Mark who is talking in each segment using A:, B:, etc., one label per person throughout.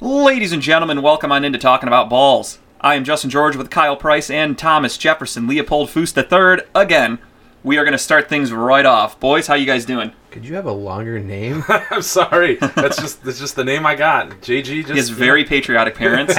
A: Ladies and gentlemen, welcome on into Talking About Balls. I am Justin George with Kyle Price and Thomas Jefferson, Leopold Foose III. Again, we are going to start things right off. Boys, how you guys doing?
B: Could you have a longer name?
C: I'm sorry. That's just that's just the name I got. JG just
A: He has very patriotic parents,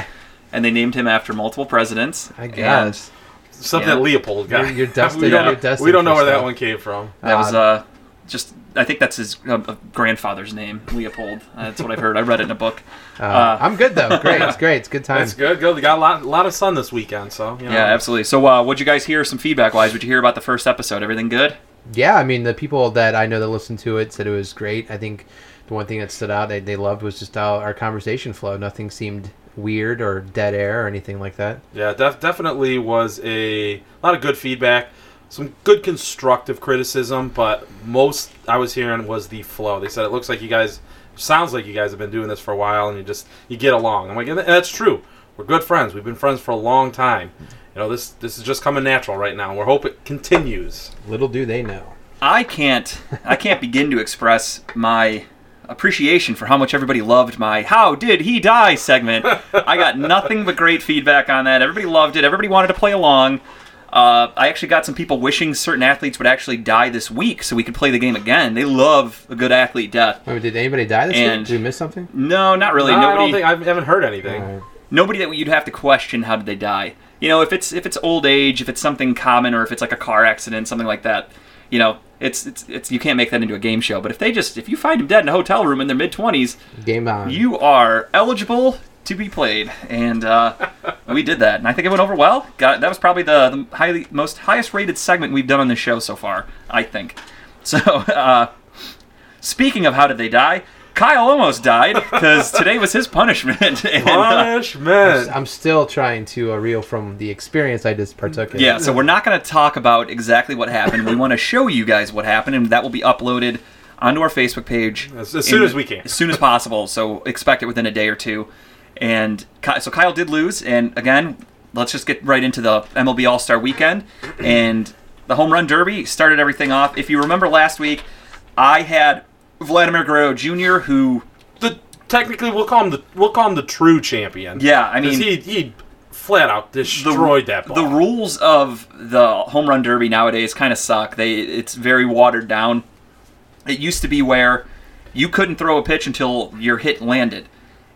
A: and they named him after multiple presidents.
B: I guess.
C: something
A: yeah.
C: that Leopold got.
B: You're- you're destined-
C: we don't,
B: you're
C: know-
B: destined
C: we don't know
B: for
C: where that
B: stuff.
C: one came from.
A: And that was uh, just, I think that's his uh, uh, grandfather's name, Leopold. Uh, that's what I've heard. I read it in a book.
B: Uh, I'm good though. Great. It's great. It's good time.
C: That's good. Good. They got a lot, lot of sun this weekend, so you know.
A: Yeah, absolutely. So, uh, what'd you guys hear some feedback wise? What'd you hear about the first episode? Everything good?
B: Yeah, I mean the people that I know that listened to it said it was great. I think the one thing that stood out they, they loved was just how our conversation flowed. Nothing seemed weird or dead air or anything like that.
C: Yeah, def- definitely was a lot of good feedback, some good constructive criticism, but most I was hearing was the flow. They said it looks like you guys, sounds like you guys have been doing this for a while, and you just you get along. I'm like, and that's true. We're good friends. We've been friends for a long time. You know, this this is just coming natural right now. We hope it continues.
B: Little do they know.
A: I can't I can't begin to express my appreciation for how much everybody loved my how did he die segment. I got nothing but great feedback on that. Everybody loved it. Everybody wanted to play along. Uh, I actually got some people wishing certain athletes would actually die this week so we could play the game again. They love a good athlete death.
B: Wait, did anybody die this
A: And-
B: week? Did we miss something?
A: No, not really.
C: No, I
A: nobody
C: don't think I haven't heard anything.
B: Alright.
A: nobody that you'd have to question how did they die. You know, if it's if it's old age, if it's something common, or if it's like a car accident, something like that. You know, it's it's, it's you can't make that into a game show. But if they just if you find them dead in a hotel room in their mid twenties,
B: Game on.
A: you are eligible to be played, and uh, we did that, and I think it went over well. Got that was probably the, the highly most highest rated segment we've done on this show so far. I think. So, uh, speaking of how did they die, Kyle almost died because today was his punishment. and, uh,
C: Punishment.
B: I'm still trying to uh, reel from the experience I just partook in.
A: Yeah, so we're not going to talk about exactly what happened. We want to show you guys what happened, and that will be uploaded onto our Facebook page
C: As- as soon
A: in-
C: as we can.
A: as soon as possible. So expect it within a day or two. And Ky- so Kyle did lose, and again, let's just get right into the MLB All Star Weekend and the Home Run Derby started everything off. If you remember last week, I had Vladimir Guerrero Jr., who
C: the technically we'll call him the we'll call him the true champion.
A: Yeah, I
C: 'Cause
A: mean-
C: he he flat out
A: the-
C: destroyed that ball.
A: The rules of the home run derby nowadays kind of suck. They it's very watered down. It used to be where you couldn't throw a pitch until your hit landed,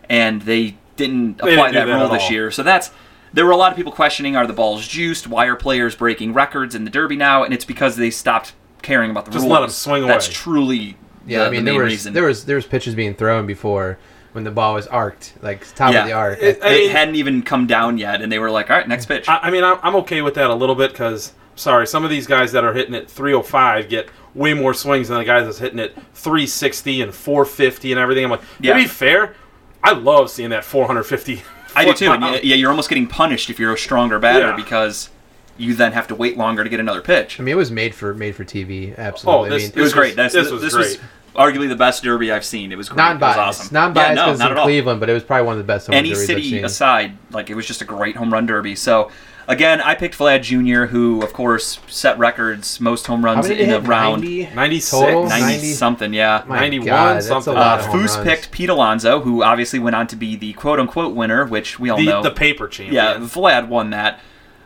A: and they didn't
C: They
A: apply
C: didn't do
A: that
C: that
A: rule
C: at
A: this
C: all.
A: year. So that's there were a lot of people questioning are the balls juiced? Why are players breaking records in the derby now? And it's because they stopped caring about the
C: Just
A: rules.
C: let 'em swing
A: That's
C: away.
A: truly
B: Yeah,
A: the,
B: I mean
A: the main
B: there was
A: reason.
B: there was there was pitches being thrown before when the ball was arced, like top
A: Yeah.
B: of the arc.
C: It- I
A: it
C: mean-
A: hadn't even come down yet, and they were like, "All right, next pitch."
C: I, I mean, I'm, I'm okay with that a little bit because sorry, some of these guys that are hitting it 305 get way more swings than the guys that's hitting it 360 and 450 and everything. I'm like,
A: Yeah.
C: to be fair, I love seeing that 450.
A: I do
C: foot
A: too. And
C: pop.
A: y- yeah, you're almost getting punished if you're a stronger batter
C: Yeah.
A: because you then have to wait longer to get another pitch.
B: I mean, it was made for made for TV. Absolutely.
C: this-
B: I mean,
A: it Oh, was
C: this
A: great.
C: was-
A: That's,
C: this was great.
A: arguably the best derby I've seen. It was great.
B: non-biased,
A: It was awesome.
B: non-biased
A: Yeah, no,
B: because
A: not at
B: it's in
A: all.
B: Cleveland, but it was probably one of the best. home
A: Any
B: derbies I've
A: city
B: seen.
A: aside, like it was just a great home run derby. So. Again, I picked Vlad Jr., who, of course, set records most home
B: How
A: runs
B: many did
A: in
B: he
A: the
B: hit?
A: round
B: 90?
C: 96.
B: Total?
A: 90
B: 90?
A: something, yeah.
B: My
C: 91,
B: God, that's a
C: something.
A: Uh,
B: lot of home
A: Foos
B: runs.
A: picked Pete Alonso, who obviously went on to be the quote unquote winner, which we all
C: the,
A: know.
C: the paper champion.
A: Yeah, Vlad won that.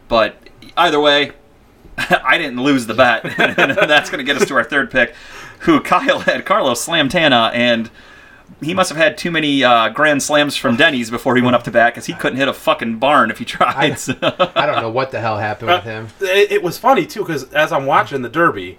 A: But either way, I didn't lose the bet. And That's going to get us to our third pick, who Kyle had Carlos Slamtana, and he must have had too many uh, grand slams from Denny's before he went up to bat because he couldn't hit a fucking barn if he tried. So-
B: I don't know what the hell happened with him.
A: Uh,
C: it, it was funny too because as I'm watching the Derby,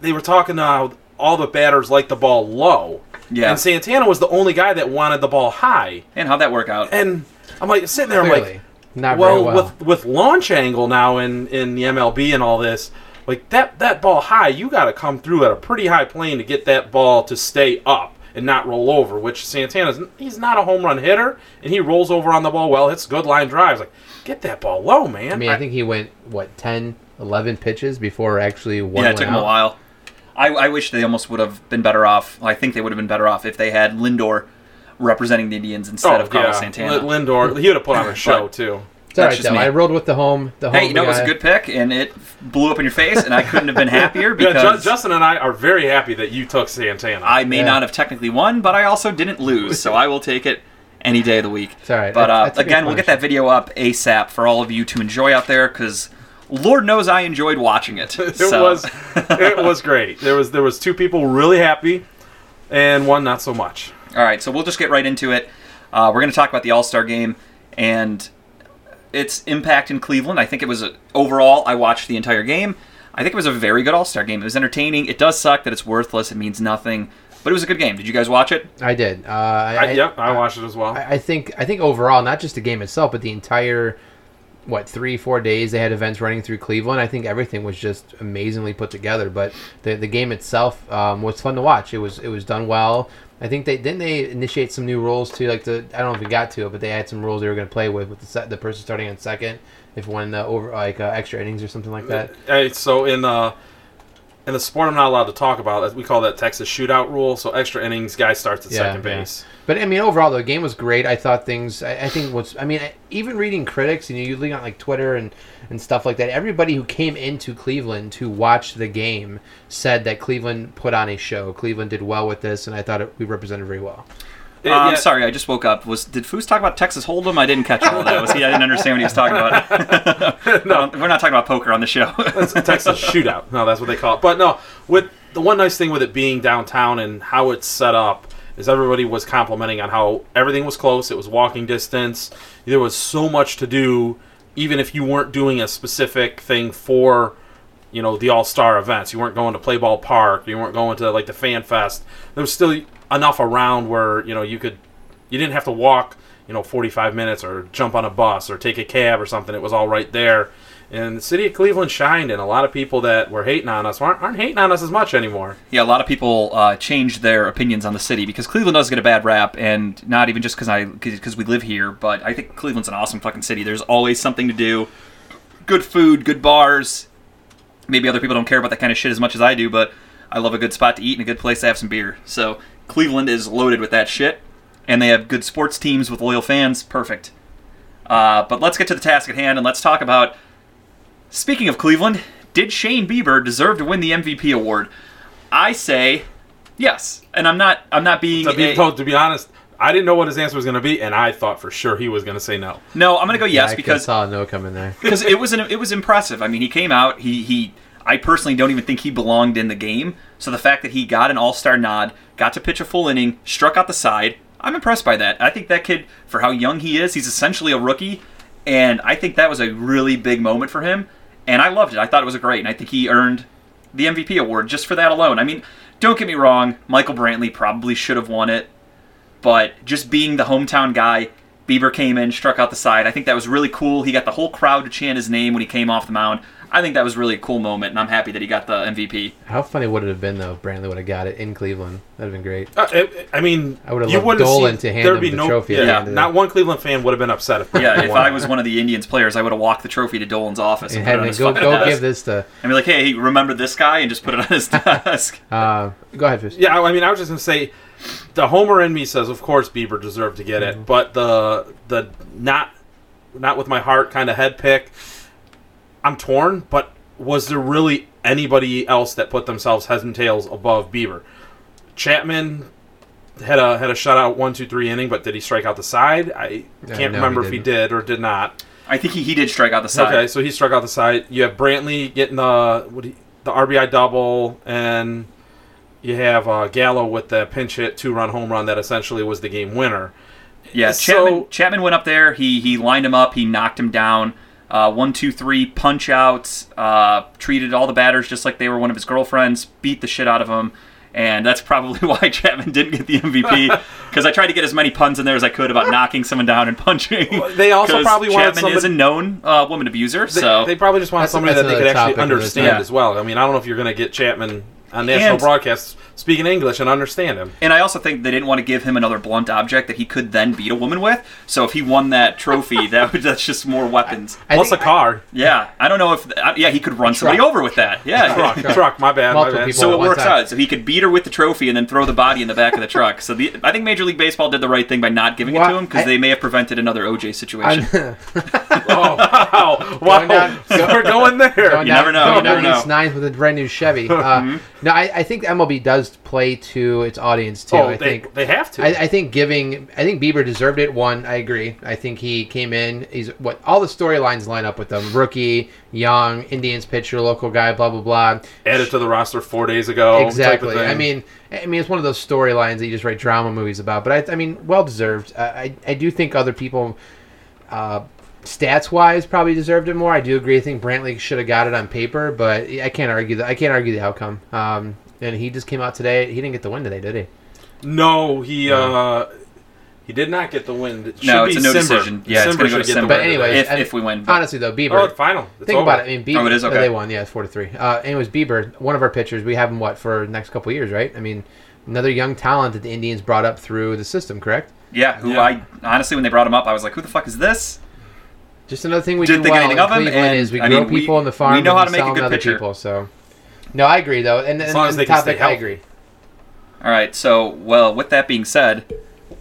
C: they were talking how all the batters like the ball low.
A: Yeah.
C: And Santana was the only guy that wanted the ball high.
A: and how'd that work out?
C: And I'm like sitting there,
B: Clearly,
C: I'm like,
B: not
C: well,
B: very well.
C: with with launch angle now in in the MLB and all this, like that that ball high, you got to come through at a pretty high plane to get that ball to stay up and not roll over. Which Santana's he's not a home run hitter, and he rolls over on the ball well. Hits good line drives. Like get that ball low, man.
B: I mean, I think he went what 10, 11 pitches before actually one.
A: yeah, it
B: went
A: took him
B: out.
A: a while. I, I wish they almost would have been better off. I think they would have been better off if they had Lindor representing the Indians instead of Carlos Santana.
C: Oh, L- Lindor, he would have put on a show too.
B: It's all
A: That's
B: right
A: just
B: though.
A: me.
B: I rolled with the home. The home
A: Hey, you know, it was a
B: guy.
A: good pick, and it blew up in your face, and I couldn't have been happier
C: Yeah,
A: because
C: Ju- Justin and I are very happy that you took Santana.
A: I may
B: Yeah.
A: not have technically won, but I also didn't lose, so I will take it any day of the week.
B: It's all right.
A: But
B: That's-
A: uh,
B: that's a good
A: again, we'll get that video up ASAP for all of you to enjoy out there because Lord knows I enjoyed watching it.
C: It was it was great. There was there was two people really happy, and one not so much.
A: All right, so we'll just get right into it. Uh, we're going to talk about the All Star game and its impact in Cleveland. I think it was a, overall, I watched the entire game. I think it was a very good All Star game. It was entertaining. It does suck that it's worthless, it means nothing, but it was a good game. Did you guys watch it?
B: I did. Uh, I,
C: I, yep, I watched it as well.
B: I I think I think overall, not just the game itself, but the entire what three four days they had events running through Cleveland. I think everything was just amazingly put together. But the the game itself um, was fun to watch. It was it was done well. I think they didn't they initiate some new rules too. Like the I don't know if we got to it, but they had some rules they were going to play with with the, se- the person starting on second if one uh, over like uh, extra innings or something like that.
C: Hey, so in the in the sport I'm not allowed to talk about, we call that Texas shootout rule. So extra innings, guy starts at
B: Yeah,
C: second
B: yeah.
C: base.
B: But I mean, overall, the game was great. I thought things. I, I think what's. I mean, I- even reading critics, and you look on like Twitter and and stuff like that. Everybody who came into Cleveland to watch the game said that Cleveland put on a show. Cleveland did well with this, and I thought it, we represented very well.
A: Uh,
C: It- yeah,
A: I'm sorry, I just woke up. Was did Foos talk about Texas Hold'em? I didn't catch all of that. Was he? I didn't understand what he was talking about. no, we're not talking about poker on the show.
C: That's a Texas shootout. No, that's what they call it. But no, with the one nice thing with it being downtown and how it's set up is everybody was complimenting on how everything was close. It was walking distance. There was so much to do, even if you weren't doing a specific thing for, you know, the All Star events. You weren't going to Play Ball Park. You weren't going to like the Fan Fest. There was still enough around where you know you could, you didn't have to walk. You know, 45 minutes, or jump on a bus, or take a cab, or something. It was all right there. And the city of Cleveland shined, and a lot of people that were hating on us aren't, aren't hating on us as much anymore.
A: Yeah, a lot of people uh, changed their opinions on the city because Cleveland does get a bad rap, and not even just because I because we live here, but I think Cleveland's an awesome fucking city. There's always something to do, good food, good bars. Maybe other people don't care about that kind of shit as much as I do, but I love a good spot to eat and a good place to have some beer. So Cleveland is loaded with that shit, and they have good sports teams with loyal fans. Perfect. Uh, but let's get to the task at hand and let's talk about. Speaking of Cleveland, did Shane Bieber deserve to win the MVP award? I say yes, and I'm not. I'm not being.
C: To be,
A: a-
C: told, to be honest, I didn't know what his answer was going to be, and I thought for sure he was going to say no.
A: no, I'm gonna go yes
B: I
A: because
B: saw a no coming there.
A: because it was an, it was impressive. I mean, he came out. He he. I personally don't even think he belonged in the game. So the fact that he got an All Star nod, got to pitch a full inning, struck out the side, I'm impressed by that. I think that kid, for how young he is, he's essentially a rookie, and I think that was a really big moment for him. And I loved it. I thought it was great, and I think he earned the MVP award just for that alone. I mean, don't get me wrong, Michael Brantley probably should have won it but just being the hometown guy, Bieber came in, struck out the side. I think that was really cool. He got the whole crowd to chant his name when he came off the mound. I think that was really a cool moment, and I'm happy that he got the MVP.
B: How funny would it have been though? if Brantley would have got it in Cleveland. That'd have been great.
C: Uh, it- I mean,
B: I would've
C: you
B: loved
C: wouldn't have
B: Dolan
C: seen-
B: to hand
C: there'd
B: him
C: be
B: the
C: no,
B: trophy at
C: Yeah,
B: the
A: end
B: of the-
C: not one Cleveland fan would have been upset if
A: Yeah, if I was one of the Indians players, I would have walked the trophy to Dolan's office and,
B: And
A: put it
B: had
A: on
B: me
A: his
B: go
A: fucking
B: go
A: desk.
B: give this to.
A: And be like, hey, remember this guy, and just put it on his desk.
B: Uh, go ahead, Fish.
C: Yeah, I mean, I was just gonna say, the Homer in me says, of course, Bieber deserved to get
B: Mm-hmm.
C: it, but the the not not with my heart kind of head pick, I'm torn. But was there really anybody else that put themselves heads and tails above Bieber? Chapman had a had a shutout one two three inning, but did he strike out the side? I can't
B: no, he
C: remember if he did or did not.
A: I think he, he did strike out the side.
C: Okay, so he struck out the side. You have Brantley getting the what do you- the RBI double, and you have uh, Gallo with the pinch hit two run home run that essentially was the game winner.
A: Yeah,
C: So-
A: Chapman, Chapman went up there. He he lined him up. He knocked him down. Uh, one, two, three punch outs. Uh, treated all the batters just like they were one of his girlfriends. Beat the shit out of him. And that's probably why Chapman didn't get the MVP because I tried to get as many puns in there as I could about knocking someone down and punching.
C: They also
A: 'Cause
C: probably wanted
A: Chapman
C: somebody-
A: is a known uh, woman abuser,
C: They,
A: so
C: they probably just
B: That's-
C: wanted somebody
B: that's
C: that they could
B: another
C: actually
B: topic of this
C: understand
A: time.
C: as well. I mean, I don't know if you're going to get Chapman on national
A: And-
C: broadcasts speaking English and understand him.
A: And I also think they didn't want to give him another blunt object that he could then beat a woman with. So if he won that trophy, that would, that's just more weapons.
B: I
C: Plus a
B: think-
C: car,
A: Yeah, I don't know if uh, yeah he could run somebody over with that. Yeah,
C: truck, truck. My bad, my
B: Multiple
C: bad.
B: people
A: So
B: at
A: it
B: one
A: works
B: time.
A: out. So he could beat her with the trophy and then throw the body in the back of the truck. So the, I think Major League Baseball did the right thing by not giving it
B: Why-
A: to him because
B: I-
A: they may have prevented another OJ situation.
B: I'm-
C: Oh wow! wow.
B: Going down-
C: so we're going there.
B: Going
A: You never know,
B: Going
A: you never
B: down
A: know.
B: East Ninth with a brand new Chevy. Uh, no, I, I think MLB does play to its audience too.
C: oh,
B: I
C: they,
B: think
C: they have to.
B: I, I think giving. I think Bieber deserved it. One, I agree. I think he came in. He's what all the storylines line up with them: rookie, young, Indians pitcher, local guy, blah blah blah.
C: Added to the roster four days ago. type of
B: exactly.
C: thing.
B: I mean, I mean, it's one of those storylines that you just write drama movies about. But I, I mean, well deserved. I, I, I do think other people, uh, stats wise, probably deserved it more. I do agree. I think Brantley should have got it on paper, but I can't argue that. I can't argue the outcome. Um, and he just came out today. He didn't get the win today, did he?
C: no, he uh, he did not get the win. It
A: No,
C: should
A: it's
C: be
A: a no
C: Simber.
A: decision. Yeah, it's
C: Simber
A: gonna go
C: should
A: to
C: get the
A: Simber.
C: win
B: But
C: today.
B: anyway,
A: If,
B: I-
A: if we win, but
B: Honestly, though, Bieber.
C: oh, it's final. It's
B: Think
C: over.
B: about it. I mean, Bieber.
A: Oh, it is? Okay.
B: They won. Yeah, it's four to three. Uh, anyways, Bieber, one of our pitchers. We have him what for next couple years, right? I mean, another young talent that the Indians brought up through the system, correct?
A: yeah, who
C: Yeah.
A: I honestly, when they brought him up, I was like, who the fuck is this?
B: Just another thing we
A: Didn't
B: do
A: think
B: well
A: anything
B: in
A: of him,
B: Cleveland
A: and,
B: is we
A: I
B: grow
A: mean, we-
B: people on the farm.
A: we know
B: and
A: how to make a
B: sell them
A: good
B: other
A: pitcher.
B: People, so. No, I agree though, and, and,
C: long as
B: and
C: they
B: the
C: can stay
B: topic, I
C: healthy.
B: agree.
A: All right, so well, with that being said,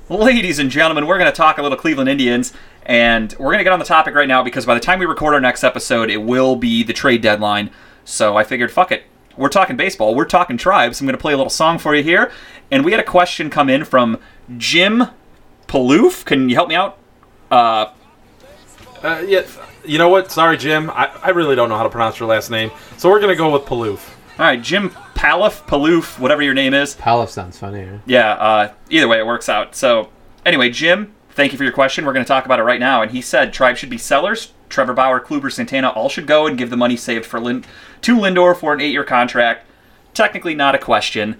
A: ladies and gentlemen, we're going to talk a little Cleveland Indians, and we're going to get on the topic right now because by the time we record our next episode, it will be the trade deadline. So I figured, fuck it, we're talking baseball, we're talking tribes. I'm going to play a little song for you here, and we had a question come in from Jim Paloof. Can you help me out? Uh,
C: Uh, yeah, you know what? Sorry, Jim. I, I really don't know how to pronounce your last name, so we're gonna go with Palouf.
A: all right, Jim Paloof, Paloof, whatever your name is.
B: Palaf sounds funny. yeah.
A: yeah, uh, either way, it works out. So, anyway, Jim, thank you for your question. We're going to talk about it right now. And he said Tribe should be sellers. Trevor Bauer, Kluber, Santana all should go and give the money saved for Lin- to Lindor for an eight year contract. Technically, not a question.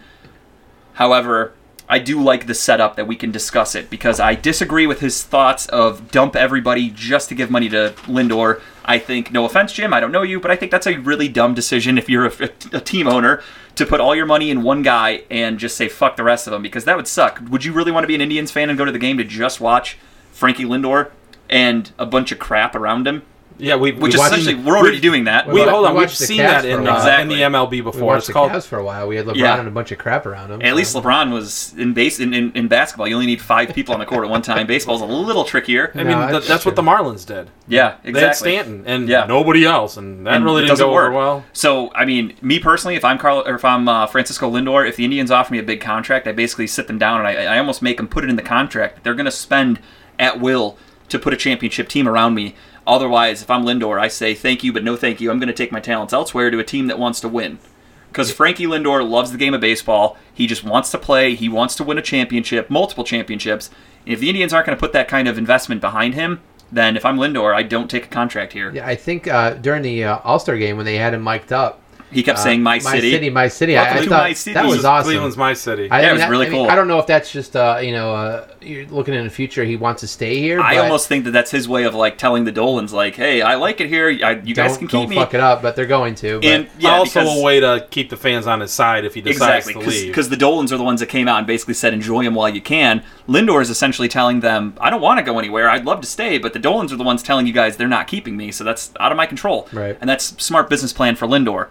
A: However, I do like the setup that we can discuss it because I disagree with his thoughts of dump everybody just to give money to Lindor. I think, no offense, Jim, I don't know you, but I think that's a really dumb decision if you're a, a team owner to put all your money in one guy and just say fuck the rest of them because that would suck. Would you really want to be an Indians fan and go to the game to just watch Frankie Lindor and a bunch of crap around him?
C: Yeah, we
A: Which
C: we watched-
A: essentially, we're already doing that.
C: We
B: wa-
C: hold
B: we
C: on. We've
B: watched the
C: seen
B: Cavs
C: that
B: for
C: in,
B: a
C: uh,
A: while.
C: in the MLB
B: We
C: before.
B: watched
C: It's
B: the
C: called
B: Cavs for a while. We had LeBron
A: Yeah.
B: and a bunch of crap around him. Um,
A: At
B: so.
A: least LeBron was in base in, in, in basketball. You only need five people on the court at one time. Baseball's a little trickier.
C: I mean,
B: No,
C: th-
B: that's
C: that's what the
B: true.
C: Marlins did.
A: Yeah, exactly.
C: They had Stanton and
A: Yeah.
C: nobody else, and that
A: And
C: really
A: it
C: didn't
A: doesn't
C: go
A: work.
C: over well.
A: So, I mean, me personally, if I'm Carl or if I'm uh, Francisco Lindor, if the Indians offer me a big contract, I basically sit them down and I, I almost make them put it in the contract that they're going to spend at will to put a championship team around me. Otherwise, if I'm Lindor, I say thank you, but no thank you. I'm going to take my talents elsewhere to a team that wants to win. Because Frankie Lindor loves the game of baseball. He just wants to play. He wants to win a championship, multiple championships. And if the Indians aren't going to put that kind of investment behind him, then if I'm Lindor, I don't take a contract here.
B: Yeah, I think uh, during the uh, All Star game when they had him mic'd up,
A: He kept
B: uh,
A: saying, "My,
B: my city, my city." I,
A: Welcome
B: I
A: to
B: thought
A: my city.
B: that was awesome.
C: Cleveland's my city.
B: I,
A: Yeah, it
B: I
A: was
B: mean, I-
A: really
B: I mean,
A: cool.
B: I don't know if that's just uh, you know uh, you're looking in the future. He wants to stay here.
A: I
B: but
A: almost think that that's his way of like telling the Dolans, like, "Hey, I like it here. I, you guys
B: don't,
A: can keep
B: don't
A: me."
B: fuck it up, but they're going to. But
A: And yeah,
C: also
A: because,
C: a way to keep the fans on his side if he decides
A: exactly
C: to leave.
A: because the Dolans are the ones that came out and basically said, "Enjoy him while you can." Lindor is essentially telling them, "I don't want to go anywhere. I'd love to stay, but the Dolans are the ones telling you guys they're not keeping me, so that's out of my control."
B: Right.
A: And that's smart business plan for Lindor.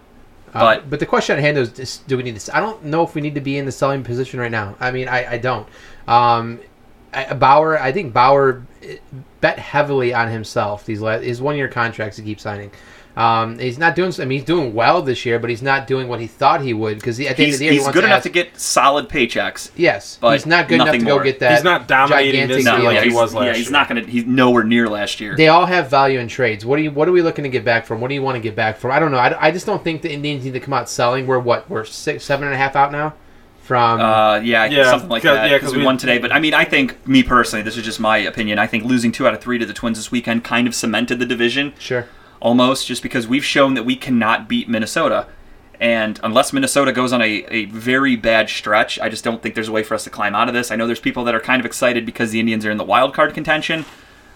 B: Uh,
A: But
B: but the question at hand is, is do we need to i don't know if we need to be in the selling position right now i mean i, I don't um, I, bauer i think bauer eh, bet heavily on himself these la- his one year contracts he keeps signing um, he's not doing. s- I mean, he's doing well this year, but he's not doing what he thought he would because at the end
A: he's,
B: of the year, he
A: he's
B: wants
A: good
B: to
A: enough
B: ask-
A: to get solid paychecks.
B: Yes,
A: but
B: he's not good enough to
A: nothing
B: go
A: more.
B: get that.
C: He's not dominating this
B: gigantic
A: No,
C: year
B: deal.
A: yeah,
C: like he
A: he's,
C: was last
A: yeah, he's
C: year.
A: not going to. He's nowhere near last year.
B: They all have value in trades. What do you? What are we looking to get back from? What do you want to get back from? I don't know. I, I just don't think the Indians need to come out selling. We're what? We're six, seven and a half out now from.
A: Uh, yeah, I-
C: Yeah,
A: something like
C: because-
A: that.
C: yeah,
A: Because
C: 'cause
A: we,
C: we-
A: won today. But I mean, I think me personally, this is just my opinion. I think losing two out of three to the Twins this weekend kind of cemented the division
B: sure.
A: almost, just because we've shown that we cannot beat Minnesota. And unless Minnesota goes on a, a very bad stretch, I just don't think there's a way for us to climb out of this. I know there's people that are kind of excited because the Indians are in the wild card contention.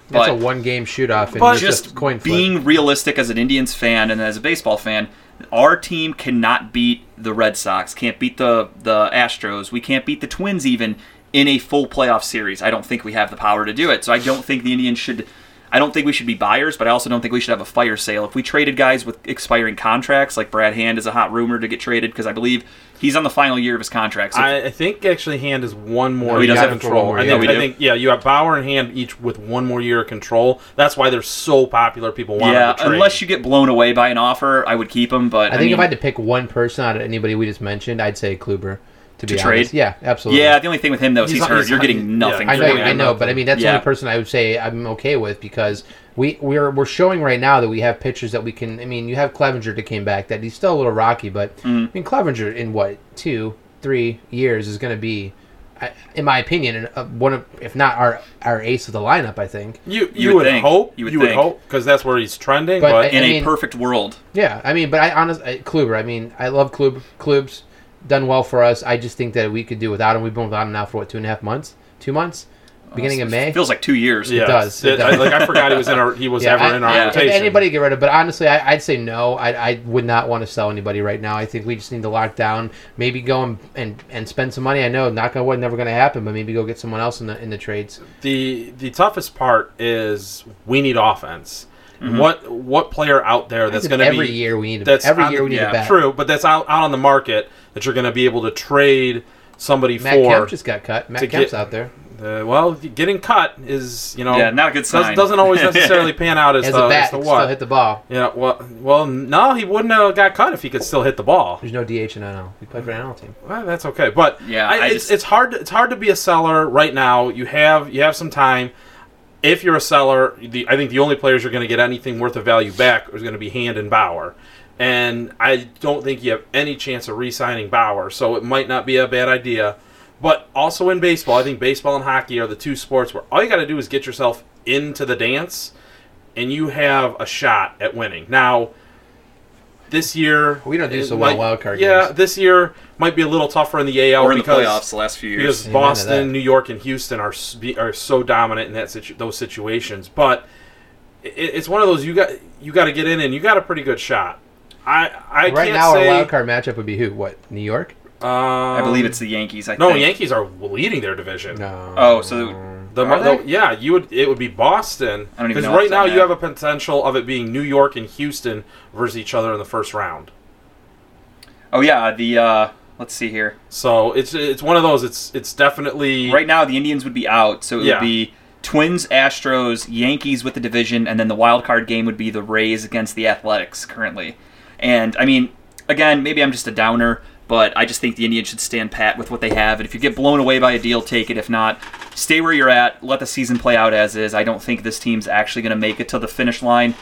B: That's
A: but
B: a one game shoot off and
C: but
B: it's
A: just
B: just coin flip.
A: being realistic as an Indians fan and as a baseball fan, our team cannot beat the Red Sox, can't beat the the Astros, we can't beat the Twins even in a full playoff series. I don't think we have the power to do it. So I don't think the Indians should I don't think we should be buyers, but I also don't think we should have a fire sale. If we traded guys with expiring contracts, like Brad Hand is a hot rumor to get traded because I believe He's on the final year of his contract. So
C: I, I think actually Hand is one more.
A: No, he
C: year
A: does
C: of
A: have
B: control.
C: I
B: Yeah,
C: think,
A: we
C: I
A: do.
C: think yeah, you have Bauer and Hand each with one more year of control. That's why they're so popular. People want
A: yeah,
C: to trade.
A: unless you get blown away by an offer, I would keep him. But
B: I think
A: mean,
B: if I had to pick one person out of anybody we just mentioned, I'd say Kluber. To, be
A: To trade?
B: honest. yeah, absolutely.
A: yeah, the only thing with him though is he's,
C: He's not-
A: hurt.
C: he's
A: You're
C: not- yeah.
A: getting nothing.
B: I
A: for
B: know,
A: him.
B: I know, but I mean that's the
A: Yeah.
B: only person I would say I'm okay with because we we're we're showing right now that we have pitchers that we can. I mean, you have Clevenger that came back that he's still a little rocky, but
A: Mm-hmm.
B: I mean Clevenger in what two three years is going to be, I- in my opinion, an- uh, one of if not our our ace of the lineup. I think.
C: you you,
A: would
C: would,
A: think.
C: hope
A: You would think.
C: hope because that's where he's trending.
B: But
C: But,
B: I-
A: in
B: mean-
A: a perfect world,
B: Yeah, I mean, but I honestly Kluber. I mean, I love Klub. Klub's done well for us. I just think that we could do without him. We've been without him now for what two and a half months, two months, beginning of May.
A: feels like two years.
C: yeah,
B: does, it
C: I-
B: does.
C: like I forgot he was in our he was ever
B: I-
C: in our
B: I-
A: yeah.
B: if
C: rotation.
B: anybody get rid of, but honestly, I, I'd say no. I, I would not want to sell anybody right now. I think we just need to lock down. Maybe go and and, and spend some money. I know, knock on wood, never going to happen, but maybe go get someone else in the in the trades.
C: the the toughest part is we need offense.
A: Mm-hmm.
C: What what player out there that's going to be
B: every year we need.
C: that's
B: To, every
C: on-
B: year we need
A: yeah,
B: a bat.
C: true, but that's out, out on the market that you're going to be able to trade somebody
B: Matt
C: for.
B: Kemp just got cut. Matt
C: to
B: Kemp's
C: get-
B: out there
C: Uh, well, getting cut is you know
A: Yeah, not a good
C: does,
A: sign.
C: doesn't always necessarily pan out as,
B: as
C: the,
B: a
C: as
B: bat.
C: the
B: can
C: what.
B: Still hit the ball.
C: yeah, well, well, no, he wouldn't have got cut if he could still hit the ball.
B: There's no DH in NL. We played for an NL team.
C: Well, that's okay, but
A: Yeah,
C: I,
A: I
C: it's,
A: just-
C: it's hard. It's hard to be a seller right now. You have you have some time. If you're a seller, the, I think the only players you're going to get anything worth of value back is going to be Hand and Bauer, and I don't think you have any chance of re-signing Bauer. So it might not be a bad idea. But also in baseball, I think baseball and hockey are the two sports where all you got to do is get yourself into the dance, and you have a shot at winning. Now, this year
B: We don't do
C: it
B: so well in
C: might-
B: wild card
C: Yeah,
B: games.
C: this year might be a little tougher in the AL
A: We're in the
C: Oh, because
A: playoffs the last few years.
C: because
B: Amen to that.
C: Boston, New York, and Houston are s- be- are so dominant in that situ- those situations. But i it's one of those you got you got to get in and you got a pretty good shot. I I
B: Right
C: can't
B: now,
C: say, um,
B: our wild card matchup would be who? What? New York?
A: I believe it's the Yankees. I
C: no
A: think.
C: Yankees are leading their division.
B: No.
A: Oh, so
C: The,
A: Are
C: the-
A: they?
C: yeah, you would it would be Boston
A: I don't even
C: because
A: know
C: right
A: what's
C: now
A: on
C: you
A: that.
C: have a potential of it being New York and Houston versus each other in the first round.
A: oh yeah, the uh, let's see here.
C: So it's it's one of those. It's it's definitely
A: Right now, the Indians would be out, so it
C: Yeah.
A: would be Twins, Astros, Yankees with the division, and then the wild card game would be the Rays against the Athletics currently. And I mean, again, maybe I'm just a downer, but I just think the Indians should stand pat with what they have. And if you get blown away by a deal, take it. If not, stay where you're at. Let the season play out as is. I don't think this team's actually going to make it to the finish line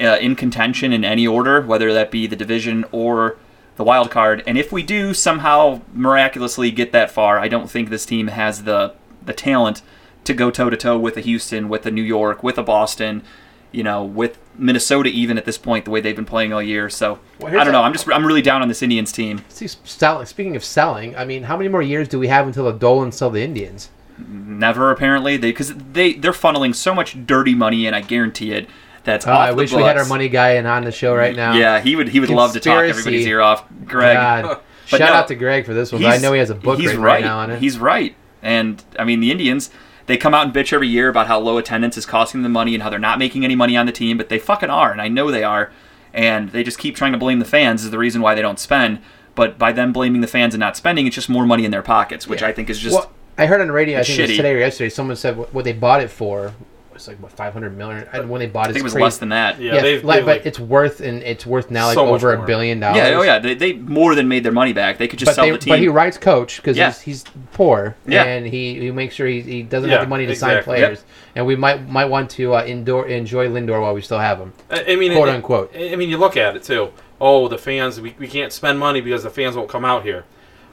A: uh, in contention in any order, whether that be the division or the wild card. And if we do somehow miraculously get that far, I don't think this team has the the talent to go toe to toe with a Houston, with a New York, with a Boston, you know, with Minnesota even at this point the way they've been playing all year. So
B: Well, here's
A: I don't know.
B: a-
A: I'm just I'm really down on this Indians team.
B: See, sell, speaking of selling, I mean, how many more years do we have until the Dolans sell the Indians?
A: Never apparently they because they they're funneling so much dirty money in. I guarantee it. That's
B: Oh,
A: off
B: I
A: the
B: wish we had our
A: books.
B: money guy and on the show right now.
A: Yeah, he would he would love to talk
B: Conspiracy.
A: everybody's ear off. Greg,
B: God.
A: But
B: Shout
A: no,
B: out to Greg for this one. but I
A: He's-
B: know he has a book
A: he's
B: written right now on it.
A: He's right. And I mean, the Indians, they come out and bitch every year about how low attendance is costing them money and how they're not making any money on the team, but they fucking are, and I know they are. And they just keep trying to blame the fans is the reason why they don't spend. But by them blaming the fans and not spending, it's just more money in their pockets, which I think is just
B: well, I heard on the radio, I
A: it's
B: think it was
A: shitty.
B: today or yesterday, someone said what, what they bought it for was like, what, 500 million? And when they bought it,
A: I think it was
B: crazy.
A: less than that.
C: Yeah,
B: Yeah,
C: they've,
B: like,
C: they've,
B: but
C: like-
B: it's worth and it's worth now like
C: So much
B: over a
C: more.
B: billion dollars.
A: Yeah, oh yeah, they, they more than made their money back. They could just
B: But,
A: sell
B: they,
A: the team.
B: but he writes coach because
A: Yeah.
B: he's, he's poor
A: Yeah.
B: and he, he makes sure he, he doesn't
C: Yeah,
B: have the money to sign
C: exactly. Yep.
B: players. And we might might want to uh, indoor, enjoy Lindor while we still have him.
C: I I mean,
B: quote,
C: it-
B: unquote.
C: I mean, you look at it too. Oh, the fans, we, we can't spend money because the fans won't come out here.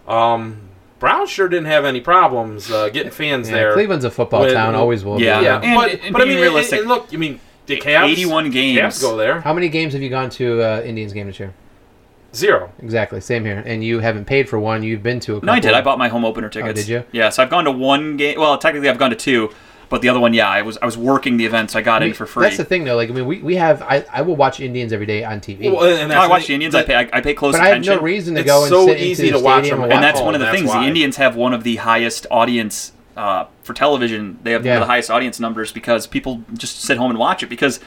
C: Um, Brown sure didn't have any problems uh, getting fans
B: Yeah,
C: there.
B: Cleveland's a football
C: When-
B: town, always will. be.
A: Yeah.
C: yeah,
A: And-
C: but,
A: and
C: but I
A: being
C: mean,
A: realistic,
C: and, and look, I mean, the Cavs,
A: 81 games.
C: Cavs go there
B: How many games have you gone to uh, Indians game this year?
C: zero.
B: Exactly, same here. And you haven't paid for one. You've been to a couple.
A: No, I did. I bought my home opener tickets.
B: Oh, did you?
A: Yeah, so I've gone to one game. Well, technically, I've gone to two, but the other one, yeah, I was I was working the event, so I got in for free.
B: That's the thing, though. Like, I mean, we, we have. I, I will watch Indians every day on TV,
C: Well, and
A: I watch
C: the-
A: the Indians. I pay I, I pay close
B: but I have
A: attention.
B: no reason to
C: It's
B: go and
C: so
B: sit
C: easy
B: into
C: to
B: the
C: watch
B: stadium
C: them,
B: and
A: and
B: watch
A: that's
C: Oh,
A: one of the
C: that's
A: things.
C: why.
A: The Indians have one of the highest audience uh, for television. They have one
B: Yeah.
A: of the highest audience numbers because people just sit home and watch it. Because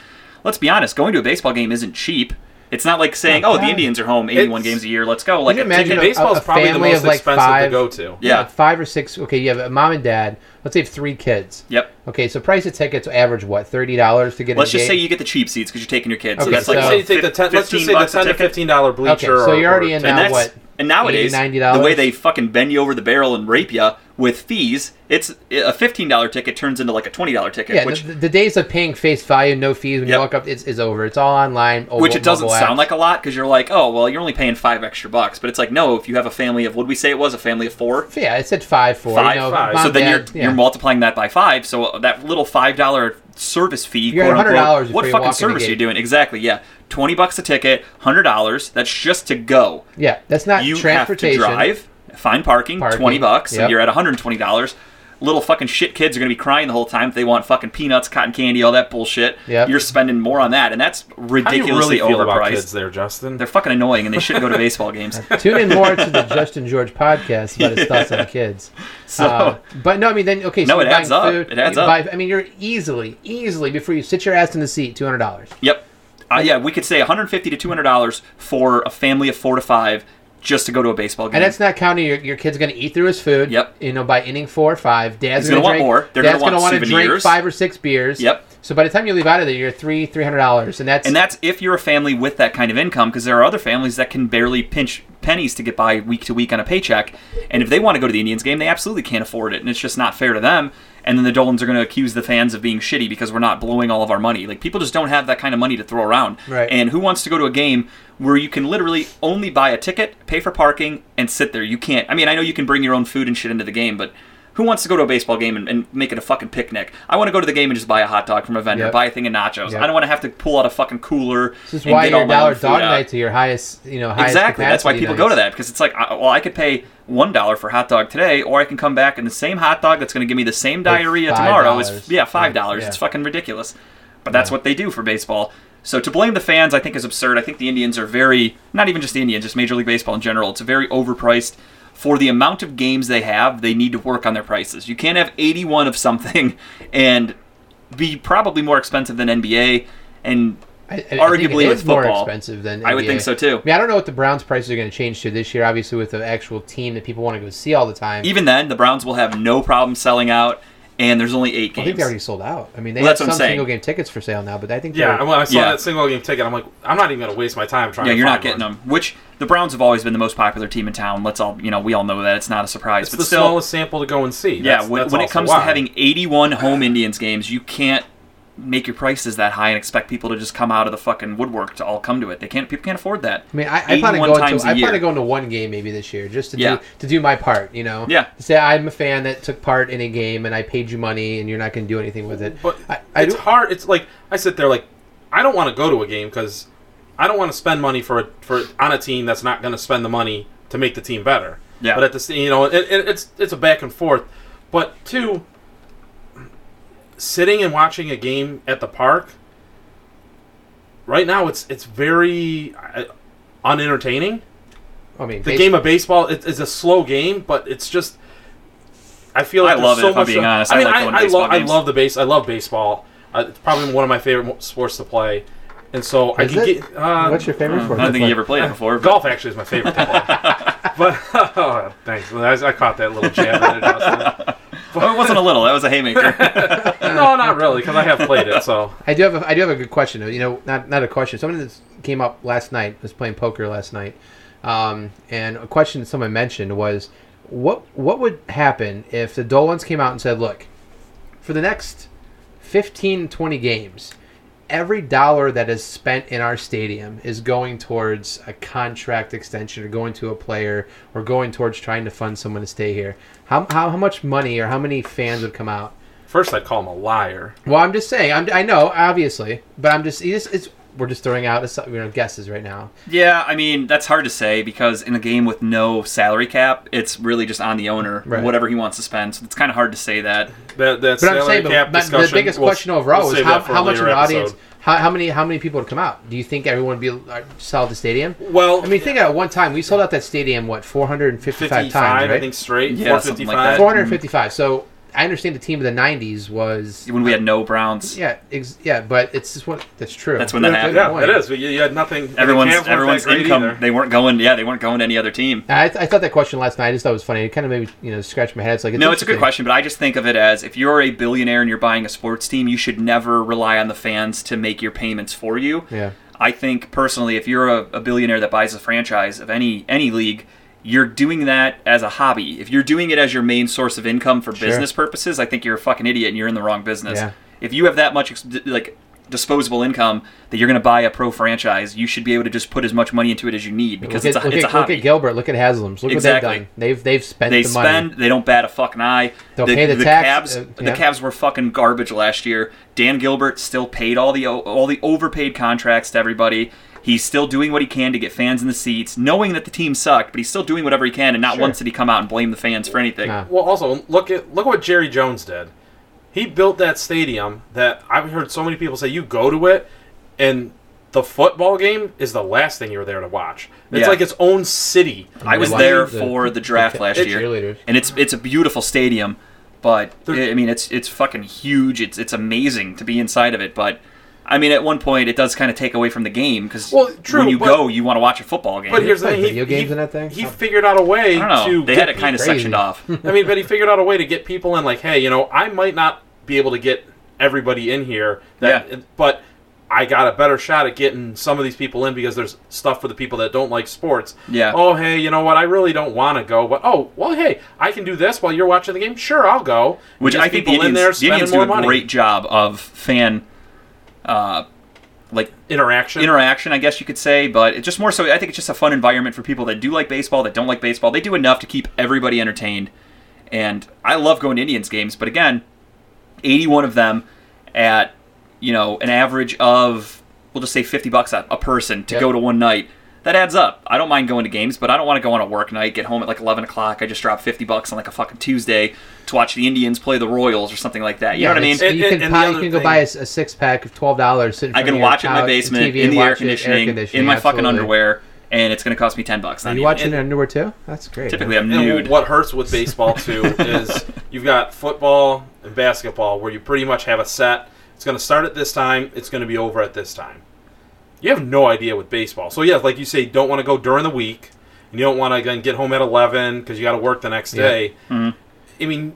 A: let's be honest, going to a baseball game isn't cheap. It's not like saying, "Oh, the Indians are home 81
C: It's-
A: games a year. Let's go." Like,
B: you
A: I'm
B: imagine
A: thinking-
B: a-
C: Baseball's
B: a
C: probably the
B: family
C: most
B: of, like,
C: expensive to
B: five-
C: go to.
A: Yeah.
B: Like five or six. Okay, you have a mom and dad. Let's say you have three kids.
A: yep.
B: Okay, so price of tickets average what thirty dollars to get.
A: Let's
B: a
A: just
B: game?
A: say you get the cheap seats because you're taking your kids. so
B: Okay,
A: that's like
B: so-
C: Let's say you take the ten, let's just say the
A: bucks a
C: ten to
A: ticket.
C: fifteen dollar bleacher.
B: Okay, so
C: or-
B: you're already in
C: or
A: And
C: ten-
B: now
A: that's
B: what,
A: and nowadays
B: $80,
A: the way they fucking bend you over the barrel and rape you with fees, it's a fifteen dollar ticket turns into like a twenty dollar ticket,
B: yeah,
A: which
B: the, the days of paying face value, no fees when
A: Yep.
B: you walk up, it's, is over. It's all online. o-
A: which it doesn't
B: mobile
A: sound
B: apps.
A: like a lot because you're like, oh well, you're only paying five extra bucks, but it's like no, if you have a family of, would we say it was a family of four?
B: Yeah, it said five four.
A: Five,
B: you know,
C: five.
B: mom,
A: so then
B: dad,
A: you're
B: yeah.
A: you're multiplying that by five. So that little five dollar service fee,
B: You're at
A: quote unquote,
B: $100 before
A: what
B: you
A: fucking
B: walk in the
A: service are you
B: gate.
A: doing? Exactly. Yeah, twenty bucks a ticket, hundred dollars. That's just to go.
B: yeah, that's not
A: you have to
B: Uh, transportation.
A: drive, find parking,
B: Parking,
A: twenty bucks, and
B: yep.
A: you're at one hundred and twenty dollars. Little fucking shit kids are gonna be crying the whole time if they want fucking peanuts, cotton candy, all that bullshit.
B: Yep.
A: You're spending more on that, and that's
C: How do you really
A: ridiculously
C: feel about
A: overpriced.
C: kids there, Justin?
A: They're fucking annoying, and they shouldn't go to baseball games.
B: Tune in more to the Justin George podcast about his thoughts on kids.
A: So
B: Uh, but no, I mean then okay. So
A: No, it
B: you're
A: adds
B: buying
A: up.
B: Food,
A: It adds
B: you
A: up.
B: buy- I mean, you're easily, easily before you sit your ass in the seat, two hundred dollars.
A: yep, uh, yeah, we could say one hundred fifty to two hundred dollars for a family of four to five just to go to a baseball game.
B: And that's not counting your, your kid's going to eat through his food.
A: Yep.
B: You know, by inning four or five, dad's
A: He's
B: going
A: gonna
B: to
A: want more.
B: drink
A: They're gonna
B: dad's
A: want
B: to want to drink
A: souvenirs.
B: five or six beers.
A: Yep.
B: So by the time you leave out of there, you're three three hundred dollars, and that's
A: and that's if you're a family with that kind of income because there are other families that can barely pinch pennies to get by week to week on a paycheck and if they want to go to the indians game they absolutely can't afford it and it's just not fair to them and then the dolans are going to accuse the fans of being shitty because we're not blowing all of our money like people just don't have that kind of money to throw around
B: Right.
A: and who wants to go to a game where you can literally only buy a ticket pay for parking and sit there you can't i mean i know you can bring your own food and shit into the game but who wants to go to a baseball game and, and make it a fucking picnic? I want to go to the game and just buy a hot dog from a vendor,
B: Yep.
A: buy a thing of nachos.
B: Yep.
A: I don't want to have to pull out a fucking cooler
B: This is
A: and
B: why
A: get all
B: your
A: my
B: dollar
A: own food
B: dog
A: out.
B: nights are your highest, you know, highest.
A: Exactly. That's why
B: capacity
A: people go to
B: nights.
A: that because it's like, I- well, I could pay one dollar for a hot dog today, or I can come back and the same hot dog that's going to give me the same diarrhea
B: $5.
A: tomorrow is yeah five
B: Yeah.
A: dollars. It's fucking ridiculous, but that's what they do for baseball. So to blame the fans, I think is absurd. I think the Indians are very not even just the Indians, just Major League Baseball in general. It's very overpriced. For the amount of games they have, they need to work on their prices. You can't have 81 of something and be probably more expensive than NBA and
B: I, I, I think
A: Arguably
B: it
A: with
B: is more
A: football.
B: expensive than
A: I would
B: NBA.
A: think so, too.
B: I mean, I don't know what the Browns' prices are going to change to this year. Obviously, with the actual team that people want to go see all the time.
A: even then, the Browns will have no problem selling out, and there's only eight
B: I
A: games.
B: think they already sold out. I mean, they
A: Well,
B: have
A: that's what I'm
B: some
A: saying.
B: single game tickets for sale now, but I think
C: Yeah,
B: they're-
C: and when I saw
A: Yeah.
C: that single game ticket, I'm like, I'm not even going to waste my time trying.
A: yeah,
C: to
A: you're not
C: find
A: getting
C: one.
A: them. Which the Browns have always been the most popular team in town. Let's all, you know, we all know that. It's not a surprise,
C: It's
A: but
C: the
A: still,
C: smallest sample to go and see.
A: yeah.
C: That's-
A: when
C: that's
A: when it
C: also
A: comes
C: why.
A: to having 81 home Indians games, you can't make your prices that high and expect people to just come out of the fucking woodwork to all come to it. They can't. People can't afford that.
B: I mean, I, I plan on
A: 81
B: going
A: times
B: to
A: a
B: I plan
A: year.
B: on going to one game maybe this year just to
A: Yeah.
B: do to do my part, you know.
A: Yeah.
B: To say I'm a fan that took part in a game and I paid you money and you're not going to do anything with it.
C: But
B: I, I
C: it's
B: do,
C: hard. It's like I sit there like I don't want to go to a game because I don't want to spend money for a, for on a team that's not going to spend the money to make the team better.
A: Yeah.
C: But at the s- you know it, it, it's it's a back and forth. But two, sitting and watching a game at the park. Right now, it's it's very uh, unentertaining.
B: I mean,
C: The
B: base-
C: game of baseball it is a slow game, but it's just. I feel like
A: I love it,
C: there's so
A: if I'm
C: much
A: being honest.
C: I
A: I
C: mean,
A: like
C: I,
A: going
C: I,
A: to
C: lo-
A: baseball
C: I
A: games.
C: love the base. I love baseball. Uh, it's probably one of my favorite mo- sports to play, and so
B: Is
C: I can
B: it?
C: get. Uh,
B: What's your favorite
A: I
B: sport?
A: don't think
B: That's
A: you ever played it before. but-
C: golf? Actually, is my favorite. to play. but oh, thanks. I, I caught that little jab. There, Justin.
A: Oh, it wasn't a little. That was a haymaker.
C: no, not really, because I have played it. So
B: I do have a, I do have a good question. though. You know, not not a question. Something that came up last night. I was playing poker last night, um, and a question that someone mentioned was, what what would happen if the Dolans came out and said, look, for the next 15, 20 games, every dollar that is spent in our stadium is going towards a contract extension or going to a player or going towards trying to fund someone to stay here. How how, how much money or how many fans would come out?
C: first, I'd call him a liar.
B: Well, I'm just saying. I'm, I know, obviously, but I'm just. It's, it's we're just throwing out assu- you know, guesses right now.
A: Yeah, I mean that's hard to say because in a game with no salary cap, it's really just on the owner
B: Right.
A: whatever he wants to spend. So it's kind of hard to say that.
C: That that's
B: But I'm saying, but, but the biggest question overall is how, how much of an audience, how, how many, how many people would come out? Do you think everyone would be uh, sell the stadium?
C: Well,
B: I mean, think at one time we sold out that stadium what 455
C: 55,
B: times, right?
C: I think straight.
A: Yeah, something like that.
C: 455.
B: 455. So I understand the team of the '90s was
A: when we had no Browns.
B: yeah, ex- yeah, but it's just what that's true.
A: That's when that happened.
C: yeah, it is. You, you had nothing.
A: Everyone's
C: the Cavs weren't that
A: everyone's
C: great
A: income.
C: either.
A: They weren't going. Yeah, they weren't going to any other team.
B: I, I thought that question last night. I just thought it was funny. It kind of made me, you know, scratch my head. It's like
A: No, it's a good
B: interesting.
A: question, but I just think of it as if you're a billionaire and you're buying a sports team, you should never rely on the fans to make your payments for you.
B: Yeah.
A: I think personally, if you're a, a billionaire that buys a franchise of any any league, you're doing that as a hobby. If you're doing it as your main source of income for
B: Sure.
A: business purposes, I think you're a fucking idiot and you're in the wrong business.
B: Yeah.
A: If you have that much ex- like disposable income that you're going to buy a pro franchise, you should be able to just put as much money into it as you need because
B: look
A: it's
B: at,
A: a,
B: look
A: it's a
B: at,
A: hobby.
B: Look at Gilbert. Look at Haslam's. Look what
A: Exactly.
B: they've done. They've they've spent
A: They
B: the
A: spend.
B: money.
A: They don't bat a fucking eye.
B: They'll pay the tax,
A: Cavs,
B: uh,
A: The
B: yeah.
A: Cavs were fucking garbage last year. Dan Gilbert still paid all the all the overpaid contracts to everybody. He's still doing what he can to get fans in the seats, knowing that the team sucked, but he's still doing whatever he can. And not
B: Sure.
A: once did he come out and blame the fans for anything.
B: No.
C: Well, also look at look what Jerry Jones did. He built that stadium that I've heard so many people say you go to it, and the football game is the last thing you're there to watch. It's
A: Yeah.
C: like its own city.
A: I was
B: Why
A: there
B: the-
A: for the draft last
B: the
A: year,
B: cheerleaders.
A: and it's it's a beautiful stadium, but
C: There-
A: I mean it's it's fucking huge. It's it's amazing to be inside of it, but. I mean, at one point, it does kind of take away from the game because
C: Well, true,
A: when you
C: but-
A: go, you want to watch a football game.
C: But here's the
B: play
C: thing: he,
B: video games
C: he,
B: in that thing?
C: he figured out a way
A: I don't know.
C: to
A: They had
C: get
A: it kind of
B: crazy.
A: sectioned off.
C: I mean, but he figured out a way to get people in. Like, hey, you know, I might not be able to get everybody in here. That,
A: Yeah.
C: but I got a better shot at getting some of these people in because there's stuff for the people that don't like sports.
A: Yeah.
C: Oh, hey, you know what? I really don't want to go, but oh, well, hey, I can do this while you're watching the game. Sure, I'll go.
A: Which
C: Gets
A: I think the
C: people
A: Indians,
C: in there
A: the
C: spending
A: Indians do
C: more
A: a
C: money.
A: great job of fan, uh, like
C: interaction.
A: interaction, I guess you could say. But it's just more so. I think it's just a fun environment for people that do like baseball, that don't like baseball. They do enough to keep everybody entertained. And I love going to Indians games, but again, 81 of them at you know an average of we'll just say 50 bucks a, a person to
B: Yep.
A: go to one night that adds up i don't mind going to games but i don't want to go on a work night get home at like 11 o'clock i just dropped 50 bucks on like a fucking tuesday to watch the indians play the royals or something like that you know what i mean
B: it's-
C: And-
B: You
C: and-
B: can,
C: and the
B: buy, you
C: other
B: can go
C: thing-
B: buy a, s- a six pack of twelve dollars. Sit in
A: i
B: front
A: can
B: of your
A: watch it in
B: couch,
A: my
B: the
A: basement
B: TV,
A: in the
B: watch it,
A: air conditioning, in my fucking
B: absolutely.
A: underwear and it's going to cost me 10 bucks
B: Are
A: not
B: you
A: even.
B: watching
C: and-
B: it in underwear too? That's great.
A: typically i'm
C: And
A: nude
C: what hurts with baseball too is you've got football and basketball where you pretty much have a set. It's going to start at this time. It's going to be over at this time. You have no idea with baseball. So yeah, like you say, you don't want to go during the week, and you don't want to again get home at eleven because you got to work the next
B: Yeah.
C: day. I mean,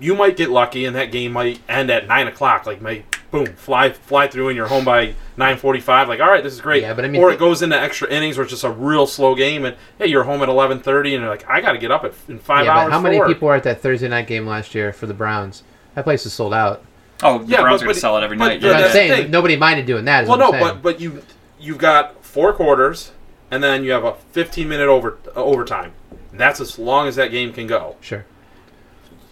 C: you might get lucky, and that game might end at nine o'clock. Like, may boom, fly fly through, and you're home by nine forty-five. Like, all right, this is great.
B: Yeah, but I mean-
C: or it goes into extra innings, or it's just a real slow game, and hey, you're home at eleven thirty, and you're like, I got to get up at in five
B: yeah,
C: hours.
B: but how many
C: for work.
B: people were at that Thursday night game last year for the Browns? That place was sold out.
A: oh the
C: Yeah,
A: browns
C: but-
A: are going
C: but-
A: to sell it every
C: but
A: night
C: the-
A: You're
B: But
A: right.
B: I'm
C: that's
B: saying
C: the thing.
B: nobody minded doing that. Is
C: Well,
B: what
C: no,
B: I'm saying.
C: but but you you've got four quarters, and then you have a fifteen minute over uh, overtime. And that's as long as that game can go.
B: sure.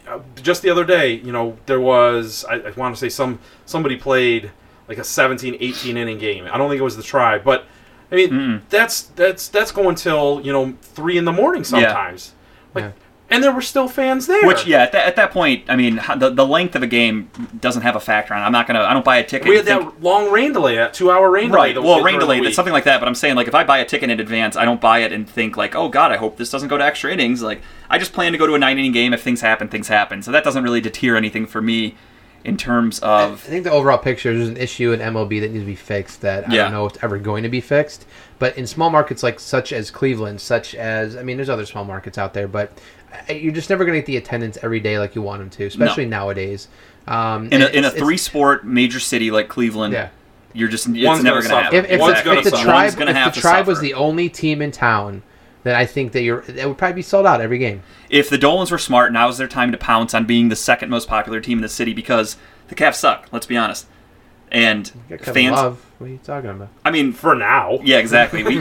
C: uh, just the other day, you know, there was I, I want to say some somebody played like a 17, 18 inning game. I don't think it was the tribe, but I mean
A: Hmm.
C: that's that's that's going till you know three in the morning sometimes. Like,
B: Yeah.
C: and there were still fans there.
A: Which yeah, at that, at that point, I mean, h- the, the length of a game doesn't have a factor on. it. I'm not gonna. I don't buy a ticket.
C: we
A: and
C: had that
A: think-
C: long rain delay, that two hour rain delay.
A: Right.
C: that
A: Well,
C: hit
A: rain
C: during the
A: delay, that's
C: week.
A: something like that. But I'm saying, like, if I buy a ticket in advance, I don't buy it and think like, oh god, I hope this doesn't go to extra innings. Like, I just plan to go to a nine inning game. If things happen, things happen. So that doesn't really deter anything for me in terms
B: I
A: of.
B: think the overall picture is an issue in MLB that needs to be fixed. That I
A: Yeah.
B: don't know if it's ever going to be fixed. But in small markets like such as Cleveland, such as I mean, there's other small markets out there, but I- you're just never going to get the attendance every day like you want them to, especially nowadays. Um,
A: In a, in
B: and
A: a
B: it's- it's-
A: three sport major city like Cleveland,
B: Yeah.
A: you're just it's
C: One's
A: never
C: gonna
A: gonna
C: suffer.
A: happen.
B: If, if,
C: One's
B: the,
C: gonna
B: if the
C: suffer.
B: tribe,
A: One's gonna
B: if
A: have to
B: the tribe was
A: suffer.
B: the only team in town, then I think that you're that would probably be sold out every game.
A: if the Dolans were smart, now is their time to pounce on being the second most popular team in the city because the Cavs suck. Let's be honest. And
B: You got Kevin
A: fans,
B: Love. What are you talking about?
A: I mean,
C: for now.
A: Yeah, exactly. We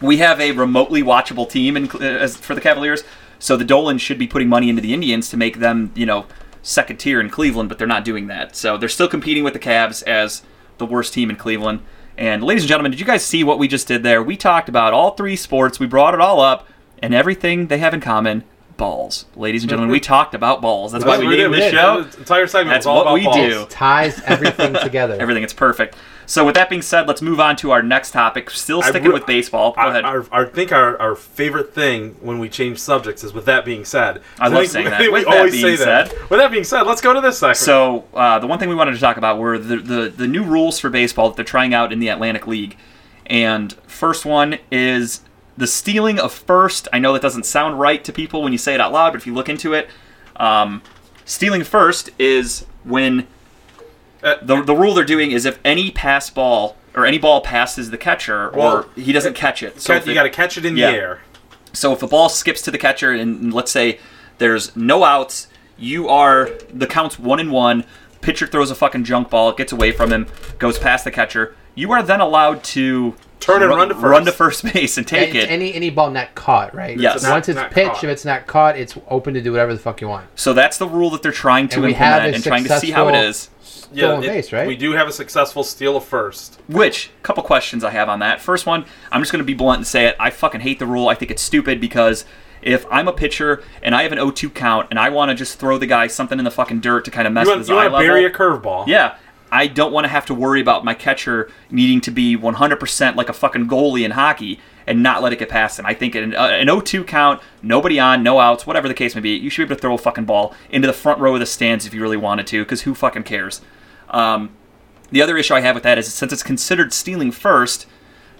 A: we have a remotely watchable team in, uh, as, for the Cavaliers, so the Dolans should be putting money into the Indians to make them, you know, second tier in Cleveland, but they're not doing that. So they're still competing with the Cavs as the worst team in Cleveland. And ladies and gentlemen, did you guys see what we just did there? We talked about all three sports. We brought it all up, and everything they have in common: balls, ladies and gentlemen. we talked about balls. That's, why
C: That's
A: we
C: what
A: named
C: did.
A: this
C: did.
A: show.
C: The entire segment
A: That's
C: was all
A: what
C: about
A: we
C: balls.
A: do.
B: ties everything together.
A: Everything. It's perfect. So with that being said, let's move on to our next topic. Still
C: I
A: sticking
C: re-
A: with baseball. Go
C: I,
A: ahead.
C: our, our, I think our, our favorite thing when we change subjects is with that being said.
A: I love
C: think-
A: saying that.
C: think
A: With that being said.
C: With that being said, let's go to this section.
A: So uh, the one thing we wanted to talk about were the, the the new rules for baseball that they're trying out in the Atlantic League. And first one is the stealing of first. I know that doesn't sound right to people when you say it out loud, but if you look into it, um, stealing first is when
C: Uh,
A: the the rule they're doing is if any pass ball or any ball passes the catcher
C: Well,
A: or he doesn't catch it.
C: Cat-
A: if
C: you
A: it-
C: got to catch it in
A: Yeah.
C: the air.
A: so if the ball skips to the catcher, and let's say there's no outs, you are the count's one and one. Pitcher throws a fucking junk ball, it gets away from him, goes past the catcher. You are then allowed to
C: Turn and run to
A: run to
C: first.
A: first base and take
B: any,
A: it.
B: any any ball not caught, right?
A: Yes. Not-
B: Once it's
C: not
B: pitched,
C: caught.
B: if it's not caught, it's open to do whatever the fuck you want.
A: so that's the rule that they're trying to
B: And we have
A: implement
B: a
A: and trying to see how it
B: successful-
A: is.
B: Stolen
C: it-
B: base, right?
C: We do have a successful steal of first.
A: Which couple questions I have on that. First one, I'm just going to be blunt and say it. I fucking hate the rule. I think it's stupid because if I'm a pitcher and I have an 0-2 count and I want to just throw the guy something in the fucking dirt to kind of mess
C: You
A: with
C: want
A: his
C: to
A: eye level,
C: bury a curveball.
A: Yeah. I don't want to have to worry about my catcher needing to be 100% like a fucking goalie in hockey and not let it get past him. I think an, uh, an 0-2 count, nobody on, no outs, whatever the case may be, you should be able to throw a fucking ball into the front row of the stands if you really wanted to, because who fucking cares? Um, the other issue I have with that is since it's considered stealing first,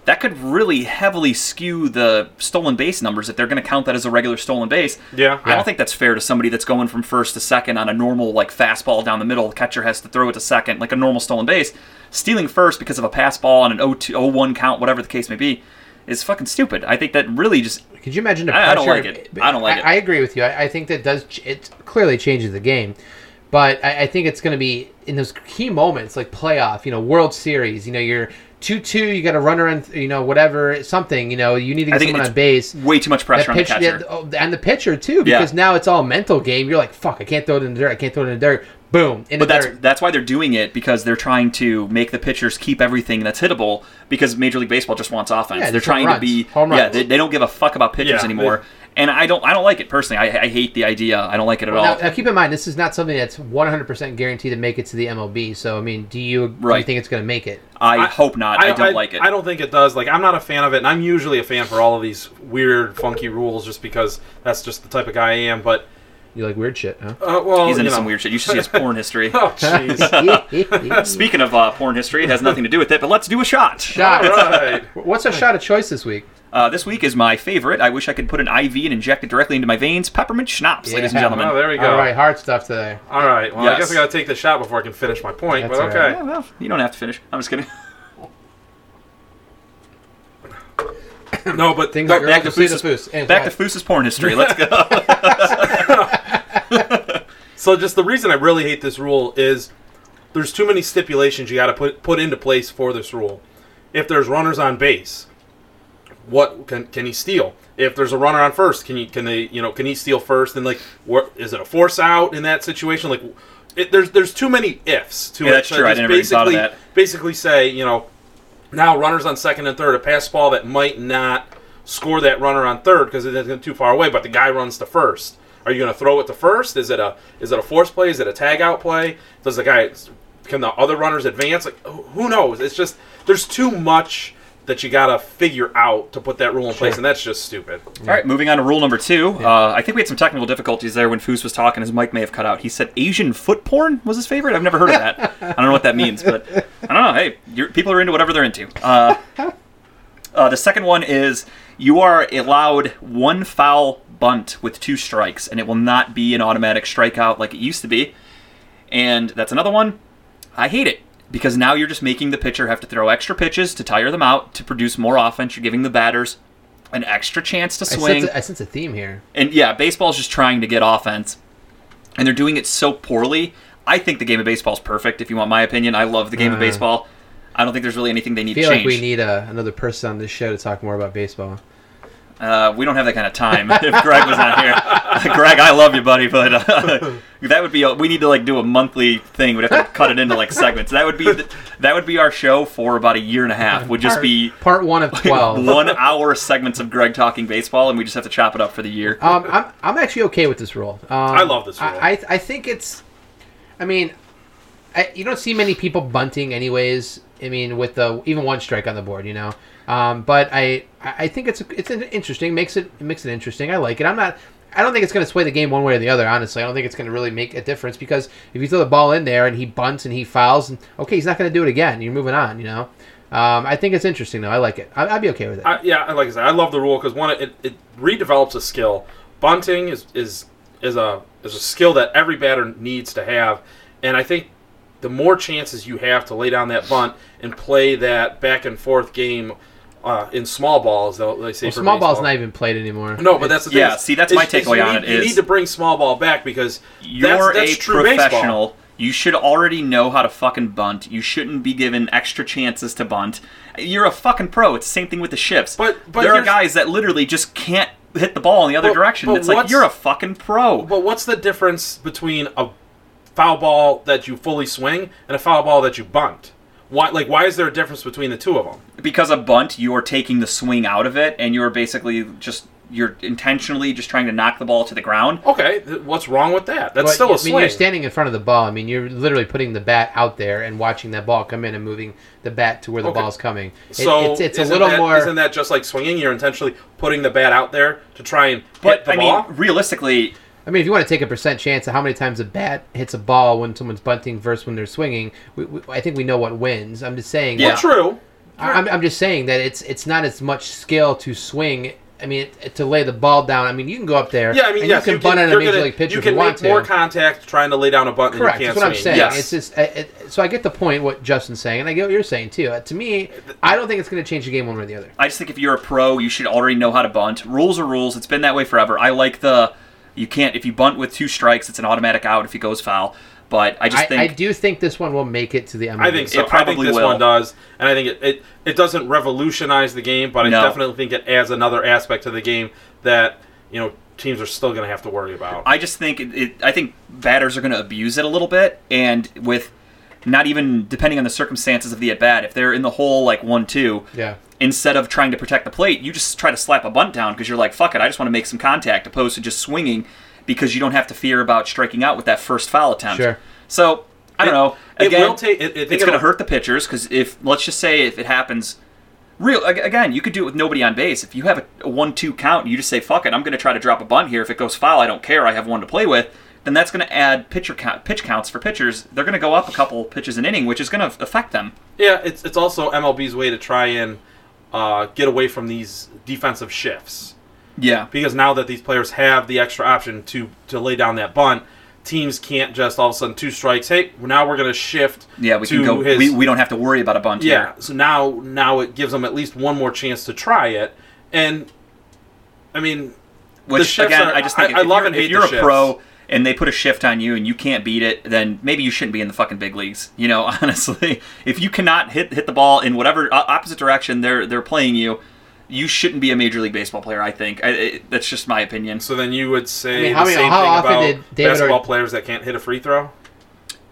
A: that could really heavily skew the stolen base numbers if they're going to count that as a regular stolen base.
C: Yeah.
A: I don't think that's fair to somebody that's going from first to second on a normal like fastball down the middle. The catcher has to throw it to second, like a normal stolen base. Stealing first because of a pass ball on an 0-2, 0-1 count, whatever the case may be, is fucking stupid. I think that really just
B: Could you imagine the pressure?
A: I- I don't like it. I don't like it.
B: I agree with you. I, I think that does ch- it clearly changes the game, but I, I think it's going to be in those key moments like playoff, you know, World Series. You know, you're two two. You got a runner on, th- you know, whatever something. You know, you need to
A: I
B: get
A: think
B: someone
A: it's
B: on base.
A: way too much
B: That
A: pressure on the
B: pitch- yeah,
A: catcher.
B: th- oh, and the pitcher too,
A: Yeah.
B: because now it's all a mental game. You're like, fuck, I can't throw it in the dirt. I can't throw it in the dirt. Boom. In
A: But
B: the
A: that's
B: dirt.
A: that's why they're doing it because they're trying to make the pitchers keep everything that's hittable because Major League Baseball just wants offense.
B: Yeah,
A: they're
B: just
A: trying
B: home
A: to be
B: runs, home
A: yeah.
B: runs.
A: They, they don't give a fuck about pitchers
C: Yeah,
A: anymore. and I don't I don't like it personally. I, I hate the idea. I don't like it at
B: Now,
A: all.
B: now keep in mind, this is not something that's 100% guaranteed to make it to the MLB. So, I mean, do you, do you
A: Right.
B: think it's going to make it?
A: I, hope not. I, don't like it.
C: I don't think it does. Like I'm not a fan of it, and I'm usually a fan for all of these weird, funky rules, just because that's just the type of guy I am. But
B: You like weird shit, huh?
C: uh, well,
A: He's
C: you
A: into
C: know.
A: some weird shit. You should see his porn history.
C: Oh jeez.
A: Speaking of uh, porn history, it has nothing to do with it, but let's do a shot.
C: all
B: Shots.
C: right.
B: What's our shot of choice this week?
A: Uh, this week is my favorite. I wish I could put an IV and inject it directly into my veins. Peppermint schnapps, ladies and
B: Yeah.
A: gentlemen.
C: Oh, there we go.
B: All right, hard stuff today.
C: All right. Well, I
A: Yes.
C: guess I gotta take the shot before I can finish my point.
B: That's
C: but
B: all right.
C: okay.
A: Yeah, well, you don't have to finish. I'm just kidding.
C: No, but
B: Things
C: no,
B: like
A: back to
B: to see the
A: Fusa's-
B: foos. And
A: Back to
B: what?
A: Fusa's porn history. Let's go.
C: So just the reason I really hate this rule is there's too many stipulations you got to put put into place for this rule. If there's runners on base, what can can he steal? If there's a runner on first, can you can they you know can he steal first? And like, what is it a force out in that situation? Like, it, there's there's too many ifs to
A: Yeah,
C: it.
A: that's
C: So
A: true. I
C: just
A: never even thought of
C: basically-
A: that.
C: Basically, say you know now runners on second and third, a pass ball that might not score that runner on third because it isn't too far away, but the guy runs to first. Are you going to throw it to first? Is it a is it a force play? Is it a tag out play? Does the guy can the other runners advance? Like who who knows? It's just there's too much that you got to figure out to put that rule in place, and that's just stupid.
A: All right, moving on to rule number two. Uh, I think we had some technical difficulties there when Foos was talking. His mic may have cut out. He said Asian foot porn was his favorite. I've never heard of that. I don't know what that means, but I don't know. Hey, you're, people are into whatever they're into. Uh, uh, the second one is you are allowed one foul bunt with two strikes, and it will not be an automatic strikeout like it used to be. And that's another one. I hate it because now you're just making the pitcher have to throw extra pitches to tire them out to produce more offense. You're giving the batters an extra chance to
B: I
A: swing.
B: sense, a, I sense a theme here.
A: And yeah, baseball's just trying to get offense, and they're doing it so poorly. I think the game of baseball is perfect. If you want my opinion, I love the game of
B: Uh.
A: baseball. I don't think there's really anything they need
B: I feel
A: to
B: like
A: change.
B: we need uh, another person on this show to talk more about baseball.
A: Uh, we don't have that kind of time. if Greg was not here, Uh, Greg, I love you, buddy, but uh, that would be a, we need to like do a monthly thing. We'd have to cut it into like segments. That would be the, that would be our show for about a year and a half. Would just be
B: Part one of twelve.
A: one hour segments of Greg talking baseball, and we just have to chop it up for the year.
B: Um, I'm, I'm actually okay with this rule. Um, I
C: love this rule.
B: I, I, I think it's, I mean, I, you don't see many people bunting anyways. I mean, with the even one strike on the board, you know. Um, but I I I think it's it's an interesting. Makes it it makes it interesting. I like it. I'm not. I don't think it's going to sway the game one way or the other. Honestly, I don't think it's going to really make a difference because if you throw the ball in there and he bunts and he fouls, and okay, he's not going to do it again. You're moving on, you know. Um, I think it's interesting though. I like it. I, I'd be okay with it.
C: I, yeah, and like I said, I love the rule because one, it, it redevelops a skill. Bunting is is is a is a skill that every batter needs to have, and I think the more chances you have to lay down that bunt and play that back and forth game uh, in small balls, though they say
B: Well,
C: for
B: small ball's
C: baseball.
B: not even played anymore.
C: No, but that's the thing.
A: Yeah,
C: is-
A: see, that's
C: is-
A: my
C: is
A: takeaway
C: you
A: on
C: need-
A: it
C: you
A: is-
C: need to bring small ball back because that's,
A: You're
C: that's
A: a
C: true baseball.
A: professional. You should already know how to fucking bunt. You shouldn't be given extra chances to bunt. You're a fucking pro. It's the same thing with the ships.
C: But- but
A: there are
C: here's-
A: guys that literally just can't hit the ball in the other
C: But-
A: direction.
C: but
A: it's like
C: what's-
A: you're a fucking pro.
C: But what's the difference between a foul ball that you fully swing and a foul ball that you bunt? Why, like, why is there a difference between the two of them?
A: because a bunt, you are taking the swing out of it, and you are basically just you're intentionally just trying to knock the ball to the ground.
C: Okay, th- what's wrong with that? That's
B: But,
C: still
B: I
C: a
B: mean,
C: swing.
B: you're standing in front of the ball. I mean, you're literally putting the bat out there and watching that ball come in and moving the bat to where the
C: Okay.
B: ball's coming. It-
C: so
B: it's, it's a
C: isn't
B: little
C: that-
B: more.
C: Isn't that just like swinging? You're intentionally putting the bat out there to try and hit
A: But
C: the
A: I
C: ball.
A: mean, realistically,
B: I mean, if you want to take a percent chance of how many times a bat hits a ball when someone's bunting versus when they're swinging, we, we, I think we know what wins. I'm just saying.
A: Yeah.
B: that-
C: True.
B: I- I'm, I'm just saying that it's it's not as much skill to swing. I mean, it- to lay the ball down. I mean, you can go up there.
C: Yeah, I mean,
B: and
C: yes,
B: you can bunt on a
C: you're
B: major
C: gonna-
B: league pitcher
C: You
B: if you
C: can
B: want
C: make
B: to.
C: more contact trying to lay down a bunt than you
B: Correct.
C: can
B: That's what I'm
C: swing.
B: saying.
A: Yes.
B: It's just I it, so I get the point what Justin's saying, and I get what you're saying too. Uh, to me, I don't think it's going to change the game one way or the other.
A: I just think if you're a pro, you should already know how to bunt. Rules are rules. It's been that way forever. I like the you can't if you bunt with two strikes, it's an automatic out if he goes foul. But I just
B: I,
A: think
B: I do think this one will make it to the MLB.
C: I think so.
A: It probably
C: I think this
A: will.
C: one does, and I think it, it it doesn't revolutionize the game, but I
A: No.
C: definitely think it adds another aspect to the game that you know teams are still going to have to worry about.
A: I just think it, it, I think batters are going to abuse it a little bit, and with not even depending on the circumstances of the at bat, if they're in the hole like one two,
B: Yeah.
A: instead of trying to protect the plate, you just try to slap a bunt down because you're like, fuck it, I just want to make some contact, opposed to just swinging because you don't have to fear about striking out with that first foul attempt.
B: Sure.
A: So I don't know.
C: it
A: Again,
C: will take. It, I think
A: it's going to
C: it'll-
A: hurt the pitchers because if let's just say if it happens real ag- again you could do it with nobody on base if you have a, a one two count and you just say fuck it i'm going to try to drop a bunt here if it goes foul i don't care i have one to play with then that's going to add pitcher count, pitch counts for pitchers they're going to go up a couple pitches an inning which is going to affect them
C: Yeah, it's it's also MLB's way to try and uh, get away from these defensive shifts
A: yeah
C: because now that these players have the extra option to to lay down that bunt. Teams can't just all of a sudden two strikes. Hey, now we're going to shift.
A: yeah we
C: to
A: can go
C: His,
A: we, we don't have to worry about a bunt
C: Yeah.
A: here
C: So now now it gives them at least one more chance to try it, and I mean, The
A: which
C: shifts
A: again
C: are-
A: i just
C: I-
A: think if,
C: I love
A: you're,
C: and
A: if
C: hate
A: you're
C: the
A: a pro and they put a shift on you and you can't beat it then maybe you shouldn't be in the fucking big leagues you know honestly if you cannot hit hit the ball in whatever o- opposite direction they're they're playing you you shouldn't be a major league baseball player i think I, it, that's just my opinion
C: so then you would say
B: mean,
C: the
B: how many-
C: same
B: how
C: thing
B: often
C: about
B: did David
C: basketball
B: Ord-
C: players that can't hit a free throw.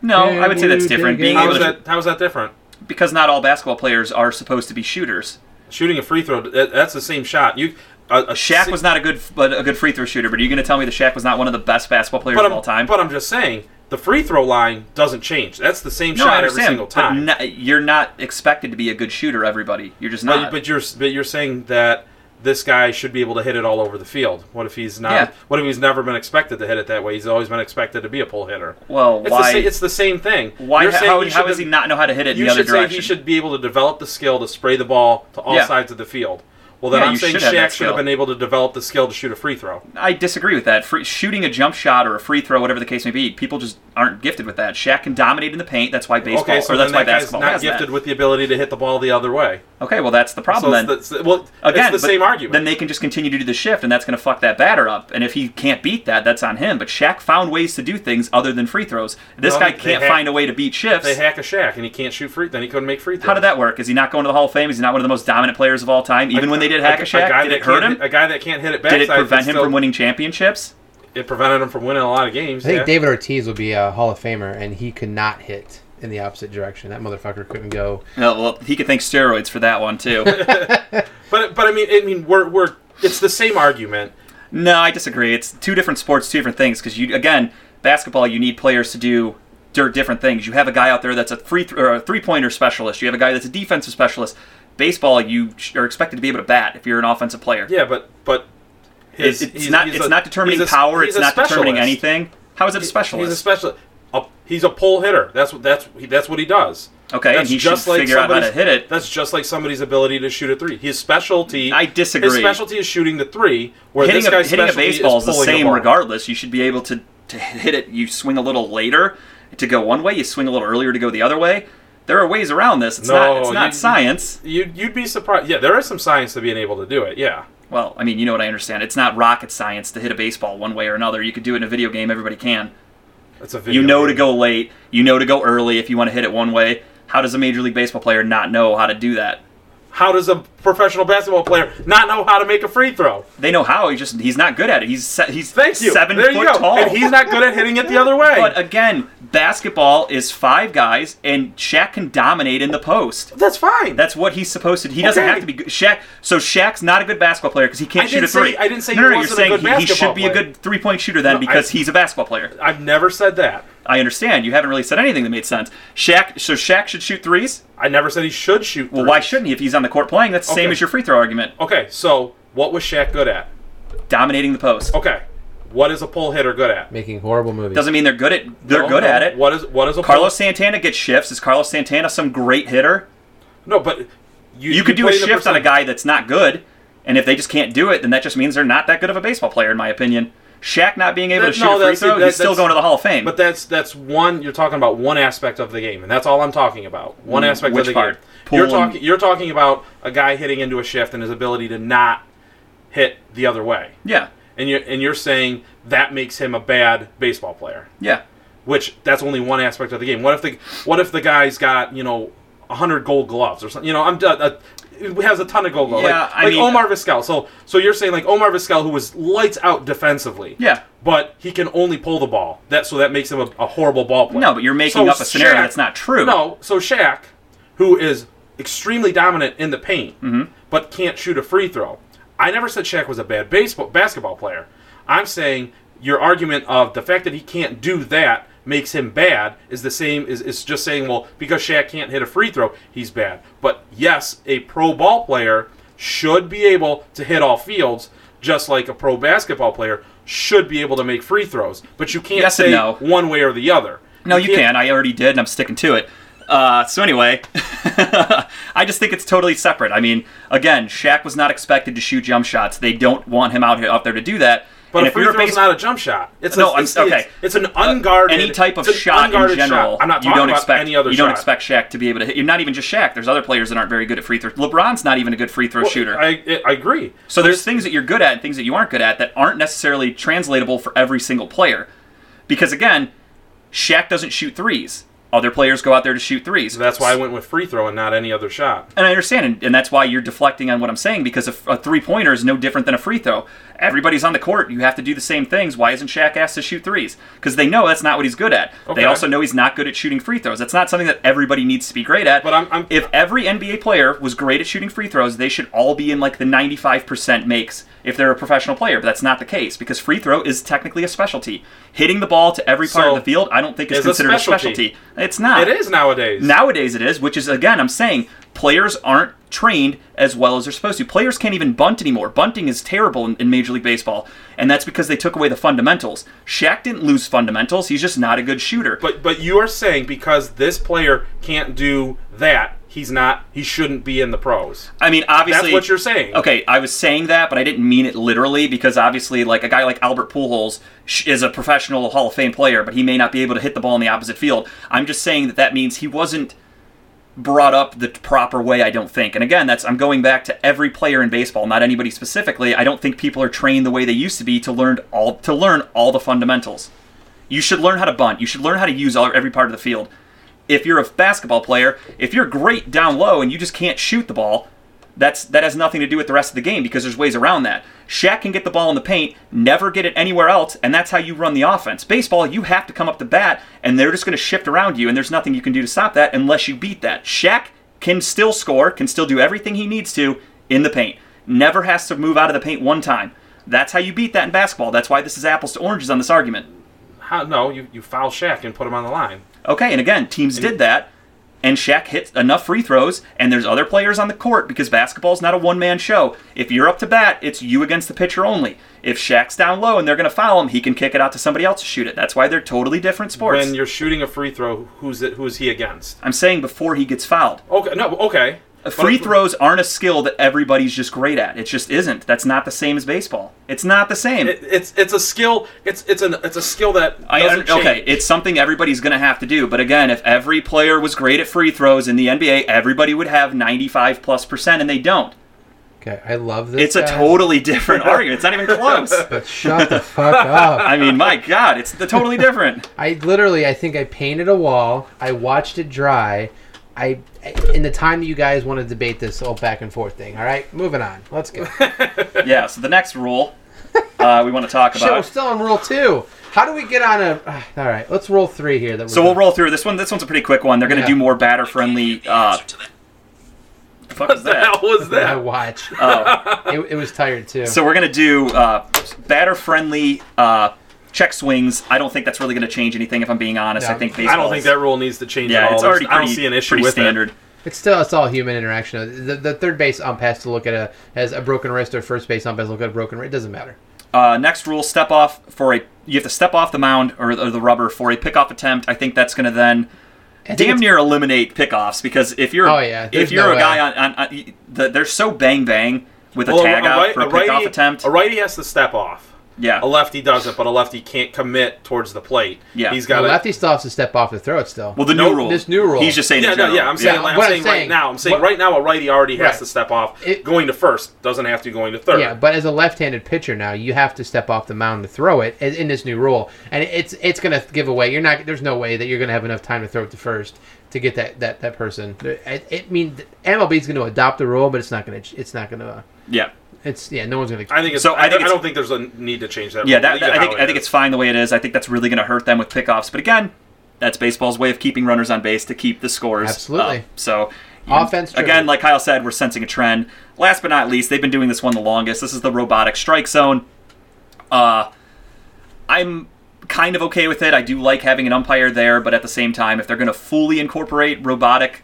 A: no
B: Yeah,
A: i would say that's
B: we
A: different
B: did
A: being
B: get-
C: How
A: able
C: is
A: to,
C: that? How is that different?
A: because not all basketball players are supposed to be shooters
C: Shooting a free throw that, that's the same shot. You a, a
A: Shaq was not a good but a good free throw shooter but are you going to tell me that Shaq was not one of the best basketball players
C: but
A: of
C: I'm,
A: all time
C: But I'm just saying the free throw line doesn't change. That's the same
A: no, I
C: shot every
A: understand,
C: single
A: but
C: time.
A: no- you're not expected to be a good shooter. Everybody, you're just
C: But,
A: not.
C: but you're but you're saying that this guy should be able to hit it all over the field. What if he's not?
A: Yeah.
C: What if he's never been expected to hit it that way? He's always been expected to be a pull hitter.
A: well,
C: It's,
A: why?
C: the, sa- it's the same thing.
A: Why?
C: You're saying
A: how how
C: should
A: does
C: de-
A: he not know how to hit it in
C: You
A: the other
C: should say
A: direction?
C: he should be able to develop the skill to spray the ball to all
A: Yeah.
C: sides of the field. Well, then
A: Yeah,
C: I'm
A: you
C: saying
A: should have that
C: Shaq should
A: skill.
C: have been able to develop the skill to shoot a free throw.
A: I disagree with that. Free, shooting a jump shot or a free throw, whatever the case may be, people just aren't gifted with that. Shaq can dominate in the paint. That's why baseball,
C: okay, so
A: or that's
C: then
A: why
C: that guy's
A: basketball
C: not
A: has
C: gifted
A: that.
C: with the ability to hit the ball the other way.
A: Okay, well that's the
C: So
A: problem
C: it's
A: then.
C: the, so- well,
A: Again, but
C: it's the same argument.
A: Then they can just continue to do the shift, and that's going to fuck that batter up. And if he can't beat that, that's on him. But Shaq found ways to do things other than free throws. This
C: No,
A: guy
C: they
A: can't
C: hack-
A: find a way to beat shifts.
C: they hack a Shack and he can't shoot free. Then he couldn't make free throws.
A: How did that work? Is he not going to the Hall of Fame? Is he not one of the most dominant players of all time? Even when they did hack a Shaq,
C: guy
A: did
C: that
A: it hurt
C: can't
A: him?
C: hit- A guy that can't hit it back.
A: Did it prevent him from winning championships?
C: It prevented him from winning a lot of games.
B: I think
C: yeah.
B: David Ortiz would be a Hall of Famer, and he could not hit in the opposite direction. That motherfucker couldn't go.
A: No, Oh, well, he could thank steroids for that one too.
C: But but I mean I mean we're we're it's the same argument.
A: no, I disagree. It's two different sports, two different things. Because you, again, basketball, you need players to do dir- different things. You have a guy out there that's a free th- or a three-pointer specialist. You have a guy that's a defensive specialist. Baseball, you sh- are expected to be able to bat if you're an offensive player.
C: Yeah, but but
A: It's-
C: his-
A: it's
C: he's-
A: not.
C: he's
A: It's
C: a-
A: not determining
C: he's a-
A: power.
C: he's
A: It's
C: a
A: not determining
C: specialist.
A: anything. How is it a
C: He's a
A: specialist?
C: specialist. A, he's a pull hitter. That's what that's he- that's what he does.
A: Okay, and
C: That's
A: he should figure out how to
C: somebody's-
A: hit it.
C: That's just like somebody's ability to shoot a three. His specialty.
A: I disagree.
C: His specialty is shooting the three. Where
A: hitting
C: this
A: a,
C: guy's
A: hitting a
C: specialty
A: baseball is the
C: pulling
A: same
C: ball.
A: regardless. You should be able to, to hit it. You swing a little later to go one way. You swing a little earlier to go the other way. There are ways around this. It's not.
C: No,
A: It's not
C: you-
A: science.
C: You'd, you'd be surprised. Yeah, there is some science to being able to do it. Yeah.
A: Well, I mean, you know what I understand. It's not rocket science to hit a baseball one way or another. You could do it in a video game. Everybody can.
C: That's a video
A: You know
C: game.
A: to go late. You know to go early if you want to hit it one way. How does a major league baseball player not know how to do that?
C: How does a professional basketball player not know how to make a free throw?
A: They know how. He just he's not good at it. He's se- he's
C: Thank you.
A: seven
C: there
A: foot
C: you go.
A: tall.
C: And he's not good at hitting it the other way.
A: But again, basketball is five guys, and Shaq can dominate in the post.
C: that's fine.
A: That's what he's supposed to. He doesn't
C: Okay.
A: have to be good. Shaq. So Shaq's not a good basketball player because he can't
C: I
A: shoot a
C: didn't say-
A: three.
C: I didn't say
A: no,
C: he
A: no, no,
C: wasn't
A: You're
C: a
A: saying
C: good
A: he, he should
C: basketball
A: be a
C: player.
A: good three point shooter then
C: No, I-
A: because he's a basketball player.
C: I've never said that.
A: I understand. You haven't really said anything that made sense. Shaq. So Shaq should shoot threes.
C: I never said he should shoot.
A: Well,
C: threes.
A: why shouldn't he if he's on the court playing? That's the same
C: Okay.
A: as your free throw argument.
C: Okay, so what was Shaq good at?
A: Dominating the post
C: Okay, what is a pull hitter good at?
B: Making horrible movies.
A: doesn't mean they're good at. They're
C: No,
A: good
C: no,
A: at it.
C: What is what is a
A: Carlos
C: Pull,
A: Santana gets shifts. Is Carlos Santana some great hitter?
C: no, but you,
A: you could do a
C: play the
A: shift on a
C: percent-
A: guy that's not good, and if they just can't do it, then that just means they're not that good of a baseball player, in my opinion. Shaq not being able
C: That-
A: to shoot
C: no,
A: a free
C: that's-
A: throw,
C: that-
A: he's still
C: that's-
A: going to the Hall of Fame.
C: But that's that's one. You're talking about one aspect of the game, and that's all I'm talking about. One
A: Mm,
C: aspect
A: which
C: of the
A: part?
C: game.
A: Pull
C: you're
A: and-
C: talking. You're talking about a guy hitting into a shift and his ability to not hit the other way.
A: yeah,
C: And you're and you're saying that makes him a bad baseball player.
A: yeah.
C: which that's only one aspect of the game. What if the what if the guy's got you know hundred Gold Gloves or something? You know, I'm uh, uh, he has a ton of Gold Gloves.
A: Yeah,
C: like,
A: I
C: like
A: mean-
C: Omar Vizquel. So so you're saying like Omar Vizquel, who was lights out defensively.
A: Yeah.
C: But he can only pull the ball. That so that makes him a, a horrible ball player.
A: No, but you're making
C: So
A: up a scenario
C: Shaq-
A: that's not true.
C: No, so Shaq, who is extremely dominant in the paint,
A: Mm-hmm.
C: but can't shoot a free throw. I never said Shaq was a bad baseball basketball player. I'm saying your argument of the fact that he can't do that makes him bad is the same is, is just saying, well, because Shaq can't hit a free throw, he's bad. But yes, a pro ball player should be able to hit all fields, just like a pro basketball player should be able to make free throws. But you can't
A: Yes and
C: say
A: no.
C: one way or the other.
A: No, you can. I already did, and I'm sticking to it. Uh, so anyway, I just think it's totally separate. I mean, again, Shaq was not expected to shoot jump shots. They don't want him out here out there to do that.
C: But
A: and
C: a free
A: you're a
C: throw is
A: base-
C: not a jump shot. It's
A: No,
C: a,
A: I'm-
C: it's,
A: okay. Uh,
C: It's, it's an unguarded
A: any type of
C: it's an
A: shot in
C: unguarded
A: general,
C: shot. I'm not
A: you
C: talking
A: don't
C: about
A: expect
C: any other
A: you
C: shot.
A: don't expect Shaq to be able to hit. You're not even just Shaq. There's other players that aren't very good at free throws. LeBron's not even a good free throw
C: Well,
A: shooter.
C: I, I- I agree.
A: so there's things that you're good at and things that you aren't good at that aren't necessarily translatable for every single player. Because again, Shaq doesn't shoot threes. Other players go out there to shoot threes.
C: That's why I went with free throw and not any other shot.
A: and I understand, and, and that's why you're deflecting on what I'm saying because a, three pointer is no different than a free throw. Everybody's on the court. You have to do the same things. Why isn't Shaq asked to shoot threes? Because they know that's not what he's good at.
C: Okay.
A: They also know he's not good at shooting free throws. That's not something that everybody needs to be great at.
C: But I'm- I'm-
A: if every NBA player was great at shooting free throws, they should all be in like the 95% makes if they're a professional player. But that's not the case because free throw is technically a specialty. Hitting the ball to every part
C: So,
A: of the field, I don't think is
C: is a
A: considered a
C: specialty.
A: specialty. It's not.
C: It is nowadays.
A: Nowadays it is, which is again I'm saying players aren't trained as well as they're supposed to. Players can't even bunt anymore. Bunting is terrible in, in Major League Baseball, and that's because they took away the fundamentals. Shaq didn't lose fundamentals; he's just not a good shooter.
C: but but you are saying because this player can't do that, he's not. He shouldn't be in the pros.
A: I mean, obviously,
C: That's what you're saying.
A: Okay, I was saying that, but I didn't mean it literally because obviously, like a guy like Albert Pujols sh- is a professional Hall of Fame player, but he may not be able to hit the ball in the opposite field. I'm just saying that that means he wasn't brought up the proper way, I don't think. And again, that's I'm going back to every player in baseball, not anybody specifically. I don't think people are trained the way they used to be to learn all to learn all the fundamentals. You should learn how to bunt. You should learn how to use all, every part of the field. If you're a basketball player, if you're great down low and you just can't shoot the ball, that's that has nothing to do with the rest of the game because there's ways around that. Shaq can get the ball in the paint, never get it anywhere else, and that's how you run the offense. Baseball, you have to come up the bat, and they're just going to shift around you, and there's nothing you can do to stop that unless you beat that. Shaq can still score, can still do everything he needs to in the paint. Never has to move out of the paint one time. That's how you beat that in basketball. That's why this is apples to oranges on this argument.
C: How, no, you, you foul Shaq and put him on the line.
A: Okay, and again, teams did that, and Shaq hits enough free throws, and there's other players on the court because basketball's not a one man show. If you're up to bat, it's you against the pitcher only. If Shaq's down low and they're going to foul him, he can kick it out to somebody else to shoot it. That's why they're totally different sports.
C: When you're shooting a free throw, who's it? Who's he against?
A: I'm saying before he gets fouled.
C: Okay, no, okay. But
A: Free
C: if-
A: throws aren't a skill that everybody's just great at. It just isn't. That's not the same as baseball. It's not the same.
C: It, it's it's a skill. It's it's an it's a skill that
A: I
C: doesn't
A: un- okay,
C: change.
A: it's something everybody's going to have to do. But again, if every player was great at free throws in the NBA, everybody would have 95 plus percent, and they don't.
B: Okay, I love this.
A: It's a
B: guy,
A: totally different argument. It's not even close.
B: But shut the fuck up.
A: I mean, my God, it's the totally different.
B: I literally, I think I painted a wall. I watched it dry. I, in the time that you guys want to debate this whole back and forth thing. All right, moving on. Let's go. Shit,
A: Yeah. So the next rule uh, we want to talk
B: we're
A: about.
B: still on rule two. How do we get on a? ah, all right, let's roll three here. That we're
A: So we'll
B: done.
A: roll through this one. This one's a pretty quick one. They're going to
B: Yeah.
A: do more batter friendly. Uh, the fuck is
C: What the hell
A: that?
C: was
B: I
C: that?
B: watch.
A: Oh.
B: It, it was tired too.
A: So we're going to do uh, batter friendly. Uh, Check swings. I don't think that's really going to change anything. If I'm being honest,
B: No.
A: I think
B: I
A: baseball.
C: I don't think
A: is-
C: that rule needs to change at
A: Yeah,
C: all.
A: it's
C: There's-
A: already
C: I
A: pretty,
C: don't see an issue
A: pretty
C: with
A: standard.
C: it.
B: It's still it's all human interaction. The, the third base ump has to look at a as a broken wrist or first base ump has to look at a broken wrist. It doesn't matter.
A: Uh, next rule: step off for a. You have to step off the mound or, or the rubber for a pickoff attempt. I think that's going to then
B: I think
A: damn
B: it's-
A: near eliminate pickoffs because if you're
B: Oh, yeah. There's
A: if you're
B: no
A: a
B: way.
A: guy on, on, on the, they're so bang bang with a
C: Well,
A: tag out
C: right-
A: for a
C: righty-
A: pickoff attempt.
C: A righty has to step off.
A: yeah,
C: A lefty doesn't, but a lefty can't commit towards the plate.
A: Yeah.
C: he's
B: The
C: got
B: lefty still has to step off the throat still.
A: well the new
C: no,
A: rule.
B: this new rule.
A: He's just saying.
C: Yeah,
A: in
C: no,
A: general.
C: yeah. I'm saying,
B: Yeah,
C: like,
B: what I'm
C: I'm saying,
B: saying-
C: right now. I'm saying
B: what-
C: right now a righty already has
B: Right.
C: to step off.
B: It-
C: going to first doesn't have to going to third.
B: Yeah, but as a left-handed pitcher now, you have to step off the mound to throw it in in this new rule, and it's it's going to give away. You're not. There's no way that you're going to have enough time to throw it to first to get that that that person. It, it mean MLB is going to adopt the rule, but it's not going to. It's not going to.
A: yeah.
B: It's yeah. No one's going to.
C: I think it's.
A: So, I
C: I,
A: think
C: I
A: it's-
C: don't think there's a need to change that.
A: Yeah,
C: rule.
A: that,
C: Leave
A: that-
C: it
A: I think
C: how it
A: I think
C: is.
A: it's fine the way it is. I think that's really going to hurt them with pickoffs. But again, that's baseball's way of keeping runners on base to keep the scores.
B: Absolutely.
A: up. So
B: Offense driven.
A: again, like Kyle said, we're sensing a trend. Last but not least, they've been doing this one the longest. This is the robotic strike zone. Uh, I'm kind of okay with it. I do like having an umpire there, but at the same time, if they're going to fully incorporate robotic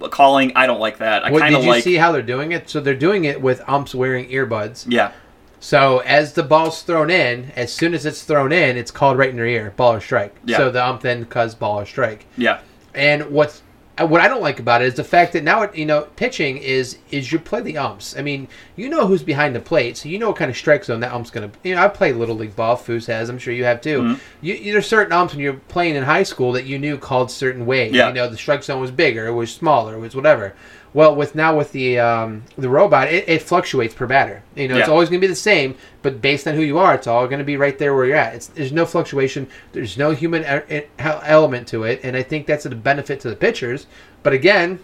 A: p- calling, I don't like that. I
B: What,
A: kind
B: did
A: of
B: you
A: like.
B: see how they're doing it? So they're doing it with umps wearing earbuds.
A: yeah.
B: So as the ball's thrown in, as soon as it's thrown in, it's called right in their ear, ball or strike.
A: Yeah.
B: So the ump then calls ball or strike.
A: Yeah.
B: And what's uh, what I don't like about it is the fact that now it, you know pitching is is you play the umps. I mean, you know who's behind the plate, so you know what kind of strike zone that ump's going to. You know, I play little league ball. Foos has, I'm sure you have too. You, you, there's certain umps when you're playing in high school that you knew called certain ways.
A: Yeah.
B: You know, uh, the strike zone was bigger, it was smaller, it was whatever. Well, with now with the um, the robot, it, it fluctuates per batter. You know, it's
A: Yeah.
B: always going to be the same, but based on who you are, it's all going to be right there where you're at. It's, there's no fluctuation. There's no human e- e- element to it, and I think that's a benefit to the pitchers. But again,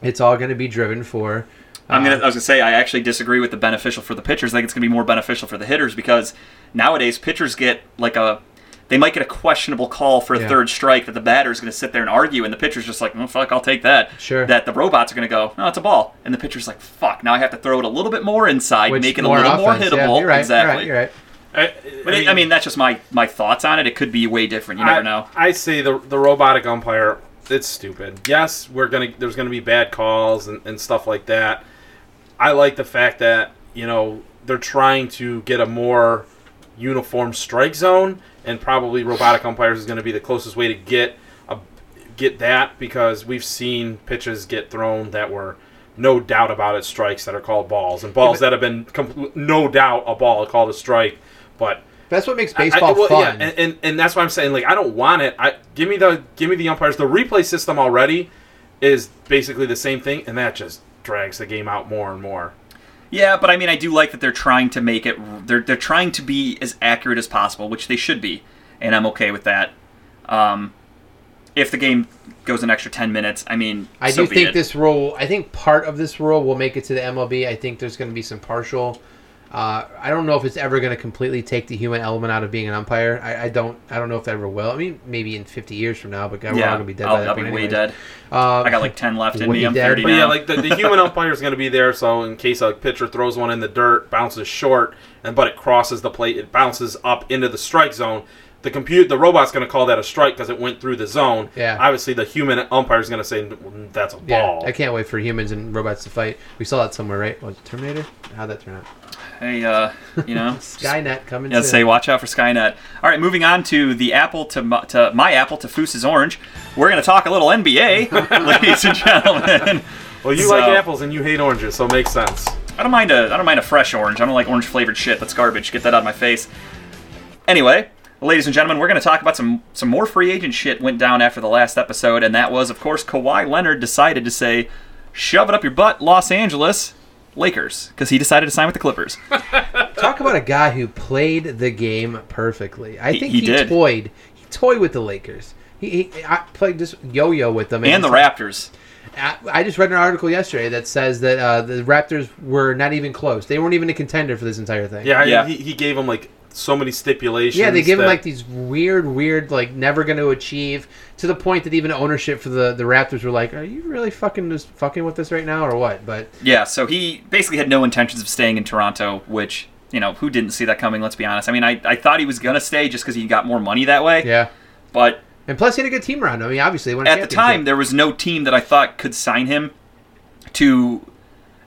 B: it's all going to be driven for. uh,
A: I'm
B: Uh-huh.
A: gonna, I was gonna say I actually disagree with the beneficial for the pitchers. I think it's gonna be more beneficial for the hitters because nowadays pitchers get like a they might get a questionable call for a
B: Yeah.
A: third strike that the batter's gonna sit there and argue, and the pitcher's just like, oh, fuck, I'll take that.
B: Sure.
A: That the robots are gonna go, no, it's a ball, and the pitcher's like, fuck, now I have to throw it a little bit more inside,
B: which
A: make it a
B: more
A: little more
B: offense. Yeah,
A: hittable.
B: you're right,
A: exactly.
B: You're right. You're right.
C: I,
A: But it- I mean, that's just my my thoughts on it. It could be way different. You never
C: I,
A: know.
C: I say the the robotic umpire. It's stupid. Yes, we're gonna there's gonna be bad calls and, and stuff like that. I like the fact that you know they're trying to get a more uniform strike zone, and probably robotic umpires is going to be the closest way to get a, get that because we've seen pitches get thrown that were no doubt about it strikes that are called balls and balls that have been com- no doubt a ball called a strike, but
B: That's what makes
C: I-
B: baseball
C: well,
B: fun.
C: Yeah, and, and, and that's why I'm saying like I don't want it. I give me the give me the umpires the replay system already. is basically the same thing, and that just drags the game out more and more.
A: Yeah, but I mean, I do like that they're trying to make it. They're they're trying to be as accurate as possible, which they should be, and I'm okay with that. Um, if the game goes an extra ten minutes, I mean,
B: I
A: so
B: do
A: be
B: think
A: it.
B: this rule. I think part of this rule will make it to the MLB. I think there's going to be some partial. Uh, I don't know if it's ever going to completely take the human element out of being an umpire. I, I don't. I don't know if that ever will. I mean, maybe in 50 years from now, but God, we're all
A: Yeah,
B: going to be dead
A: I'll,
B: by that
A: I'll
B: point.
A: be way
B: anyways.
A: dead.
B: Uh,
A: I got like ten left in
B: Way
A: me. I'm
B: dead.
A: thirty
C: But
A: now.
C: yeah, like the, the human umpire is going to be there, so in case a pitcher throws one in the dirt, bounces short, and but it crosses the plate, it bounces up into the strike zone. The compute, the robot's going to call that a strike because it went through the zone.
B: Yeah.
C: Obviously, the human umpire is going to say "Mm, that's a
B: yeah,
C: ball.
B: I can't wait for humans and robots to fight. We saw that somewhere, right? Was it Terminator? How'd that turn out?
A: Hey, uh, you know,
B: Skynet coming.
A: Yeah,
B: soon.
A: say watch out for Skynet. All right, moving on to the apple to my, to my apple to Foose's orange. We're gonna talk a little NBA, ladies and gentlemen.
C: Well, you
A: So-
C: like apples and you hate oranges, so it makes sense.
A: I don't mind a I don't mind a fresh orange. I don't like orange flavored shit. That's garbage. Get that out of my face. Anyway, ladies and gentlemen, we're going to talk about some some more free agent shit went down after the last episode, and that was, of course, Kawhi Leonard decided to say, "Shove it up your butt, Los Angeles Lakers," because he decided to sign with the Clippers.
B: Talk about a guy who played the game perfectly. I think
A: he
B: he,
A: did.
B: toyed. He toyed with the Lakers. He, he I played just yo-yo with them.
A: and the
B: it's like-
A: Raptors.
B: I I just read an article yesterday that says that uh, the Raptors were not even close. They weren't even a contender for this entire thing.
C: Yeah, I-
A: Yeah.
C: He, he gave him like so many stipulations.
B: Yeah, they give him
C: that-
B: like these weird, weird, like never going to achieve to the point that even ownership for the, the Raptors were like, "Are you really fucking just fucking with this right now or what?" But
A: Yeah, so he basically had no intentions of staying in Toronto, which you know who didn't see that coming. Let's be honest. I mean, I, I thought he was gonna stay just because he got more money that way.
B: yeah,
A: But
B: and plus he had a good team around him. I mean, obviously, they won a
A: at the time,
B: championship.
A: there was no team that I thought could sign him to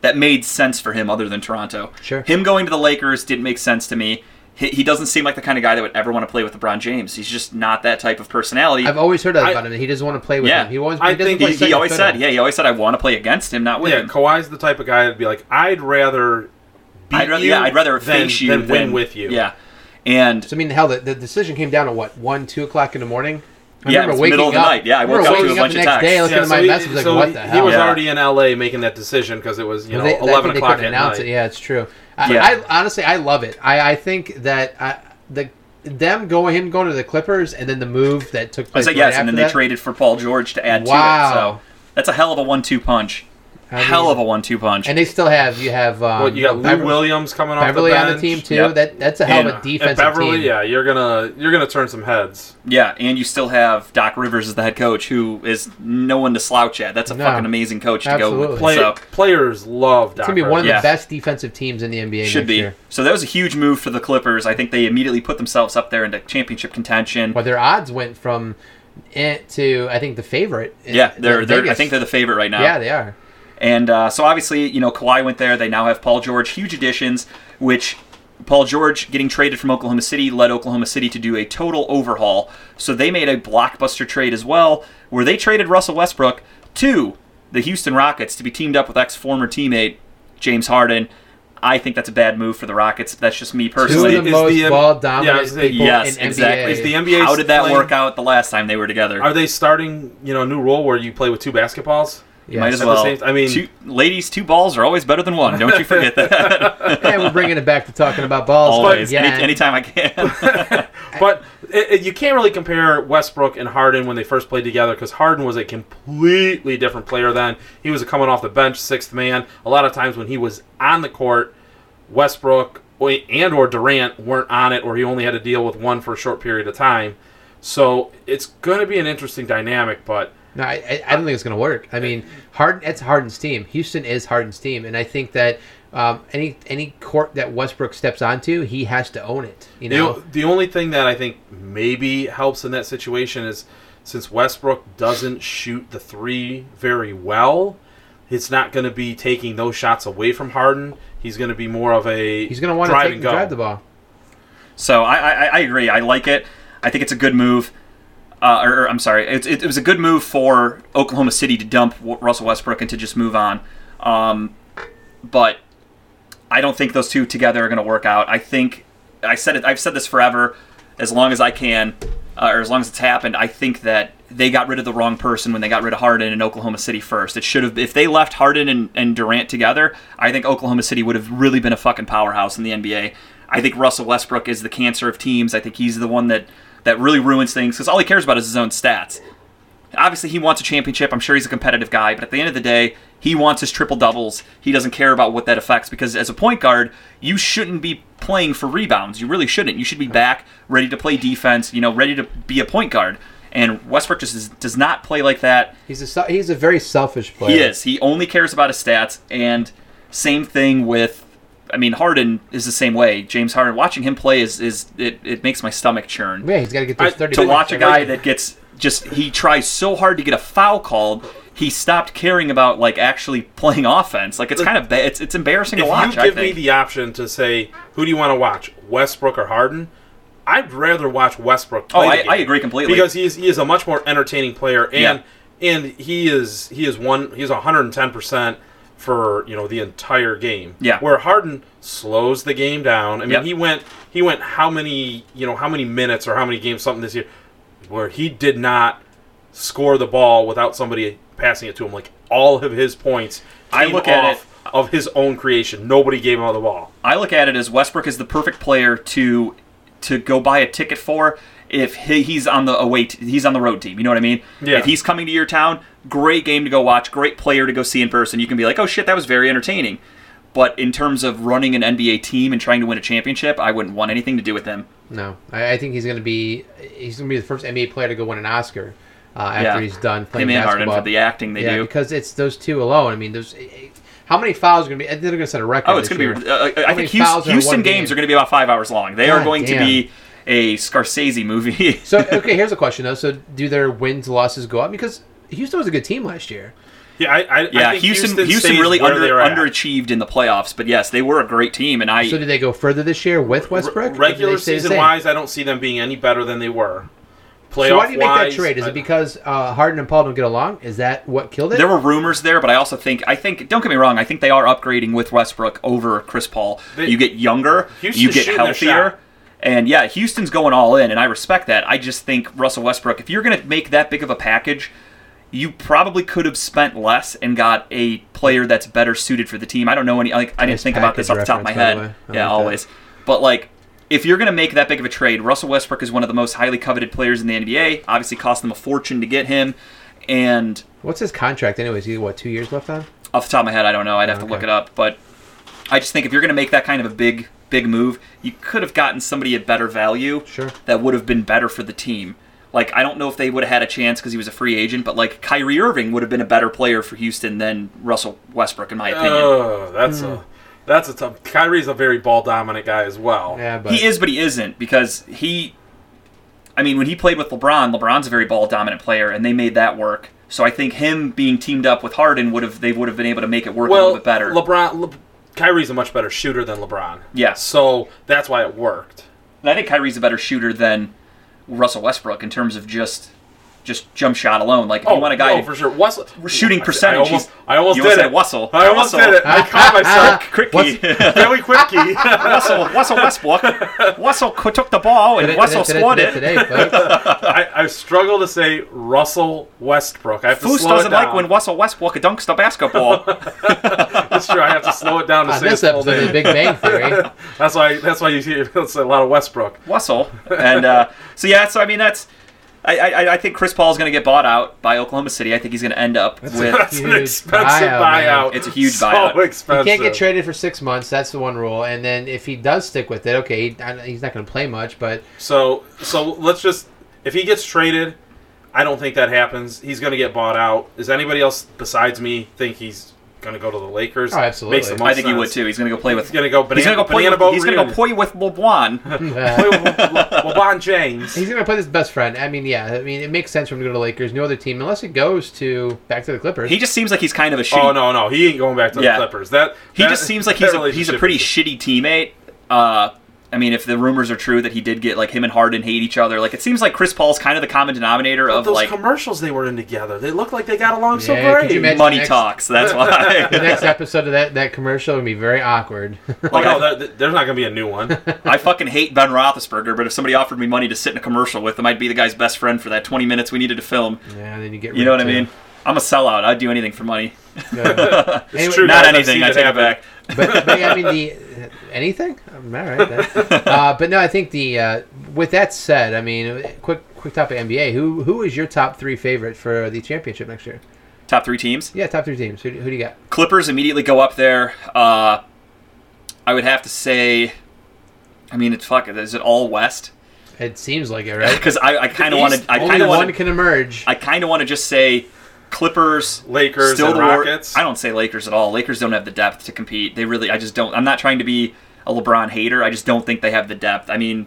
A: that made sense for him other than Toronto.
B: Sure.
A: Him going to the Lakers didn't make sense to me. He, he doesn't seem like the kind of guy that would ever want to play with LeBron James. He's just not that type of personality.
B: I've always heard that
C: I-
B: about him. That he doesn't want to play with
A: Yeah.
B: him. He always. He
C: I
B: doesn't
C: think
B: play
A: he, he
B: second
A: always
B: fiddle.
A: said, yeah, he always said, I want to play against him, not with
C: Yeah,
A: him.
C: Kawhi's the type of guy that'd be like, I'd rather beat
A: I'd rather,
C: you
A: yeah, I'd rather
C: than,
A: face you
C: than win with you.
A: Yeah. And
B: So I mean, hell, the, the decision came down at what one, two o'clock in the morning. I
A: Yeah, it was middle of the night. Yeah, I woke
B: remember
A: up to
B: waking
A: a bunch
B: the
A: of
B: next day,
A: texts.
B: looking
C: Yeah,
B: at
C: so
B: my
C: he-
B: messages, like,
C: so
B: what
C: he-
B: the
C: He
B: hell?
C: was
A: Yeah.
C: already in LA making that decision because it was you know
B: Well, they- I
C: eleven
B: think they
C: o'clock
B: couldn't
C: at
B: announce
C: night.
B: it. Yeah, it's true. I,
A: Yeah.
B: I honestly, I love it. I, I think that I, the them going him going to the Clippers and then the move that took
A: I
B: place.
A: was like,
B: right
A: yes, and
B: after
A: then they
B: that,
A: traded for Paul George to add to it.
B: Wow.
A: So that's a hell of a one-two punch.
B: I mean-
A: hell of a one-two punch.
B: and they still have you have um,
C: Well, you got Lou
B: Bever-
C: Williams coming off
B: Beverly
C: the
B: on
C: bench.
B: the team too.
A: Yep.
B: That that's a hell of a
C: and
B: defensive
C: Beverly,
B: team.
C: yeah, you're gonna you're gonna turn some heads.
A: Yeah, and you still have Doc Rivers as the head coach, who is no one to slouch at. That's a
B: No.
A: fucking amazing coach to go with.
B: Absolutely.
C: Play,
A: so
C: Players love
B: It's
C: Doc
B: gonna be one of the
A: Yeah.
B: best defensive teams in the NBA.
A: should
B: next
A: be.
B: Year.
A: So that was a huge move for the Clippers. I think they immediately put themselves up there into championship contention.
B: Well, their odds went from it to I think the favorite. in-
A: Yeah, they're,
B: in
A: they're I
B: Vegas.
A: think they're the favorite right now.
B: yeah they are.
A: And uh, so obviously, you know, Kawhi went there. They now have Paul George, huge additions, which Paul George getting traded from Oklahoma City led Oklahoma City to do a total overhaul. So they made a blockbuster trade as well, where they traded Russell Westbrook to the Houston Rockets to be teamed up with ex former teammate James Harden. I think that's a bad move for the Rockets. That's just me
B: Two
A: personally.
B: of the
C: is
B: most
C: the M-
B: ball
C: yeah,
B: dominant
C: is the-
B: people
A: yes,
B: in NBA.
A: exactly.
C: Is the NBA
A: How did that
C: playing-
A: work out the last time they were together?
C: Are they starting you know a new rule where you play with two basketballs?
B: Yes.
A: Might as
C: at the
A: well.
C: same- I mean-
A: two, ladies, two balls are always better than one. Don't you forget that.
B: and we're bringing it back to talking about balls.
A: always
B: But
A: any,
B: again,
A: anytime i can
C: But it, it- you can't really compare Westbrook and Harden when they first played together because Harden was a completely different player then. He was coming off the bench, sixth man. A lot of times when he was on the court, Westbrook or- and or Durant weren't on it, or he only had to deal with one for a short period of time. So it's going to be an interesting dynamic, but
B: no, I, I- I don't think it's going to work. I mean, Harden. That's Harden's team. Houston is Harden's team, and I think that um, any any court that Westbrook steps onto, he has to own it. You
C: The,
B: know,
C: o- the only thing that I think maybe helps in that situation is since Westbrook doesn't shoot the three very well, it's not going to be taking those shots away from Harden. He's going to be more of a
B: he's going to want to take and drive the ball.
A: so I, I i agree i like it i think it's a good move uh, or, or i'm sorry it, it, it was a good move for oklahoma city to dump W- russell westbrook and to just move on um, but i don't think those two together are going to work out i think i said it i've said this forever as long as i can uh, or as long as it's happened i think that they got rid of the wrong person when they got rid of Harden in Oklahoma City first. It should have if they left Harden and, and Durant together, I think Oklahoma City would have really been a fucking powerhouse in the NBA. I think Russell Westbrook is the cancer of teams. I think he's the one that that really ruins things because all he cares about is his own stats. Obviously, he wants a championship. I'm sure he's a competitive guy, but at the end of the day, he wants his triple doubles. He doesn't care about what that affects because as a point guard, you shouldn't be playing for rebounds. You really shouldn't. You should be back, ready to play defense. You know, ready to be a point guard. And Westbrook just is, does not play like that.
B: He's a se- he's a very selfish player.
A: He is. He only cares about his stats. And same thing with, I mean, Harden is the same way. James Harden, watching him play is is it, it makes my stomach churn
B: Yeah, he's got to get those
C: I-
B: thirty.
A: to
B: points
A: watch a
B: every-
A: guy that gets just he tries so hard to get a foul called. He stopped caring about like actually playing offense. Like it's kind of ba- it's it's embarrassing to
C: If
A: watch.
C: you
A: I
C: give me
A: think.
C: the option to say, who do you want to watch, Westbrook or Harden? I'd rather watch Westbrook. Play
A: Oh, I-
C: the game.
A: I agree completely.
C: because he is he is a much more entertaining player, and and he is he is one he is one hundred and ten percent for you know the entire game.
A: Yeah.
C: where Harden slows the game down. I mean,
A: Yep.
C: he went he went how many you know how many minutes or how many games something this year where he did not score the ball without somebody passing it to him. Like all of his points,
A: I
C: came
A: look at
C: off of his own creation. Nobody gave him the ball.
A: I look at it as Westbrook is the perfect player to to go buy a ticket for if he, he's on the away t- he's on the road team. You know what I mean?
C: Yeah.
A: If he's coming to your town, great game to go watch, great player to go see in person. You can be like, oh shit, that was very entertaining. But in terms of running an NBA team and trying to win a championship, I wouldn't want anything to do with him.
B: No, I, I think he's going to be he's going to be the first NBA player to go win an Oscar uh, after
A: Yeah.
B: he's done playing
A: Him and Harden
B: basketball.
A: for the acting they
B: yeah,
A: do.
B: because it's those two alone. I mean, there's how many fouls are going to be? They're going to set a record.
A: Oh, it's
B: this
A: going to
B: year.
A: be. Uh, I- I
B: many
A: think Houston,
B: fouls are in
A: Houston
B: one
A: games
B: game?
A: are going to be about five hours long. They are
B: God
A: going to
B: damn.
A: be a Scorsese movie.
B: So okay, here's a question though. So do their wins losses go up? Because Houston was a good team last year.
C: Yeah, I, I, I
A: Yeah,
C: think
A: Houston. Houston,
C: stays
A: really
C: where
A: under,
C: they were at.
A: underachieved in the playoffs, but yes, they were a great team, and I
B: So did they go further this year with
C: Re-
B: Westbrook? Or did
C: regular
B: they stay the
C: season
B: same?
C: wise, I don't see them being any better than they were. Playoff
B: So why do you make that
C: wise,
B: trade? Is
C: I-
B: it because uh, Harden and Paul don't get along? Is that what killed it?
A: there were rumors there, but I also think I think don't get me wrong, I think they are upgrading with Westbrook over Chris Paul.
C: They-
A: you get younger,
C: Houston's
A: you get
C: shooting their shot.
A: healthier. And yeah, Houston's going all in, and I respect that. I just think Russell Westbrook, if you're going to make that big of a package, you probably could have spent less and got a player that's better suited for the team. I don't know any. Like, I didn't
B: Nice
A: think about this off the
B: package
A: top of my
B: reference, by
A: head.
B: the way. I
A: Yeah,
B: like that.
A: always. But like, if you're going to make that big of a trade, Russell Westbrook is one of the most highly coveted players in the NBA. Obviously, cost them a fortune to get him, and
B: What's his contract anyways? He what two years left on?
A: off the top of my head, I don't know. I'd have to look
B: Okay.
A: it up. But I just think if you're going to make that kind of a big, big move, you could have gotten somebody at better value
B: Sure.
A: that would have been better for the team. Like, I don't know if they would have had a chance because he was a free agent, but like Kyrie Irving would have been a better player for Houston than Russell Westbrook, in my opinion.
C: Oh, that's a that's a tough. Kyrie's a very ball dominant guy as well.
B: Yeah, but
A: he is, but he isn't because he. I mean, when he played with LeBron, LeBron's a very ball dominant player, and they made that work. So I think him being teamed up with Harden would have they would have been able to make it work a
C: Well,
A: little bit better.
C: LeBron, Le, Kyrie's a much better shooter than LeBron.
A: Yeah.
C: So that's why it worked.
A: And I think Kyrie's a better shooter than Russell Westbrook in terms of just just jump shot alone. Like if you want a guy
C: Oh, no, for sure. Wessel,
A: shooting
C: I-
A: percentage,
C: I almost,
A: he's-
C: I almost
A: you almost
C: did it.
A: said Wessel.
C: I almost
A: Wessel.
C: did it. I caught myself.
A: Quickie.
C: Really quickie.
A: Russell, Russell Westbrook, Russell co- took the ball and
B: Today-
A: Russell
B: today-
A: scored
B: today-
A: it.
B: today, folks.
C: I, I struggle to say Russell Westbrook. I have to
A: Foose
C: slow it
A: doesn't like
C: down.
A: when Russell Westbrook dunks the basketball.
C: That's true. I have to slow it down to
B: on
C: say
B: Ah, this
C: this whole
B: episode of the Big
C: thing.
B: Bang Theory.
C: That's why. That's why you hear it's a lot of Westbrook.
A: Russell, and uh, so yeah. So I mean, that's I I, I think Chris Paul is going to get bought out by Oklahoma City. I think he's going to end up with
C: That's an
B: huge
C: expensive
B: buyout, man.
C: buyout.
A: It's a huge
C: so
A: buyout.
C: expensive.
B: He can't get traded for six months. That's the one rule. And then if he does stick with it, okay, he, I, he's not going to play much, but
C: So so let's just if he gets traded, I don't think that happens. He's going to get bought out. Does anybody else besides me think he's going to go to the Lakers?
B: Oh, absolutely.
C: Makes the most
A: I think he would
C: sense.
A: too. He's going to go play with.
C: He's going to go. Banana,
A: He's going to go play.
C: banana
A: With,
C: boat
A: he's going to go play with LeBron.
B: uh,
C: LeBron James.
B: he's going to play this best friend. I mean, yeah, I mean, it makes sense for him to go to Lakers. No other team, unless he goes to back to the Clippers.
A: He just seems like he's kind of a shitty
C: Oh no, no, he ain't going back to the
A: Yeah.
C: Clippers. That
A: He
C: that-
A: just seems like
C: that
A: he's a, he's a
C: relationship
A: pretty
C: is-
A: shitty teammate. Uh, I mean, if the rumors are true that he did get like him and Harden hate each other, like it seems like Chris Paul's kind of the common denominator
C: But
A: of
C: those
A: like
C: commercials they were in together, they looked like they got along so
B: Yeah, could
C: great.
B: you imagine-
A: money
B: next-
A: talks. That's why.
B: The next episode of that, that commercial would be very awkward.
C: oh,
A: Like,
C: no,
A: I-
C: there- there's not going to be a new one.
A: I fucking hate Ben Roethlisberger, but if somebody offered me money to sit in a commercial with him, I'd be the guy's best friend for that 20 minutes we needed to film.
B: yeah, then you get
A: You know what I mean? I'm a sellout. I'd do anything for money.
B: but,
C: It's
B: Anyway-
C: true.
A: Not
C: guys, I've
A: anything.
C: seen
A: I
C: it
A: take it
C: happen.
A: back.
B: but yeah, I mean the uh, anything. I'm all right. Then. Uh, but no, I think the uh, with that said, I mean quick quick topic NBA. Who who is your top three favorite for the championship next year?
A: Top three teams.
B: Yeah, top three teams. Who, do- who do you got?
A: Clippers immediately go up there. Uh, I would have to say, I mean, it's fuck. Is it all West?
B: It seems like it, right?
A: Because I, I kind of
C: East,
A: want to. I kind
B: Only
A: of
B: one
A: want to.
B: can emerge.
A: I kind of want to just say, Clippers.
C: Lakers
A: still
C: and
A: the War-
C: Rockets.
A: I don't say Lakers at all. Lakers don't have the depth to compete. They really. I just don't. I'm not trying to be a LeBron hater. I just don't think they have the depth. I mean,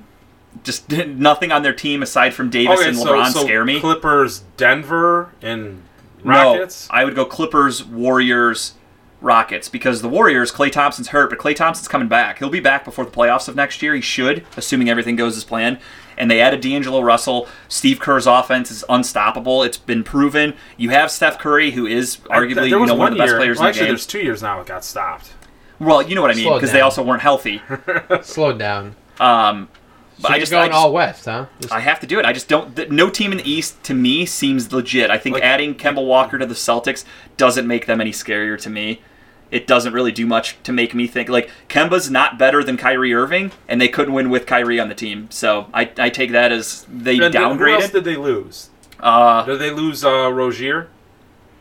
A: just nothing on their team aside from Davis and LeBron scare me.
C: Clippers, Denver, and
A: No,
C: Rockets.
A: I would go Clippers, Warriors, Rockets because the Warriors. Clay Thompson's hurt, but Clay Thompson's coming back. He'll be back before the playoffs of next year. He should, assuming everything goes as planned. And they added D'Angelo Russell. Steve Kerr's offense is unstoppable. It's been proven. You have Steph Curry, who is arguably
C: there
A: you
C: was
A: know one of the best
C: year,
A: players
C: well,
A: in the
C: actually,
A: game.
C: there's two years now it got stopped.
A: Well, you know what I mean
B: Slow
A: because they
B: down.
A: also weren't healthy.
B: Slow down.
A: Um, but I
B: So you're
A: just, I
B: going
A: just-
B: all west, huh? Just-
A: I have to do it. I just don't. Th- no team in the East to me seems legit. I think
C: Like-
A: adding Kemba Walker to the Celtics doesn't make them any scarier to me. It doesn't really do much to make me think like Kemba's not better than Kyrie Irving, and they couldn't win with Kyrie on the team. So I, I take that as they
C: And then Who else
A: downgraded.
C: did they lose?
A: uh,
C: Did they lose uh, Rozier?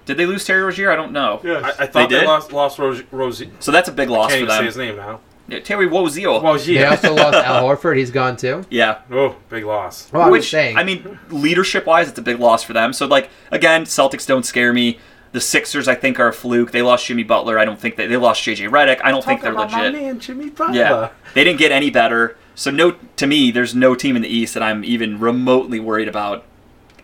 A: did they lose Terry Rozier? I don't know.
C: I, I thought
A: They
C: they,
A: did?
C: lost lost Rozier. Rozier.
A: So that's a big loss
C: Can't
A: for
C: even say
A: them.
C: his name now.
A: Yeah, Terry Rozier.
B: They
C: Rozier.
B: also lost Al Horford. He's gone too.
A: yeah,
C: Oh, big loss.
B: Well, I
A: Which
B: was saying.
A: I mean, leadership wise, it's a big loss for them. So like again, Celtics don't scare me. The Sixers, I think, are a fluke. They lost Jimmy Butler. I don't think they they lost JJ Redick. I don't think they're
C: about
A: legit.
C: My man, Jimmy Butler.
A: Yeah, they didn't get any better. So no, to me, there's no team in the East that I'm even remotely worried about.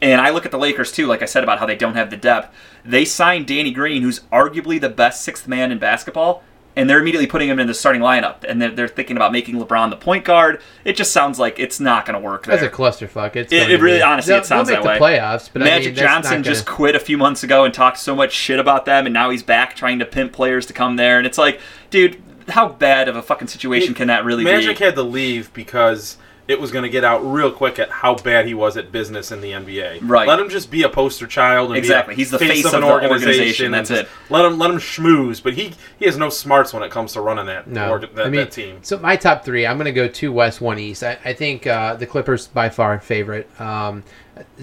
A: And I look at the Lakers too, like I said about how they don't have the depth. They signed Danny Green, who's arguably the best sixth man in basketball, and they're immediately putting him in the starting lineup. And they're, they're thinking about making LeBron the point guard. It just sounds like it's not going to work. There.
B: that's a clusterfuck. It's
A: It-
B: gonna
A: it really-
B: be-
A: honestly,
B: they'll,
A: it sounds
B: they'll make
A: that
B: the
A: way.
B: playoffs, but I
A: Magic
B: mean, that's not
A: Johnson
B: gonna-
A: just quit a few months ago and talked so much shit about them, and now he's back trying to pimp players to come there. And it's like, dude, how bad of a fucking situation can that really
C: Magic
A: be?
C: had to leave because it was going to get out real quick at how bad he was at business in the NBA.
A: Right.
C: Let him just be a poster child. And be
A: Exactly.
C: a
A: He's the face of the organization,
C: and
A: that's
C: just
A: it.
C: Let him let him schmooze, but he he has no smarts when it comes to running that
B: No,
C: org- that,
B: I mean,
C: that team.
B: So my top three, I'm going to go two West, one East. I, I think uh, the Clippers by far favorite. Um,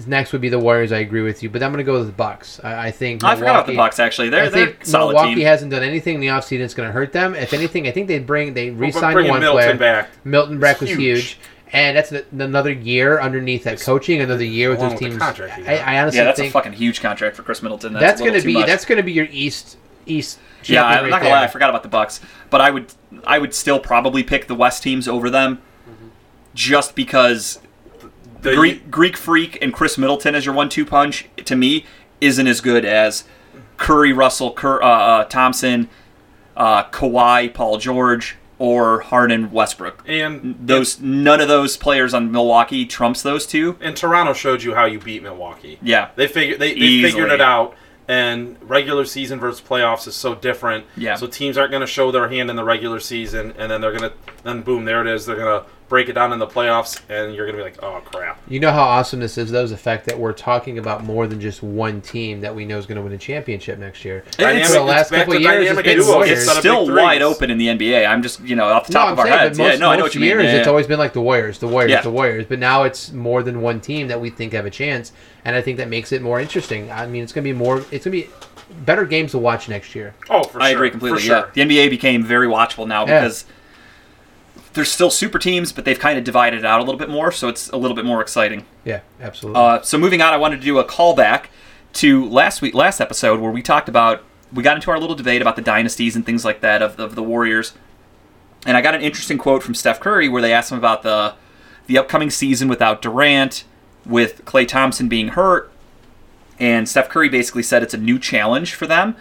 B: next would be the Warriors. I agree with you, but I'm going to go with the Bucks. I, I think
A: I forgot about the
B: Milwaukee-
A: Bucks actually. They're
B: I
A: they're
B: think
A: a solid
B: Milwaukee
A: team.
B: hasn't done anything in the offseason that's going to hurt them. If anything, I think they bring they
C: We're
B: re-signed
C: bringing
B: one
C: Middleton
B: player.
C: back.
B: Milton Brack was
C: Huge.
B: huge. And that's an- another year underneath that coaching, another year with
C: along
B: those
C: with the
B: teams.
C: contract he got.
B: I, I honestly
A: yeah, that's a
B: think
A: fucking huge contract for Chris Middleton. That's,
B: that's
A: going to
B: be that's going to be your East East.
A: yeah.
B: champion
A: I'm
B: right
A: not gonna
B: there.
A: lie, I forgot about the Bucks, but I would I would still probably pick the West teams over them,
C: Mm-hmm.
A: just because
C: The-
A: Greek, Greek Freak and Chris Middleton as your one-two punch to me isn't as good as Curry, Russell, Cur, uh, uh, Thompson, uh, Kawhi, Paul George, or Harden, Westbrook.
C: and
A: Those none of those players on Milwaukee trumps those two.
C: and Toronto showed you how you beat Milwaukee.
A: Yeah,
C: They figured they, they
A: Easily.
C: figured it out. And regular season versus playoffs is so different.
A: Yeah.
C: So teams aren't going to show their hand in the regular season, and then they're going to then boom, there it is. They're going to break it down in the playoffs, and you're going to be like, oh crap.
B: You know how awesome this is, though, is the fact that we're talking about more than just one team that we know is going to win a championship next year.
C: Dynamic-
B: for the last
C: it's back
B: couple
C: to
B: years, it's
C: dynamic
B: been
C: duos.
B: Warriors.
A: it's
C: not a
A: still
C: big
A: wide
C: threes.
A: open in the NBA. I'm just you know off the top
B: no,
A: of
B: I'm
A: our
B: saying,
A: heads.
B: but most,
A: yeah, no, I know
B: most
A: what you
B: years
A: mean. Yeah,
B: it's
A: yeah.
B: always been like the Warriors, the Warriors,
A: Yeah.
B: the Warriors. But now it's more than one team that we think have a chance, and I think that makes it more interesting. I mean, it's going to be more, it's going to be better games to watch next year.
C: Oh, for
A: I
C: sure.
A: agree
C: for
A: completely.
C: sure.
A: Yeah, the NBA became very watchable now
B: Yeah.
A: because there's still super teams, but they've kind of divided it out a little bit more, so it's a little bit more exciting.
B: Yeah, absolutely.
A: Uh, so moving on, I wanted to do a callback to last week, last episode where we talked about we got into our little debate about the dynasties and things like that of, of the Warriors, and I got an interesting quote from Steph Curry where they asked him about the the upcoming season without Durant, with Clay Thompson being hurt, and Steph Curry basically said it's a new challenge for them.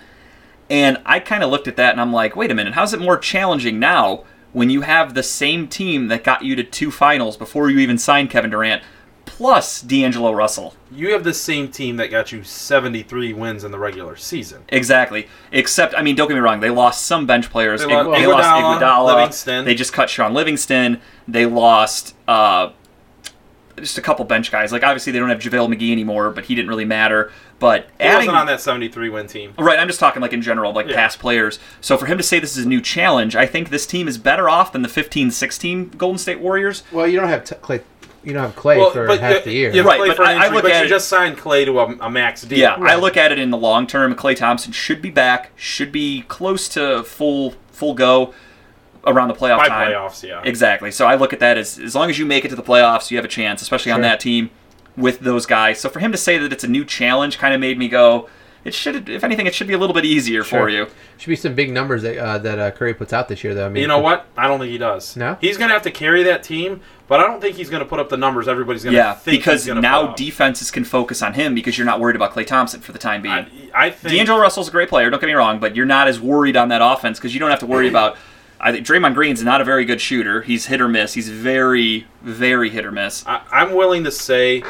A: And I kind of looked at that and I'm like, wait a minute, how's it more challenging now when you have the same team that got you to two finals before you even signed Kevin Durant, plus D'Angelo Russell.
C: You have the same team that got you 73 wins in the regular season.
A: Exactly. Except, I mean, don't get me wrong. They lost some bench players.
C: They
A: They,
C: lost-
A: they
C: Iguodala,
A: lost Iguodala.
C: Livingston.
A: They just cut Sean Livingston. They lost uh, just a couple bench guys. Like obviously they don't have JaVale McGee anymore, but he didn't really matter. But
C: He
A: adding
C: wasn't on that 73 win team.
A: Right, I'm just talking like in general, like
C: Yeah.
A: past players. So for him to say this is a new challenge, I think this team is better off than the 15-16 Golden State Warriors.
B: Well, you don't have t- Clay. You don't have Clay
C: Well,
B: for
C: but
B: half
C: you-
B: the year.
C: you
A: Right,
C: play
A: but
C: for an
A: I- I
C: injury,
A: look
C: but
A: at
C: you
A: it-
C: just signed Clay to a, a max deal.
A: Yeah, I look at it in the long term. Clay Thompson should be back, should be close to full full go around the playoff
C: by
A: time.
C: playoffs. Yeah,
A: Exactly. So I look at that as as long as you make it to the playoffs, you have a chance, especially on
B: Sure.
A: that team with those guys. So for him to say that it's a new challenge kind of made me go, it should if anything it should be a little bit easier
B: Sure.
A: for you.
B: Should be some big numbers that uh, that uh, Curry puts out this year, though. I mean,
C: You know what? I don't think he does.
B: No?
C: he's gonna have to carry that team, but I don't think he's gonna put up the numbers everybody's gonna.
A: Yeah,
C: think
A: because
C: he's gonna put
A: now
C: up.
A: defenses can focus on him because you're not worried about Clay Thompson for the time being.
C: I, I think
A: D'Angelo Russell's a great player, don't get me wrong, but you're not as worried on that offense because you don't have to worry about. I think Draymond Green's not a very good shooter. He's hit or miss. He's very, very hit or miss.
C: I, I'm willing to say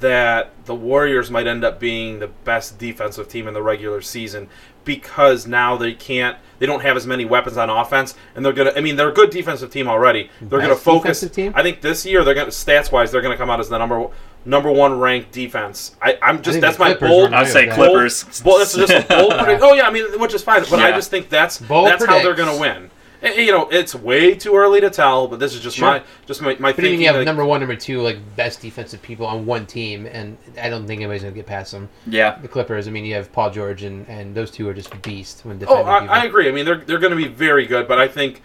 C: that the Warriors might end up being the best defensive team in the regular season because now they can't they don't have as many weapons on offense and they're gonna I mean they're a good defensive team already. They're gonna
B: Best
C: focus
B: defensive team?
C: I think this year they're gonna stats wise they're gonna come out as the number number one ranked defense. I, I'm just
B: think
C: that's
B: the
C: my
B: Clippers
C: bold
B: were
A: I'd say
B: Yeah.
C: bold-
A: Clippers.
C: Bold, this is just a bold prediction. Oh yeah, I mean which is fine, but I
A: Yeah.
C: just think that's
B: Bold
C: that's how they're
B: predicts.
C: gonna win. And, you know, it's way too early to tell, but this is just
B: Sure.
C: my just my,
B: But
C: my
B: even
C: thinking.
B: you have
C: like-
B: number one, number two, like best defensive people on one team, and I don't think anybody's gonna get past them.
A: Yeah.
B: The Clippers. I mean, you have Paul George, and, and those two are just beasts when
C: Oh,
B: defending.
C: I,
B: people.
C: I agree. I mean, they're they're going to be very good, but I think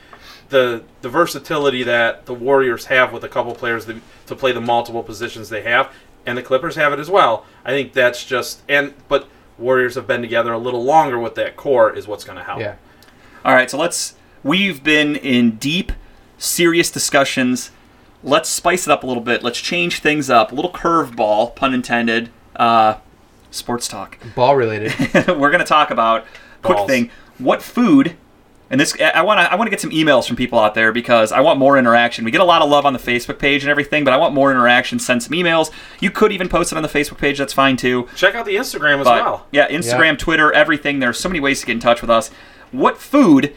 C: the the versatility that the Warriors have with a couple players that, to play the multiple positions they have, and the Clippers have it as well. I think that's just and but Warriors have been together a little longer with that core is what's going to help.
B: yeah.
A: All right, so let's. We've been in deep, serious discussions. Let's spice it up a little bit. Let's change things up. A little curveball, pun intended. Uh, sports talk.
B: Ball related.
A: We're going to talk about quick
C: Balls.
A: thing. What food? And this, I want to. I want to get some emails from people out there because I want more interaction. We get a lot of love on the Facebook page and everything, but I want more interaction. Send some emails. You could even post it on the Facebook page. That's fine too.
C: Check out the Instagram as
A: But
C: well.
A: yeah, Instagram,
B: Yeah.
A: Twitter, everything. There are so many ways to get in touch with us. What food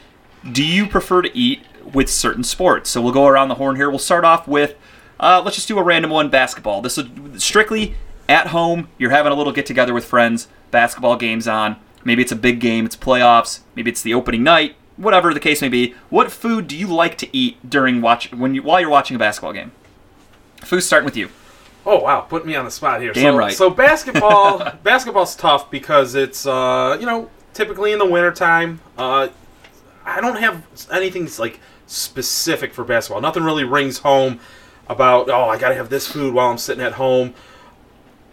A: do you prefer to eat with certain sports? So we'll go around the horn here. We'll start off with uh, let's just do a random one basketball. This is strictly at home. You're having a little get together with friends, basketball games on. Maybe it's a big game, it's playoffs, maybe it's the opening night, whatever the case may be. What food do you like to eat during watch when you while you're watching a basketball game? Food starting with you.
C: Oh wow, put me on the spot here.
A: Damn
C: so,
A: right.
C: So basketball, basketball's tough because it's uh, you know typically in the wintertime. Uh, I don't have anything like specific for basketball. Nothing really rings home about oh I gotta have this food while I'm sitting at home.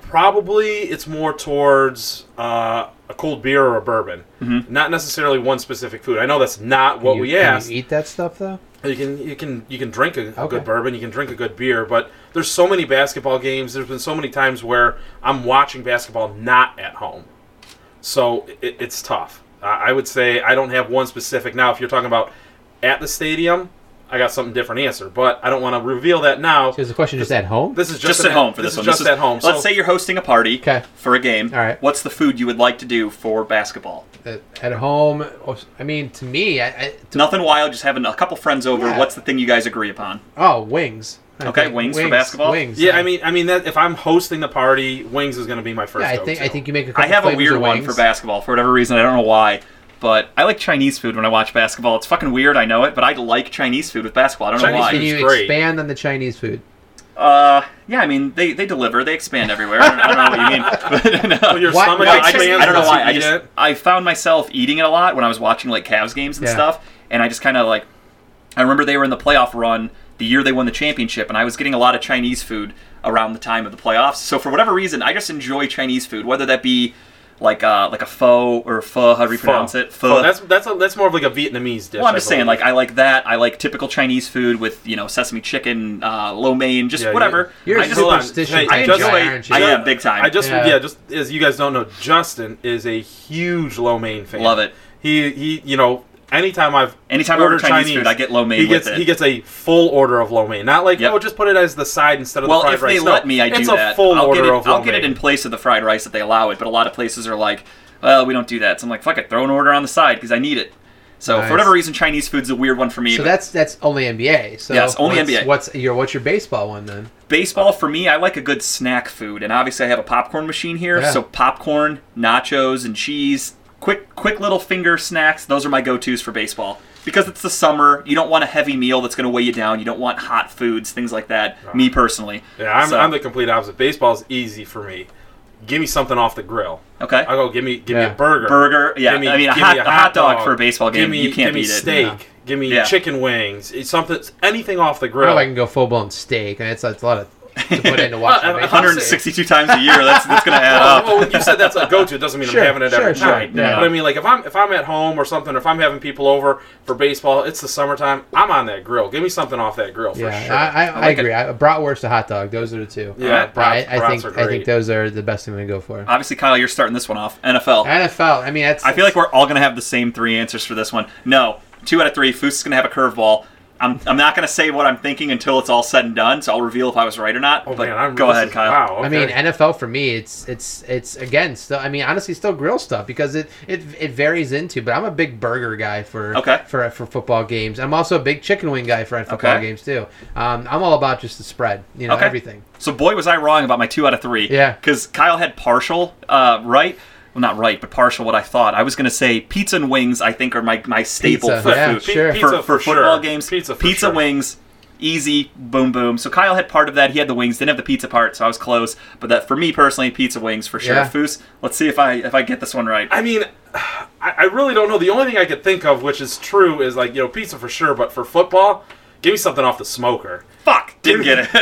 C: Probably it's more towards uh, a cold beer or a bourbon, not necessarily one specific food. I know that's not what
B: you,
C: we
B: can
C: asked.
B: you eat that stuff though.
C: You can you can you can drink a, a
B: Okay.
C: good bourbon, you can drink a good beer, but there's so many basketball games. There's been so many times where I'm watching basketball not at home, so it, it's tough. I I would say I don't have one specific now. If you're talking about at the stadium, I got something different answer, but I don't want to reveal that now.
B: Because the question just at home.
C: This is
A: just,
C: just, an-
A: at home for
C: this
A: this,
C: is
A: one.
C: Just
A: This is-
C: at home.
A: Let's
C: so,
A: say you're hosting a party
B: 'Kay.
A: for a game.
B: All right.
A: What's the food you would like to do for basketball?
B: at, Uh, at home. oh, I mean, to me, I, I, to,
A: Nothing wild. Just having a couple friends over.
B: Yeah.
A: What's the thing you guys agree upon?
B: oh, wings. I
A: Okay,
B: think
A: wings for basketball?
B: Wings.
C: yeah, I mean, I mean that if I'm hosting the party, wings is going to be my first.
B: Yeah, I
C: go-to.
B: think I think you make a couple
A: I have a
B: flavors
A: weird
B: of
A: one for
B: wings.
A: basketball for whatever reason. I don't know why, but I like Chinese food when I watch basketball. It's fucking weird. I know it, but I like Chinese food with basketball. I don't
C: Chinese
B: Can
A: know
C: food's
B: you
C: great.
B: expand on the Chinese food?
A: why. Uh, yeah, I mean they, they deliver. They expand everywhere. I don't, I don't know what you mean. But, uh, no.
C: Well, your
B: Why-
C: stomach
B: why-
A: No, I, just-
C: expands
A: I don't know
C: once
A: why.
C: you
A: I
C: eat
A: just
C: it.
A: I found myself eating it a lot when I was watching like Cavs games and
B: Yeah.
A: stuff, and I just kind of like. I remember they were in the playoff run the year they won the championship, and I was getting a lot of Chinese food around the time of the playoffs. So for whatever reason, I just enjoy Chinese food, whether that be like uh, like a pho or pho, however you
C: Pho.
A: pronounce it. Pho.
C: Pho, that's that's a, that's more of like a Vietnamese dish.
A: well, I'm
C: I
A: just saying,
C: believe.
A: like I like that. I like typical Chinese food with you know sesame chicken, uh, lo mein, just
C: Yeah,
A: whatever.
B: you're-
A: I
B: you're
A: just
B: super- superstitious
C: Hey,
A: type of
C: Justin-
A: guy, aren't you? I am, big time.
C: I just yeah.
B: Yeah.
C: just as you guys don't know, Justin is a huge lo mein fan.
A: Love it.
C: He he you know anytime I've
A: Anytime I order Chinese food, I get lo mein
C: He
A: with
C: gets
A: it.
C: he gets a full order of lo mein, not like
A: Yep.
C: oh, just put it as the side instead of
A: Well,
C: the fried
A: if they
C: rice. No,
A: let me, I do
C: it's
A: that.
C: a full
A: I'll
C: order
A: get it,
C: of
A: I'll
C: lo
A: get it
C: mein.
A: in place of the fried rice that they allow it, but a lot of places are like, well, we don't do that. So I'm like, fuck it, throw an order on the side because I need it. So
B: Nice.
A: for whatever reason, Chinese food's a weird one for me. but
B: So that's that's only NBA. So
A: Yeah, it's only
B: what's-
A: NBA.
B: What's your what's your baseball one then?
A: baseball for me, I like a good snack food, and obviously I have a popcorn machine here.
B: Yeah.
A: So popcorn, nachos, and cheese, quick, quick little finger snacks. Those are my go-to's for baseball because it's the summer. You don't want a heavy meal that's going to weigh you down. You don't want hot foods, things like that. Me personally,
C: Yeah, I'm,
A: So-
C: I'm the complete opposite. Baseball's easy for me. Give me something off the grill.
A: okay.
C: I go give me give
B: Yeah.
C: me a burger.
A: Burger, yeah.
C: Give me,
A: I mean, a
C: give
A: hot,
C: me
A: a hot dog, for a baseball game,
C: Give me,
A: you can't
C: give me
A: beat
C: steak.
B: No.
C: Give me
A: Yeah.
C: chicken wings. It's something anything off the
B: I don't
C: grill.
B: know if I can go full blown steak. That's that's a lot of to put into watching
C: Well,
A: it.
C: I'll
B: baseball.
A: 162 times a year, that's that's gonna add
C: well, well,
A: up.
C: when Oh, you said that's a go-to. It doesn't mean
B: Sure,
C: I'm having it
B: sure,
C: every
B: sure.
C: time.
A: Oh. Yeah.
C: But I mean, like if I'm if I'm at home or something, or if I'm having people over for baseball, it's the summertime. I'm on that grill. Give me something off that grill for
B: Yeah,
C: sure.
B: I, I, I,
A: like
B: agree. I, bratwurst, a hot dog. Those are the two.
C: yeah,
A: I-
C: brats,
B: I, I
C: brats
B: think
C: are
B: I think
C: great.
B: those are the best thing we can go for.
A: Obviously, Kyle, you're starting this one off. NFL.
B: NFL. I mean, that's.
A: I feel like we're all gonna have the same three answers for this one. No, two out of three. Foose is gonna have a curveball. I'm, I'm not gonna say what I'm thinking until it's all said and done, so I'll reveal if I was right or not.
C: Oh
A: but
C: man, I'm
A: go
C: this
A: ahead,
C: is-
A: Kyle.
C: Wow, okay.
B: I mean, NFL for me, it's it's it's again still. I mean, honestly, still grill stuff because it it, it varies into. But I'm a big burger guy for
A: Okay.
B: for for football games. I'm also a big chicken wing guy for football
A: Okay.
B: games too. Um, I'm all about just the spread, you know,
A: Okay.
B: everything.
A: So boy, was I wrong about my two out of three.
B: Yeah.
A: Because Kyle had partial uh, right. Well, not right, but partial what I thought. I was going to say pizza and wings, I think, are my, my staple
B: Pizza,
A: for
B: yeah,
A: food.
B: sure.
A: For,
C: Pizza
A: for
C: for
A: football
C: sure.
A: games.
C: Pizza for
A: pizza
C: sure.
A: wings. Easy, boom, boom. So Kyle had part of that. He had the wings, didn't have the pizza part, so I was close. But that for me personally, pizza wings for sure.
B: Yeah.
A: Foose, let's see if I if I get this one right.
C: I mean, I, I really don't know. The only thing I could think of, which is true, is like you know pizza for sure, but for football, give me something off the smoker.
A: Fuck, didn't get it.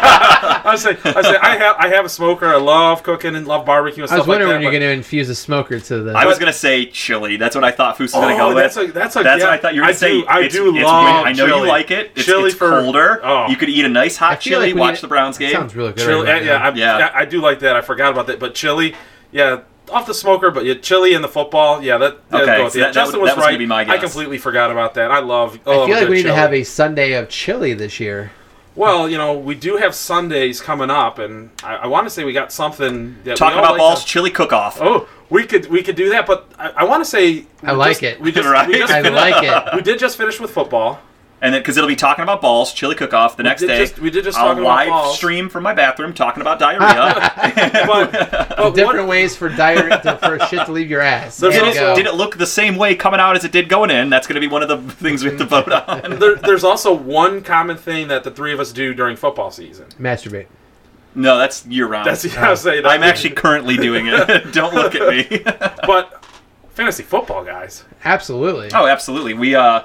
C: I say, I say, I have, I have a smoker. I love cooking and love barbecue and
B: I
C: stuff
B: was wondering
C: like that.
B: when you're
C: but-
B: going to infuse a smoker to the.
A: I was gonna say chili. That's what I thought Foose was
C: Oh,
A: gonna go
C: that's
A: with.
C: a- that's a-
A: that's
C: yeah.
A: what I thought you were gonna
C: I
A: say.
C: do- I
A: It's-
C: do
A: it's
C: love
A: weird. I know you
C: chili.
A: like it. It's,
C: Chili
A: it's
C: for-
A: colder.
C: oh.
A: You could eat a nice
B: I
A: hot
B: feel
A: chili.
B: like we
A: watch
B: need-
A: the Browns
B: that
A: game.
B: Sounds really good.
C: chili.
B: right now.
C: yeah,
A: Yeah.
C: yeah, I, I do like that. I forgot about that, but chili, yeah, off the smoker, but yeah, chili and the football, yeah, that. yeah,
A: Okay,
C: go with
A: so
C: it.
A: that- that
C: Justin
A: would-
C: was
A: that was
C: right.
A: gonna be my
C: I
A: guess.
C: completely forgot about that. I love. I,
B: I feel like we need
C: chili.
B: to have a Sunday of chili this year.
C: Well, you know, we do have Sundays coming up, and I, I want to say we got something. That we
A: Talking
C: all
A: about
C: like
A: balls,
C: to-
A: chili cook-off.
C: oh, we could we could do that, but I, I want to say
B: I
C: we
B: like
C: just-
B: it.
C: We just,
A: Right?
C: we just
B: I
C: fin-
B: like it.
C: we did just finish with football.
A: and then because it'll be talking about balls, chili cook-off the next
C: did
A: day.
C: just- we did just
A: I'll
C: talking about
A: live
C: balls.
A: stream from my bathroom talking about diarrhea.
C: But, but
B: Different
C: what,
B: ways for diarrhea to, for shit to leave your ass.
C: There's
B: There
A: did,
B: you
C: also-
B: go.
A: it, did it look the same way coming out as it did going in? That's going to be one of the things we have to
C: Mm.
A: vote on.
C: there, there's also one common thing that the three of us do during football season.
B: Masturbate.
A: No, that's year-round.
C: That's I was saying.
A: I'm actually currently doing it. Don't look at me.
C: but fantasy football guys.
B: Absolutely.
A: Oh, absolutely. We uh,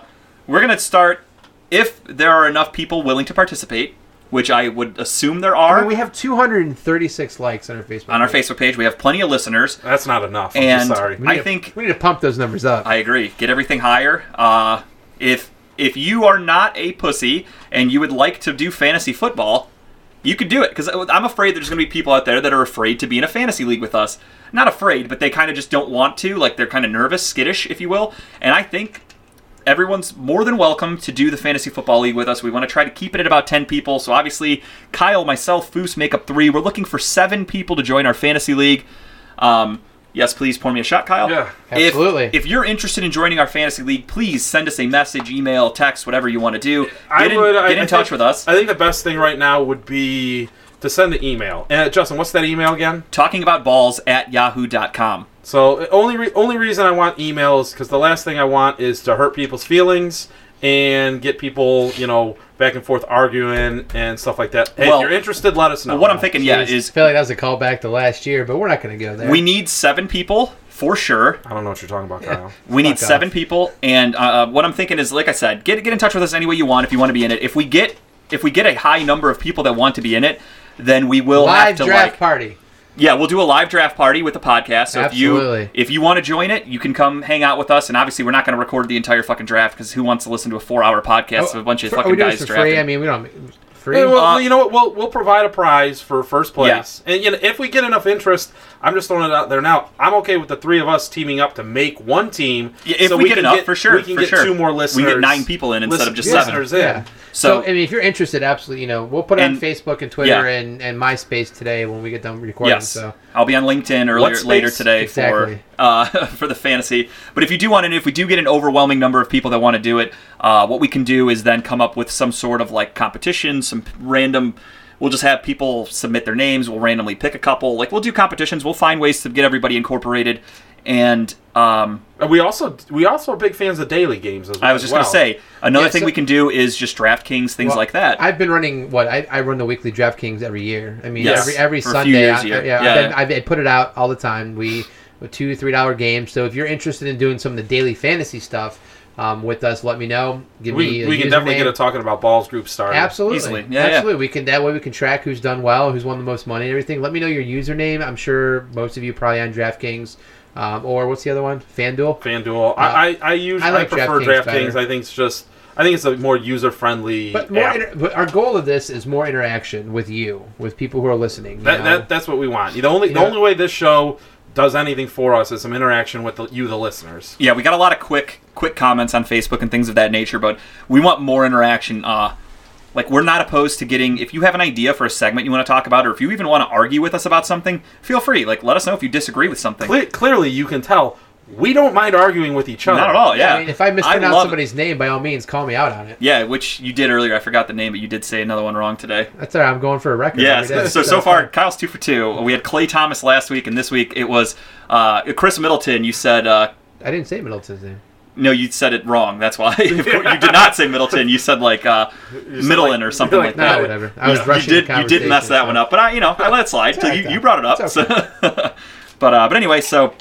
A: we're gonna start if there are enough people willing to participate, which I would assume there
B: I
A: are.
B: mean, we have 236 likes on our Facebook.
A: on our
B: page.
A: Facebook page, we have plenty of listeners,
C: That's not enough. I'm
A: and
C: so sorry.
B: We need
A: I
B: to-
A: think
B: we need to pump those numbers up.
A: I agree. Get everything higher. Uh, if if you are not a pussy and you would like to do fantasy football, you could do it because I'm afraid there's going to be people out there that are afraid to be in a fantasy league with us. Not afraid, but they kind of just don't want to. Like they're kind of nervous, skittish, if you will. And I think everyone's more than welcome to do the fantasy football league with us. We want to try to keep it at about 10 people. So obviously, Kyle, myself, Foose make up three. We're looking for seven people to join our fantasy league. Um, yes, please pour me a shot, Kyle.
C: Yeah,
A: If-
B: absolutely.
A: If, you're interested in joining our fantasy league, please send us a message, email, text, whatever you want to do. Get
C: I
A: in,
C: would
A: get
C: I,
A: in
C: I
A: touch
C: think-
A: with us.
C: I think the best thing right now would be to send an email. And uh, Justin, what's that email again?
A: Talking about balls at yahoo.com.
C: So uh, only re- only reason I want emails because the last thing I want is to hurt people's feelings and get people you know back and forth arguing and stuff like that. Hey,
A: Well,
C: if you're interested, let us know.
A: What I'm thinking, yeah,
B: I just
A: is
B: feel like that was a callback to last year, but we're not going to go there.
A: we need seven people for sure.
C: I don't know what you're talking about, Kyle.
A: We need
B: Fuck off.
A: seven people, and uh, what I'm thinking is, like I said, get get in touch with us any way you want if you want to be in it. If we get if we get a high number of people that want to be in it, then we will have
B: live
A: to
B: draft
A: like
B: party.
A: yeah, we'll do a live draft party with the podcast. So if
B: Absolutely.
A: you if you want to join it, you can come hang out with us. And obviously, we're not going to record the entire fucking draft because who wants to listen to a four hour podcast of a bunch of
B: Oh, For-
A: fucking
B: we do
A: guys
B: this for
A: drafting?
B: free. I mean, we don't. free.
C: Yeah, well,
A: Uh,
C: you know what? We'll we'll provide a prize for first place, and you know if we get enough interest, I'm just throwing it out there now. I'm okay with the three of us teaming up to make one team.
A: Yeah, if
C: so
A: we, get
C: can
A: enough, for sure.
C: we can
A: for
C: get
A: sure.
C: two more listeners.
A: We can get nine people in instead of just
C: listen-
A: seven.
C: listeners in.
B: Yeah. So,
A: So-
B: I mean, if you're interested, absolutely, you know, we'll put it on
A: And-
B: Facebook and Twitter
A: yeah.
B: and, and MySpace today when we get done recording.
A: Yes,
B: So
A: I'll be on LinkedIn
C: What
A: earlier
C: space?
A: later today
B: Exactly.
A: for uh, for the fantasy. But if you do want to, if we do get an overwhelming number of people that want to do it, uh, what we can do is then come up with some sort of like competition, some p- random. We'll just have people submit their names. We'll randomly pick a couple. Like we'll do competitions. We'll find ways to get everybody incorporated. And um,
C: And Uh, we also we also are big fans of daily games as well.
A: I was just
C: as
A: going to say another
B: Yeah,
A: thing
B: so-
A: we can do is just DraftKings things
B: Well,
A: like that.
B: I've been running what I, I run the weekly DraftKings every year. I mean,
A: Yes,
B: every every
A: for a few
B: Sunday.
A: years
B: I,
A: a year.
B: yeah,
A: Yeah,
B: I've,
A: yeah.
B: been, I've, I put it out all the time. We with two three dollar games. So if you're interested in doing some of the daily fantasy stuff um, with us, let me know. Give me
C: we,
B: a
C: we can definitely get
B: username.
C: a talking about balls group started.
B: Absolutely.
A: Easily. Yeah, yeah.
B: Absolutely. We can that way we can track who's done well, who's won the most money and everything. Let me know your username. I'm sure most of you probably on DraftKings. Um, or what's the other one? FanDuel.
C: FanDuel. I, I I usually
B: I
C: I,
B: like
C: prefer
B: DraftKings
C: DraftKings.
B: better.
C: I think it's just I think it's a more user friendly.
B: But more inter- but our goal of this is more interaction with you, with people who are listening. you
C: That,
B: know?
C: that that's what we want. The only the
B: Yeah.
C: only way this show does anything for us is some interaction with the, you, the listeners.
A: yeah, we got a lot of quick quick comments on Facebook and things of that nature, but we want more interaction. Uh, like we're not opposed to getting if you have an idea for a segment you want to talk about, or if you even want to argue with us about something, feel free. Like let us know if you disagree with something.
C: Cle- clearly, you can tell we don't mind arguing with each other.
A: Not at all. Yeah.
B: I mean, if I mispronounce
A: love-
B: somebody's name, by all means, call me out on it.
A: Yeah, which you did earlier. I forgot the name, but you did say another one wrong today.
B: That's all right. I'm going for a record.
A: Yeah.
B: every
A: So
B: day.
A: so, so far, Kyle's two for two. We had Clay Thomas last week, and this week it was uh, Chris Middleton. You said. Uh,
B: I didn't say Middleton's name.
A: no, you said it wrong. That's why you did not say Middleton. You said like uh,
C: said,
A: Middleton
C: like-
A: or something
C: like
A: like
B: No,
A: that.
B: whatever. I was
A: you,
B: rushing.
A: did,
B: the
A: you did mess that one up, but I, you know, I let it slide till
B: all
A: you,
B: right,
A: you brought it up.
B: it's
A: so- but uh, but anyway, so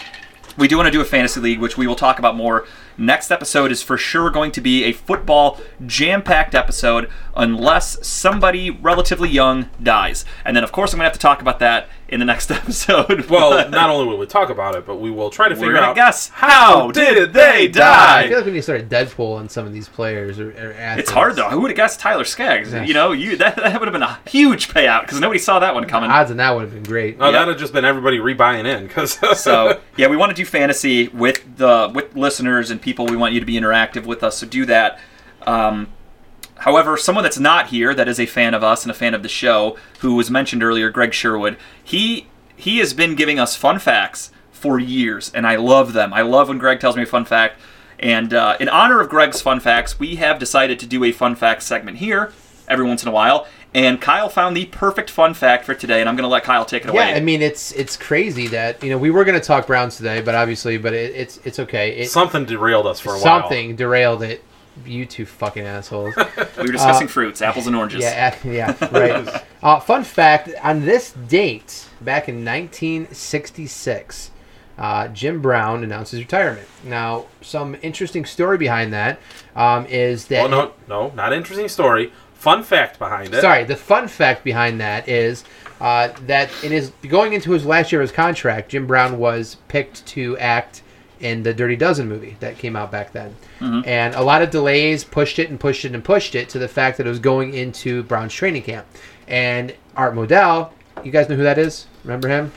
A: we do want to do a fantasy league, which we will talk about more. Next episode is for sure going to be a football jam-packed episode, unless somebody relatively young dies, and then of course I'm gonna have to talk about that in the next episode.
C: Well,
A: But
C: not only will we talk about it, but we will try to
A: we're
C: figure
A: gonna
C: out
A: guess how did they
B: I
A: die?
B: feel like we need to start Deadpool on some of these players or, or athletes.
A: It's hard though. Who would have guessed Tyler Skaggs?
B: Yeah.
A: You know, you that, that would have been a huge payout because nobody saw that one coming.
B: Odds on that would have been great.
C: No,
A: Yeah.
C: Oh, that'd have just been everybody rebuying in because
A: so yeah we want to do fantasy with the with listeners and people we want you to be interactive with us so do that um, however someone that's not here that is a fan of us and a fan of the show who was mentioned earlier greg sherwood he he has been giving us fun facts for years and i love them i love when greg tells me a fun fact and uh, in honor of greg's fun facts we have decided to do a fun fact segment here every once in a while and kyle found the perfect fun fact for today and i'm going to let kyle take it
B: Yeah,
A: away
B: I mean it's it's crazy that you know we were going to talk Browns today, but obviously, but it, it's it's okay. It,
C: something derailed us for a while.
B: something derailed it. You two fucking assholes.
A: we were discussing fruits apples and oranges
B: uh, Yeah, ac- yeah, right. uh, fun fact: on this date, back in 1966, uh, Jim Brown announced his retirement. Now, some interesting story behind that um, is that
C: Well, Oh, no, no, not interesting story. Fun fact behind it.
B: Sorry, the fun fact behind that is uh, that in his going into his last year of his contract, Jim Brown was picked to act in the Dirty Dozen movie that came out back then, and a lot of delays pushed it and pushed it and pushed it to the fact that it was going into Brown's training camp, and Art Modell. You guys know who that is? Remember him?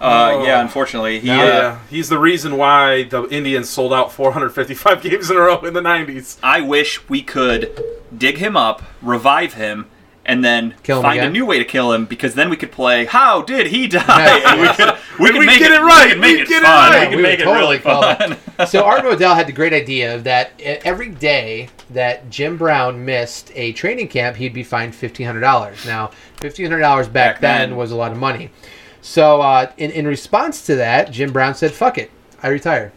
A: Uh,
C: Oh.
A: yeah, unfortunately, he.
C: Yeah.
A: uh,
C: he's the reason why the Indians sold out 455 games in a row in the 90s.
A: I wish we could dig him up, revive him, and then
B: Kill him
A: find
B: again?
A: a new way to kill him because then we could play. How did he die?
B: Yes,
A: And we could. We could
C: we'd
A: make
C: get it
A: it
C: right,
A: We could make
C: we'd
A: it
C: get it
A: fun.
C: right.
A: We could
B: would
A: make it really
B: call that.
A: fun.
B: so Art Modell had the great idea that e- every day that Jim Brown missed a training camp, he'd be fined fifteen hundred dollars. Now, fifteen hundred dollars back,
A: Back
B: then,
A: then.
B: was a lot of money. So, uh, in in response to that, Jim Brown said, "Fuck it, I retire."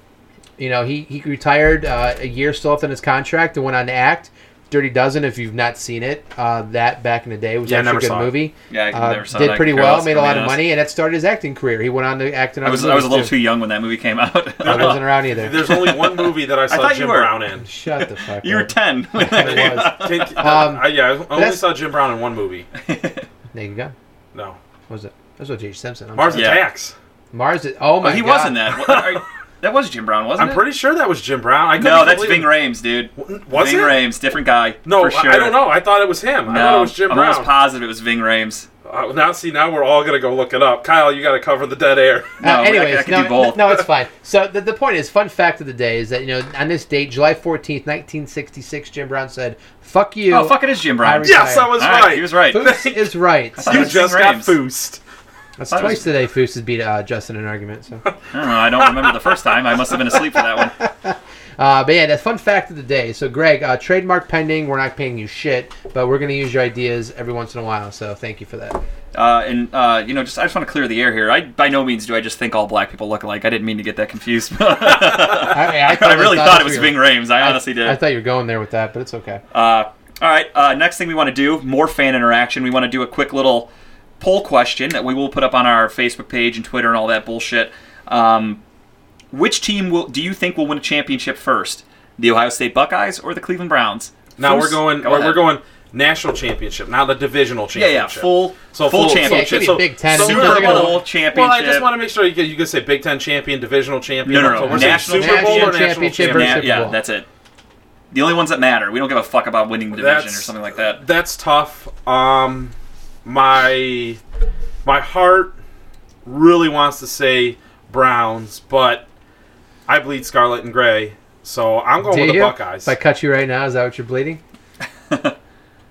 B: You know, he he retired uh, a year still left on his contract and went on to act. Dirty Dozen, if you've not seen it, uh, that back in the day was
C: Yeah, I
B: actually a
C: never
B: good
C: saw it.
B: movie.
A: Yeah, I
B: Uh,
A: never saw
B: did
A: that.
B: pretty
A: Care
B: well,
A: less,
B: made a
A: to be
B: lot of
A: honest.
B: money, and that started his acting career. He went on to act in.
A: I was I was a little too young when that movie came out.
B: I wasn't around either.
C: There's only one movie that I saw
A: thought you
C: Jim
A: were.
C: Brown in.
B: Shut the fuck
A: you were
B: up.
A: ten. when that
B: I
A: came
B: was.
A: out.
C: Can- can-
B: Um,
C: I, Uh, yeah, I only
B: that's-
C: saw Jim Brown in one movie.
B: Naked Gun.
C: No,
B: What was it? That was with J.H. Simpson. I'm
C: Mars
A: Yeah.
C: Attacks.
B: sorry. Mars. Is, oh my
A: He
B: god.
A: wasn't that. What- are- That was Jim Brown, wasn't
C: I'm
A: it?
C: pretty sure that was Jim Brown. I couldn't
A: No, that's Ving
C: completely-
A: Rames, dude.
C: W- was
A: Ving
C: it?
A: Rames, different guy.
C: No,
A: for
C: I-
A: sure.
C: I don't know. I thought it was him. I thought
A: No,
C: it was Jim
A: I'm
C: Brown.
A: almost positive it was Ving Rames.
C: Uh, now, see, now we're all gonna go look it up. Kyle, you got to cover the dead air.
A: No,
B: uh,
A: I-
B: anyways,
A: I, could
B: no,
A: do both.
B: no, it's fine. So the, the point is, fun fact of the day is that you know on this date, July fourteenth, nineteen sixty six, Jim Brown said, "Fuck you."
A: Oh, fuck, it is Jim Brown.
B: I
C: yes, I was
A: All right,
C: right.
A: He was right.
B: Foose is right.
A: thought
C: You
A: That's
C: just
A: Ving
C: got
A: Rhames.
C: foosed.
B: That's
A: I was-
B: twice today. Foose has beat uh, Justin in an argument. So,
A: I don't know. I don't remember the first time. I must have been asleep for that one.
B: uh, but yeah, that's fun fact of the day. So, Greg, uh, trademark pending. We're not paying you shit, but we're gonna use your ideas every once in a while. So, thank you for that.
A: Uh, and uh, you know, just I just want to clear the air here. I by no means do I just think all black people look alike. I didn't mean to get that confused. I,
B: I, I totally
A: really thought it
B: we
A: was
B: were-
A: Ving Rames. I honestly did.
B: I thought you were going there with that, but it's okay.
A: Uh, all right. Uh, next thing we want to do more fan interaction. We want to do a quick little poll question that we will put up on our Facebook page and Twitter and all that bullshit. Um, which team will do you think will win a championship first? The Ohio State Buckeyes or the Cleveland Browns?
C: Now we're
A: First-
C: going.
A: go
C: we're,
A: ahead.
C: we're going national championship, not the divisional
A: Yeah, yeah.
C: championship.
A: Full.
C: So
A: full,
C: full-
B: Yeah, it
A: championship.
B: could be
C: So-
B: Big Ten.
C: so
B: It
A: Super
B: sounds like a-
A: Bowl championship.
C: Well, I just want to make sure you could, you could say Big Ten champion, divisional champion.
A: No, no, no.
C: So we're saying
A: National
C: Super Bowl
B: champion.
C: or national
B: Championship
C: champion.
B: versus-
A: yeah,
B: Super
A: yeah,
B: Bowl.
A: that's it. The only ones that matter. We don't give a fuck about winning the division or
C: That's-
A: something like that.
C: That's tough. Um, my my heart really wants to say Browns, but I bleed scarlet and gray, so I'm going
B: Do
C: with the
B: you?
C: Buckeyes.
B: If I cut you right now, is that what you're bleeding?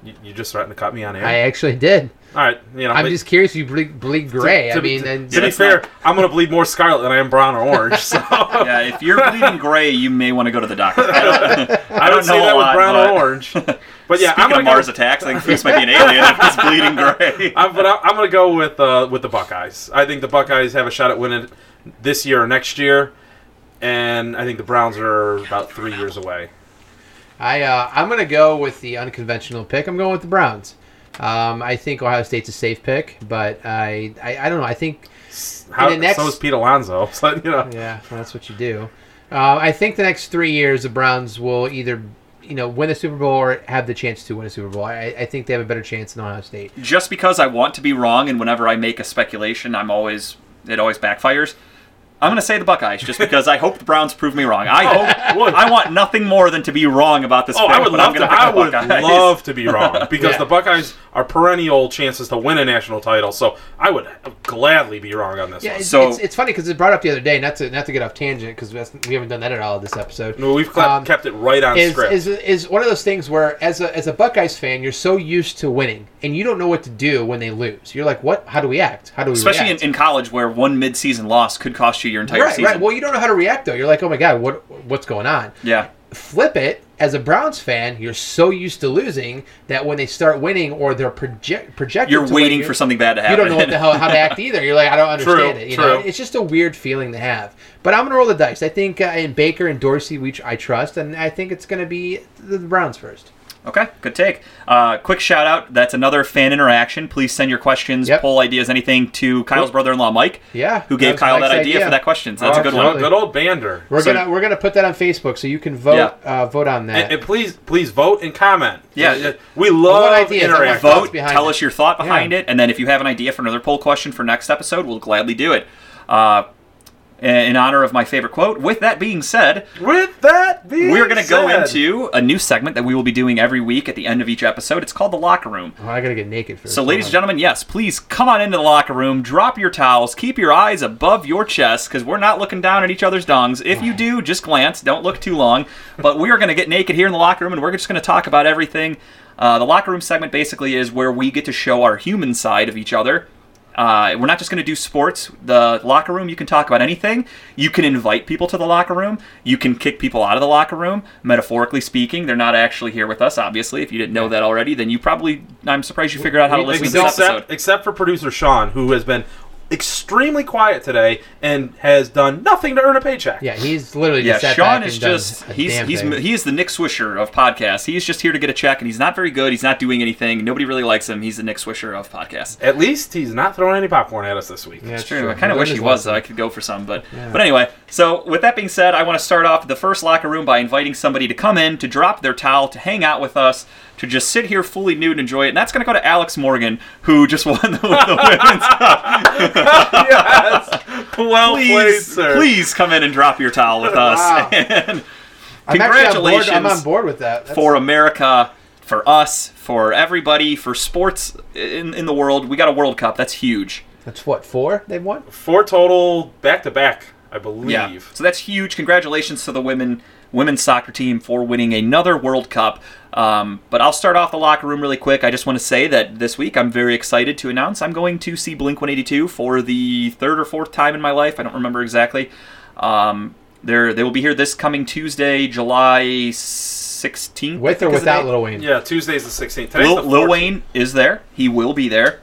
C: you, you just threatened to cut me on air.
B: I actually did.
C: All right, you know.
B: I'm
C: but-
B: just curious. if You bleed, bleed gray.
C: to
B: I
C: be-
B: mean,
C: to-
B: and
C: to be
A: that's
C: fair,
A: not-
C: I'm going to bleed more scarlet than I am brown or orange. So I
A: Yeah, if you're bleeding gray, you may want to go to the doctor. I don't, I
C: don't
A: don't
C: say
A: know a
C: that with
A: lot,
C: brown
A: but-
C: or orange. But yeah,
A: Speaking
C: I'm
A: of
C: going to
A: Mars attacks, I think Bruce might be an alien if he's bleeding gray.
C: I'm, but I- I'm going to go with uh, with the Buckeyes. I think the Buckeyes have a shot at winning this year or next year, and I think the Browns are about three years away.
B: I uh, I'm gonna go with the unconventional pick. I'm going with the Browns. Um, I think Ohio State's a safe pick, but I I, I don't know. I think
C: How,
B: the next-
C: so is Pete Alonso. So, you know,
B: yeah, well, that's what you do. Uh, I think the next three years the Browns will either you know win a Super Bowl or have the chance to win a Super Bowl. I, I think they have a better chance than Ohio State.
A: Just because I want to be wrong, and whenever I make a speculation, I'm always it always backfires. I'm going to say the Buckeyes just because I hope the Browns prove me wrong. I hope
C: Oh, would.
A: I want nothing more than to be wrong about this.
C: Oh,
A: pick,
C: I would
A: but
C: love
A: I'm
C: to.
A: gonna pick
C: I
A: the
C: would
A: Buckeyes.
C: love to be wrong because
B: Yeah.
C: the Buckeyes are perennial chances to win a national title. So I would gladly be wrong on this
B: Yeah,
C: one.
B: it's,
A: So-
B: it's, it's funny because it brought up the other day. Not to not to get off tangent because we haven't done that at all this episode.
C: No, we've
B: Um,
C: kept, kept it right on
B: is,
C: script.
B: is is one of those things where as a as a Buckeyes fan, you're so used to winning and you don't know what to do when they lose. You're like, what? How do we act? How do we
A: especially in,
B: react?
A: in college where one midseason loss could cost you your entire
B: right,
A: season.
B: right. Well, you don't know how to react though. You're like, oh my god, what what's going on?
A: yeah,
B: Flip it. As a Browns fan, you're so used to losing that when they start winning or they're project projected,
A: you're
B: to
A: waiting
B: win,
A: for something bad to
B: You
A: happen.
B: don't know what the hell how to act either. You're like, I don't
C: True,
B: understand it. You know,
C: true.
B: it's just a weird feeling to have. But I'm gonna roll the dice. I think uh, in Baker and Dorsey, which I trust, and I think it's gonna be the Browns first.
A: Okay, good take. Uh, quick shout out. That's another fan interaction. Please send your questions,
B: Yep.
A: poll ideas, anything to Kyle's brother-in-law Mike.
B: Yeah,
A: who gave
B: was
A: Kyle
B: Mike's
A: that idea, for that question. So
C: Oh,
A: that's a good one.
B: Absolutely.
C: Good old bander.
B: We're
A: So-
B: gonna we're gonna put that on Facebook so you can vote
A: Yeah.
B: uh, vote on that.
C: And, and please, please vote and comment. Uh,
A: Yeah.
C: we love
B: I want ideas. Oh I want
C: interaction.
B: thoughts
A: Vote,
B: behind
A: tell
B: it.
A: us your thought behind
B: Yeah.
A: it, and then if you have an idea for another poll question for next episode, we'll gladly do it. Uh, in honor of my favorite quote. With that being said,
C: With that being
A: we're going to go
C: said,
A: into a new segment that we will be doing every week at the end of each episode. It's called the locker room.
B: oh, I gotta get naked first.
A: So,
B: Hold
A: ladies
B: on.
A: and gentlemen, yes, please come on into the locker room, drop your towels, keep your eyes above your chest, because we're not looking down at each other's dongs. If you do, just glance, don't look too long. But we are going to get naked here in the locker room, and we're just going to talk about everything. Uh, the locker room segment basically is where we get to show our human side of each other. Uh, we're not just going to do sports. The locker room, you can talk about anything. You can invite people to the locker room. You can kick people out of the locker room. Metaphorically speaking, they're not actually here with us, obviously. If you didn't know that already, then you probably, I'm surprised you figured out how to
B: we-
A: listen to
B: we
A: this
B: don't-
A: episode.
C: except, except for producer Sean, who has been extremely quiet today and has done nothing to earn a paycheck.
B: yeah, he's literally
A: Yeah,
B: just sat
A: Sean
B: back
A: is
B: and done
A: just
B: a
A: he's
B: damn
A: he's
B: thing.
A: he is the Nick Swisher of podcasts. He's just here to get a check, and he's not very good. He's not doing anything. Nobody really likes him. He's the Nick Swisher of podcasts.
C: At least he's not throwing any popcorn at us this week.
B: Yeah,
A: That's true. I
B: He
A: kind of
B: learned
A: wish
B: his
A: he was,
B: lesson.
A: though. I could go for some, but
B: Yeah.
A: but anyway. So with that being said, I want to start off the first locker room by inviting somebody to come in to drop their towel, to hang out with us, to just sit here fully nude and enjoy it. And that's going to go to Alex Morgan, who just won the, the women's
C: yes. Well played,
A: please,
C: sir.
A: please come in and drop your towel with us.
B: Wow.
A: And
B: I'm actually on board- I'm on
A: congratulations
B: board with that. That's-
A: for America, for us, for everybody, for sports in, in the world. We got a World Cup. That's huge.
B: that's what four they've won.
C: Four total back to back, I believe.
A: Yeah. So that's huge. Congratulations to the women women's soccer team for winning another World Cup. Um, but I'll start off the locker room really quick. I just want to say that this week I'm very excited to announce I'm going to see Blink 182 for the third or fourth time in my life. I don't remember exactly. Um, they're, they will be here this coming Tuesday, July 16th. I
B: With or
A: think is the
B: without
A: date.
B: Lil Wayne.
C: Yeah, Tuesday's the 16th. Today's
A: Lil,
C: the
A: Lil
C: 14th.
A: Wayne is there. He will be there.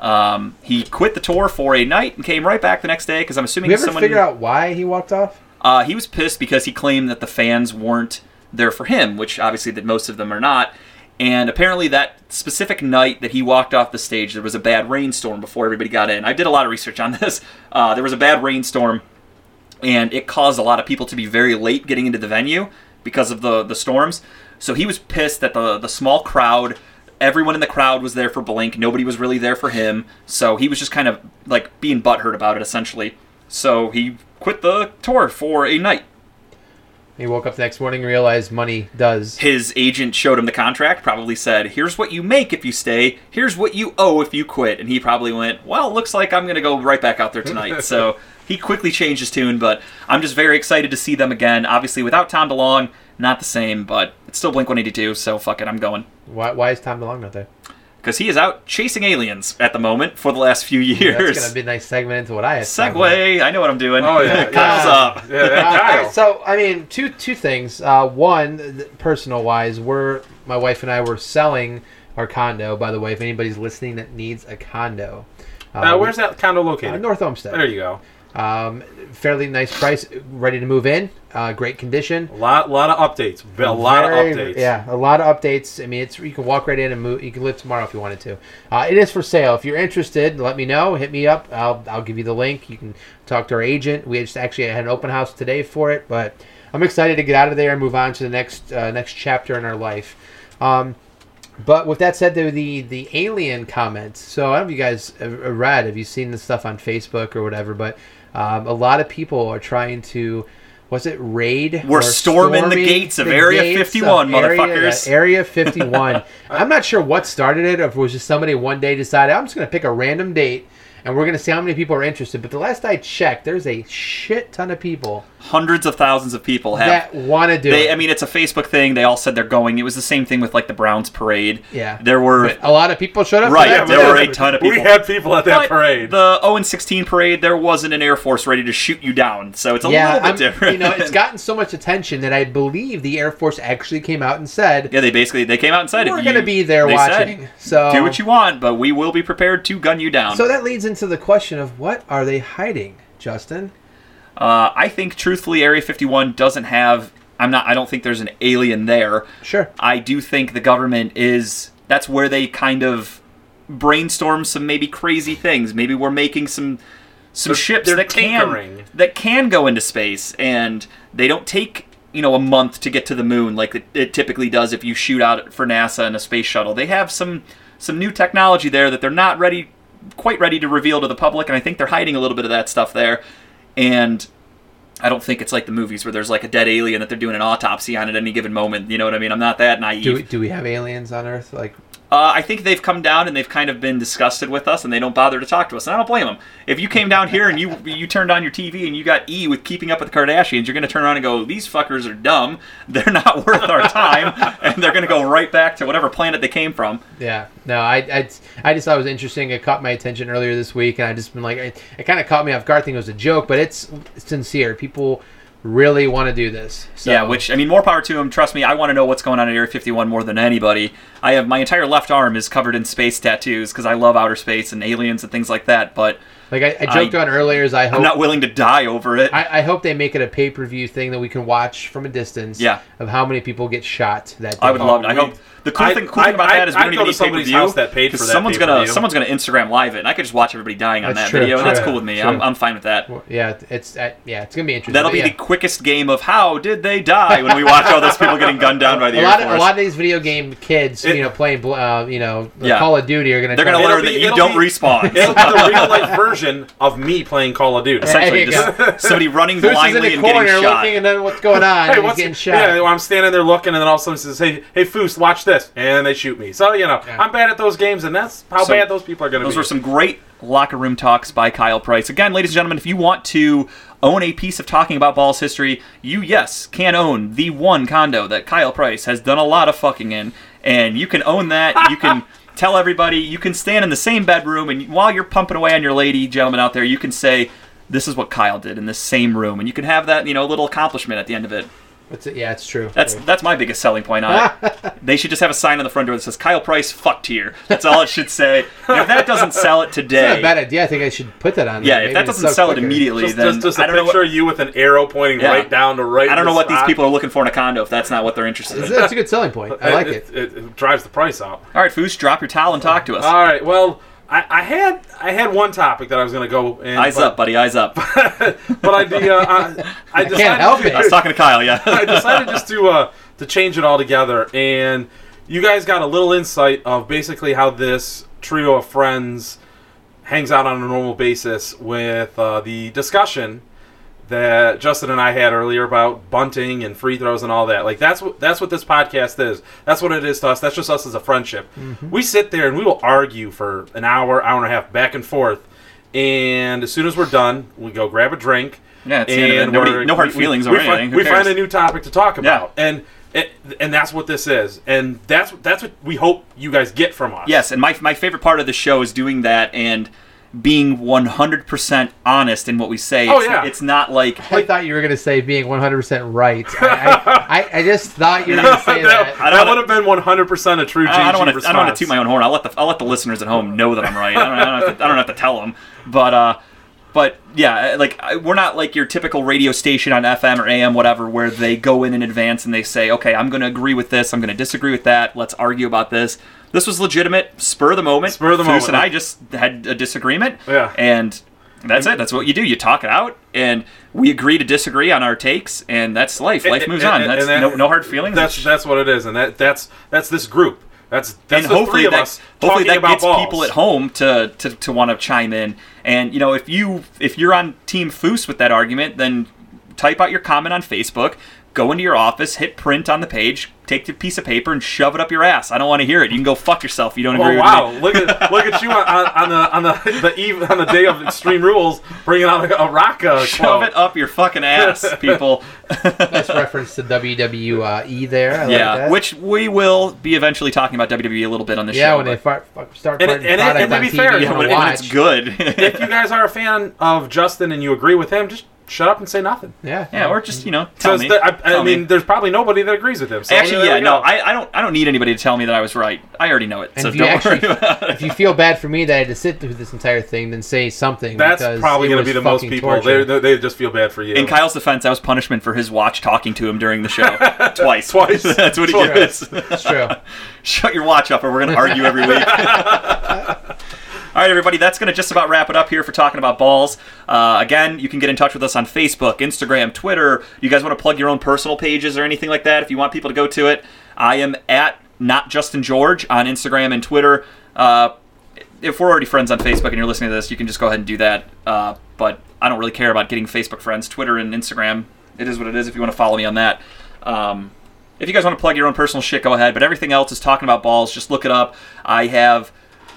A: Um, he quit the tour for a night and came right back the next day because I'm assuming
B: We ever
A: someone
B: figure out why he walked off?
A: uh, he was pissed because he claimed that the fans weren't there for him, which obviously that most of them are not. And apparently, that specific night that he walked off the stage, there was a bad rainstorm before everybody got in. I did a lot of research on this. Uh, there was a bad rainstorm, and it caused a lot of people to be very late getting into the venue because of the the storms. So he was pissed that the the small crowd, everyone in the crowd was there for Blink. Nobody was really there for him. So he was just kind of like being butthurt about it essentially. So he quit the tour for a night.
B: He woke up the next morning and realized money does.
A: His agent showed him the contract, probably said, "Here's what you make if you stay. Here's what you owe if you quit." And he probably went, "Well, looks like I'm going to go right back out there tonight." so he quickly changed his tune, but I'm just very excited to see them again. Obviously, without Tom DeLong, not the same, but it's still Blink 182, so fuck it, I'm going
B: Why, why is Tom DeLonge not there?
A: because he is out chasing aliens at the moment for the last few years.
B: That's gonna be a nice segment into what I had. to talk about.
A: Segway. I know what I'm doing.
C: Oh, yeah,
A: Kyle's
B: yeah.
A: up.
C: Yeah,
B: Uh, all
C: that
B: right,
C: Kyle.
B: so I mean, two two things. Uh, one, th- personal wise, we're my wife and I were selling our condo. By the way, if anybody's listening that needs a condo,
C: Uh,
B: we-
C: where's that condo
B: uh,
C: located?
B: North Olmsted?
C: there you go.
B: Um, fairly nice price, ready to move in, uh, great condition.
C: A lot, lot of updates. A lot
B: Very-
C: of updates.
B: Yeah, a lot of updates. I mean, it's you can walk right in and move. You can live tomorrow if you wanted to. Uh, it is for sale. If you're interested, let me know. Hit me up. I'll I'll give you the link. You can talk to our agent. We just actually had an open house today for it, but I'm excited to get out of there and move on to the next uh, next chapter in our life. Um, but with that said, though, the the alien comments. So I don't know if you guys have read, have you seen this stuff on Facebook or whatever? But um, a lot of people are trying to, was it raid?
A: We're
B: or
A: storming the
B: storming
A: gates of Area
B: gates
A: 51,
B: Area-
A: motherfuckers.
B: Area 51. I'm not sure what started it, or if it was just somebody one day decided I'm just going to pick a random date. And we're gonna see how many people are interested. But the last I checked, there's a shit ton of people
A: Hundreds of thousands of people have
B: that want to do
A: They,
B: it.
A: I mean, it's a Facebook thing. They all said they're going. It was the same thing with like the Browns parade.
B: Yeah.
A: there were
B: a lot of people showed up. for
A: Right,
B: that.
A: there were a ton of
C: We
A: people.
C: had people at that
A: but
C: parade.
A: The 0 and 16 parade. There wasn't an Air Force ready to shoot you down, so it's a little bit
B: I'm-
A: different.
B: You know, it's gotten so much attention that I believe the Air Force actually came out and said
A: yeah, they basically they came out and said
B: we're
A: if
B: going to
A: you-
B: be there
A: they said,
B: watching. so
A: Do what you want, but we will be prepared to gun you down.
B: So that leads into the question of what are they hiding, Justin?
A: uh, I think truthfully, Area 51 doesn't have. I'm not. I don't think there's an alien there.
B: Sure.
A: I do think the government is that's where they kind of brainstorm some maybe crazy things. Maybe we're making some some
C: They're-
A: ships
C: they're
A: that
C: tinkering.
A: can that can go into space and they don't take you know a month to get to the moon like it, it typically does if you shoot out for NASA in a space shuttle. They have some some new technology there that they're not ready quite ready to reveal to the public and I think they're hiding a little bit of that stuff there. And I don't think it's like the movies where there's like a dead alien that they're doing an autopsy on at any given moment. You know what I mean? I'm not that naive.
B: Do we, do we have aliens on Earth? Like,
A: Uh, I think they've come down and they've kind of been disgusted with us, and they don't bother to talk to us. And I don't blame them. If you came down here and you you turned on your TV and you got E with Keeping Up with the Kardashians, you're going to turn around and go, "These fuckers are dumb. They're not worth our time," and they're going to go right back to whatever planet they came from.
B: yeah, no, I, I, I just thought it was interesting. It caught my attention earlier this week, and I just been like, it, it kind of caught me off guard. Thing it was a joke, but it's sincere. People really want to do this. So,
A: Yeah, which I mean, more power to them. Trust me, I want to know what's going on at Area 51 more than anybody. I have my entire left arm is covered in space tattoos because I love outer space and aliens and things like that. But
B: like I, I joked
A: I-
B: on earlier, is I hope
A: I'm not willing to die over it.
B: I, I hope they make it a pay per view thing that we can watch from a distance.
A: Yeah.
B: Of how many people get shot that day.
A: I would love. It. I
C: we-
A: hope the cool
C: Oh, I-
A: thing, cool
C: I-
A: thing about
C: I-
A: that is we
C: I'd
A: don't
C: go
A: even
C: to
A: need
C: somebody's
A: pay-per-view,
C: house that paid for
A: 'cause
C: that
A: someone's gonna
C: pay-per-view.
A: someone's gonna Instagram live it, and I could just watch everybody dying on
B: That's
A: that
B: true,
A: video, and that's
B: true,
A: cool with me.
B: true.
A: I'm, I'm fine with that.
B: Yeah, it's uh, yeah, it's gonna be interesting.
A: That'll
B: But
A: be
B: yeah.
A: the quickest game of how did they die when we watch all those people getting gunned down by the
B: a
A: Air
B: lot, of,
A: Force.
B: a lot of these video game kids,
C: It-
B: you know, playing, bl- uh, you know,
A: Yeah.
B: Call of Duty are gonna.
A: They're
B: try
A: gonna
B: to-
C: It'll
A: learn
C: be-
A: that you
C: it'll
A: don't
C: be-
A: respawn.
C: It's the real life version of me playing Call of Duty.
B: There
A: Essentially,
B: you
A: just somebody running
B: Bruce is in
A: blindly
B: the
A: and getting
B: corner
A: shot.
B: looking, and then what's going on? and he's
C: what's-
B: getting shot.
C: Yeah, I'm standing there looking, and then all of a sudden it says, "Hey, hey, Foos, watch this," and they shoot me. So you know,
B: Yeah.
C: I'm bad at those games, and that's how
A: So,
C: bad those people are going to be.
A: Those were some great locker room talks by Kyle Price. Again, ladies and gentlemen, if you want to own a piece of talking about balls history, you yes can own the one condo that Kyle Price has done a lot of fucking in, and you can own that. You can tell everybody. You can stand in the same bedroom, and while you're pumping away on your lady, gentlemen out there, you can say. This is what Kyle did in this same room, and you can have that, you know, little accomplishment at the end of it.
B: That's it. Yeah, it's true.
A: That's that's my biggest selling point on it. they should just have a sign on the front door that says "Kyle Price fucked here." That's all it should say. And if that doesn't sell it
B: It's not
A: today,
B: a bad idea. I think I should put that on.
A: yeah,
B: there.
A: if
B: Maybe
A: that
B: it'll
A: doesn't
B: sell
A: sell it
B: quicker.
A: immediately,
C: just,
A: then
C: just, just
A: I
C: a
A: don't know.
C: picture
A: What,
C: of you with an arrow pointing
A: Yeah.
C: right down to right.
A: I don't know what these
C: spot.
A: people are looking for in a condo if that's not what they're interested
B: That's
A: in. All
B: that's a good selling point. I like it.
C: It, it, it drives the price up.
A: right, Foos, drop your towel and talk to us.
C: All right. Well, I, I had I had one topic that I was going to go. And,
A: eyes
C: but,
A: up, buddy. Eyes up. I
C: But I the, uh, I, I decided
B: help
C: to-
B: it.
A: was talking to Kyle. Yeah.
C: I decided just to uh, to change it all together, and you guys got a little insight of basically how this trio of friends hangs out on a normal basis with uh, the discussion that Justin and I had earlier about bunting and free throws and all that. Like that's what that's what this podcast is. That's what it is to us. That's just us as a friendship. We sit there and we will argue for an hour, hour and a half, back and forth. And as soon as we're done, we go grab a drink.
A: Yeah, it's the end of it.
C: and
A: Nobody-
C: we're-
A: no hard
C: we-
A: feelings
C: we,
A: or
C: we
A: anything.
C: Find,
A: Who
C: we find
A: cares?
C: a new topic to talk about,
A: Yeah.
C: and it, and that's what this is, and that's that's what we hope you guys get from us.
A: Yes, and my, my favorite part of the show is doing that and being 100% honest in what we say.
C: Oh,
A: it's,
C: yeah.
A: it's not like,
B: I thought you were going to say being 100% right. I, I, I, I just thought you were going to say
C: that,
B: that.
A: I don't
C: that
A: wanna-
C: would have been 100% a true GG
A: I don't want to. I
C: response.
A: don't want to toot my own horn. I'll let the I'll let the listeners at home know that I'm right. I don't, I don't, have, to, I don't have to tell them. But uh, but yeah, like I- we're not like your typical radio station on FM or AM, whatever, where they go in in advance and they say, okay, I'm going to agree with this. I'm going to disagree with that. Let's argue about this. This was legitimate, spur of the moment.
C: Spur of the
A: Foose
C: moment.
A: and I just had a disagreement.
C: Yeah.
A: And that's it. That's what you do. You talk it out, and we agree to disagree on our takes, and that's life. Life moves on. That's
C: that-
A: no, no hard feelings.
C: That's that's what it is, and that that's that's this group. That's that's
A: and
C: the
A: hopefully
C: three of
A: that,
C: us
A: hopefully
C: talking
A: that
C: about
A: gets
C: balls.
A: people at home to to, to want to chime in. And you know, if you if you're on Team Foos with that argument, then type out your comment on Facebook. Go into your office, hit print on the page, take the piece of paper, and shove it up your ass. I don't want to hear it. You can go fuck yourself. if You don't agree
C: Oh
A: with
C: wow!
A: me.
C: look at look at you on, on the on the the eve on the day of extreme rules, bringing out a, a rocka.
A: Shove it up your fucking ass, people.
B: Nice reference to WWE there.
A: yeah,
B: I like that.
A: which we will be eventually talking about WWE a little bit on this
B: yeah,
A: show.
B: when they
A: but-
B: fart, fart, start
C: And it-
B: farting
C: and it-
B: product
C: and to
B: on
C: be
B: TV
C: fair,
B: you
A: yeah, when,
B: wanna
C: when
A: when
B: watch.
A: it's good.
C: If you guys are a fan of Justin and you agree with him, just shut up and say nothing.
B: Yeah.
A: yeah, or just you know,
C: So
A: tell
C: it's
A: me.
C: the- I, I
A: tell me.
C: mean, there's probably nobody that agrees with him. So
A: Actually,
C: Oh, there
A: yeah,
C: we
A: no,
C: go.
A: I, I don't. I don't need anybody to tell me that I was right. I already know it,
B: And
A: so
B: if
A: don't
B: you actually-
A: worry about it.
B: if you feel bad for me that I had to sit through this entire thing, then say something.
C: that's
B: because
C: probably
B: it
C: going to
B: was
C: be the most
B: fucking
C: people.
B: torture.
C: They they just feel bad for you.
A: In Kyle's defense, that was punishment for his watch talking to him during the show twice.
C: Twice.
A: That's what he
C: Twice.
A: gets.
B: It's true.
A: Shut your watch up, or we're going to argue every week. All right, everybody, that's going to just about wrap it up here for talking about balls. Uh, again, you can get in touch with us on Facebook, Instagram, Twitter. You guys want to plug your own personal pages or anything like that? If you want people to go to it, I am at not Justin George on Instagram and Twitter. Uh, if we're already friends on Facebook and you're listening to this, you can just go ahead and do that. Uh, but I don't really care about getting Facebook friends. Twitter and Instagram, it is what it is. If you want to follow me on that, um, if you guys want to plug your own personal shit, go ahead. But everything else is talking about balls. Just look it up. I have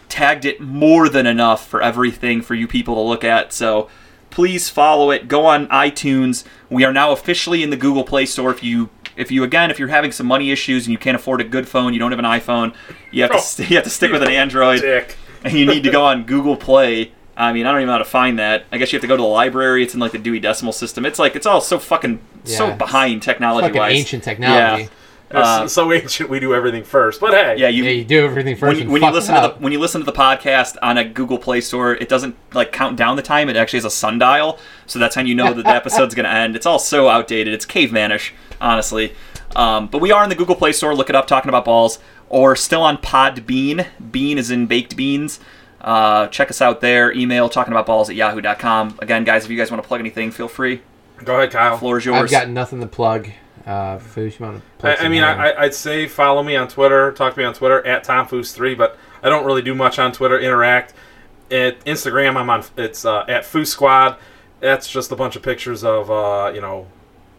A: tagged it more than enough for everything for you people to look at. So please follow it. Go on iTunes. We are now officially in the Google Play Store. If you if you again if you're having some money issues and you can't afford a good phone, you don't have an iPhone, you have to
C: Oh.
A: st- you have to stick with an Android
C: Dick.
A: and you need to go on Google Play. I mean, I don't even know how to find that. I guess you have to go to the library. It's in like the Dewey Decimal System. It's like it's all so fucking so
B: Yeah.
A: behind technology
B: Fucking
A: wise.
B: ancient technology.
A: Yeah.
C: It's so ancient, we do everything first. But hey,
A: Uh, Yeah, you,
B: Yeah, you do everything first.
A: when, you-
B: and
A: when you
B: fuck
A: listen
B: it
A: to
B: up.
A: the when you listen to the podcast on a Google Play Store, it doesn't like count down the time. It actually has a sundial, so that's how you know that the episode's going to end. It's all so outdated. It's cavemanish, honestly. Um, but we are in the Google Play Store. Look it up. Talking about balls, or still on Podbean. Bean is in baked beans. Uh, check us out there. Email talking about balls at yahoo.com. Again, guys, if you guys want to plug anything, feel free.
C: go ahead, Kyle.
A: Floor is
B: I've
A: yours.
B: got nothing to plug. Uh, Foosh, you want to plug
C: I, I mean,
B: something?
C: I, I- I'd say follow me on Twitter, talk to me on Twitter at TomFoos3, but I don't really do much on Twitter, interact. at Instagram, I'm on. It's uh, at Foo Squad. That's just a bunch of pictures of uh, you know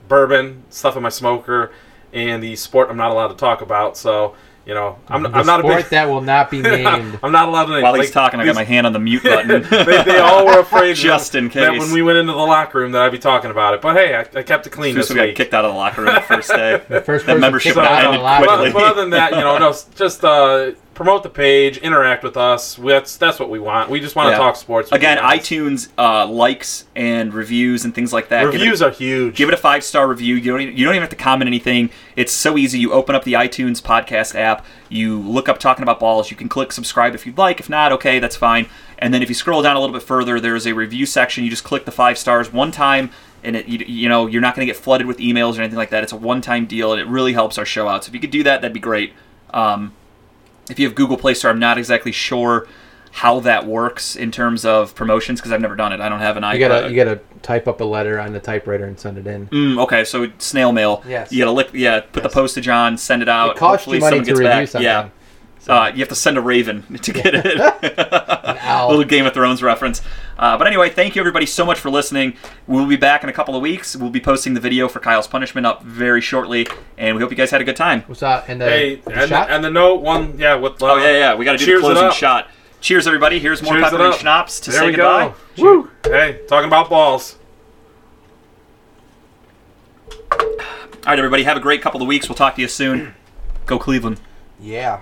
C: bourbon stuff in my smoker and the sport I'm not allowed to talk about. So you know, I'm,
B: The
C: I'm not a
B: sport
C: big.
B: that will not be named.
C: I'm not allowed to.
A: While
C: like,
A: he's talking, I got
C: these-
A: my hand on the mute button.
C: they, they all were afraid
A: Just
C: that-
A: in
C: that
A: case.
C: when we went into the locker room that I'd be talking about it. But hey, I, I kept it clean
A: Just
C: this
A: got
C: week.
A: kicked out of the locker room the first day.
B: the first
A: That
B: person
A: membership
B: kicked out
C: will
B: of
C: end
B: the locker
A: quickly.
B: room.
C: But, but other than that, you know, no, s- just uh, promote the page, interact with us. That's that's what we want. We just want
A: Yeah.
C: to talk sports. with
A: Again,
C: you guys.
A: iTunes uh, likes and reviews and things like that. Give it-
C: reviews are huge.
A: Give it a five star review. You don't even, you don't even have to comment anything. It's so easy. You open up the iTunes podcast app. You look up talking about balls. You can click subscribe if you'd like. If not, okay, that's fine. And then if you scroll down a little bit further, there is a review section. You just click the five stars one time, and it you, you know you're not going to get flooded with emails or anything like that. It's a one time deal, and it really helps our show out. So if you could do that, that'd be great. Um, if you have Google Play Store, I'm not exactly sure how that works in terms of promotions because I've never done it. I don't have an iPad.
B: You gotta you gotta type up a letter on the typewriter and send it in.
A: Mm, okay, so snail mail.
B: Yes.
A: You gotta lick. Yeah, put the postage on, send it out.
B: It costs
A: Hopefully
B: you money
A: someone
B: to
A: gets
B: review
A: back.
B: something.
A: Yeah. Uh, you have to send a raven to get it.
B: An owl.
A: Little Game of Thrones reference. Uh, but anyway, thank you everybody so much for listening. We'll be back in a couple of weeks. We'll be posting the video for Kyle's punishment up very shortly, and we hope you guys had a good time.
B: What's that? And the,
C: Hey,
B: the
C: and
B: shot?
C: the, and the note one, yeah. With uh,
A: Oh yeah, yeah. We got to do the
C: Cheers it
A: closing
C: up.
A: shot. Cheers, everybody. Here's more
C: Cheers it
A: peppermint
C: up.
A: schnapps to
C: there
A: say
C: we
A: goodbye.
C: go. Woo! Hey, talking about balls.
A: All right, everybody. Have a great couple of weeks. We'll talk to you soon. Go Cleveland.
B: Yeah.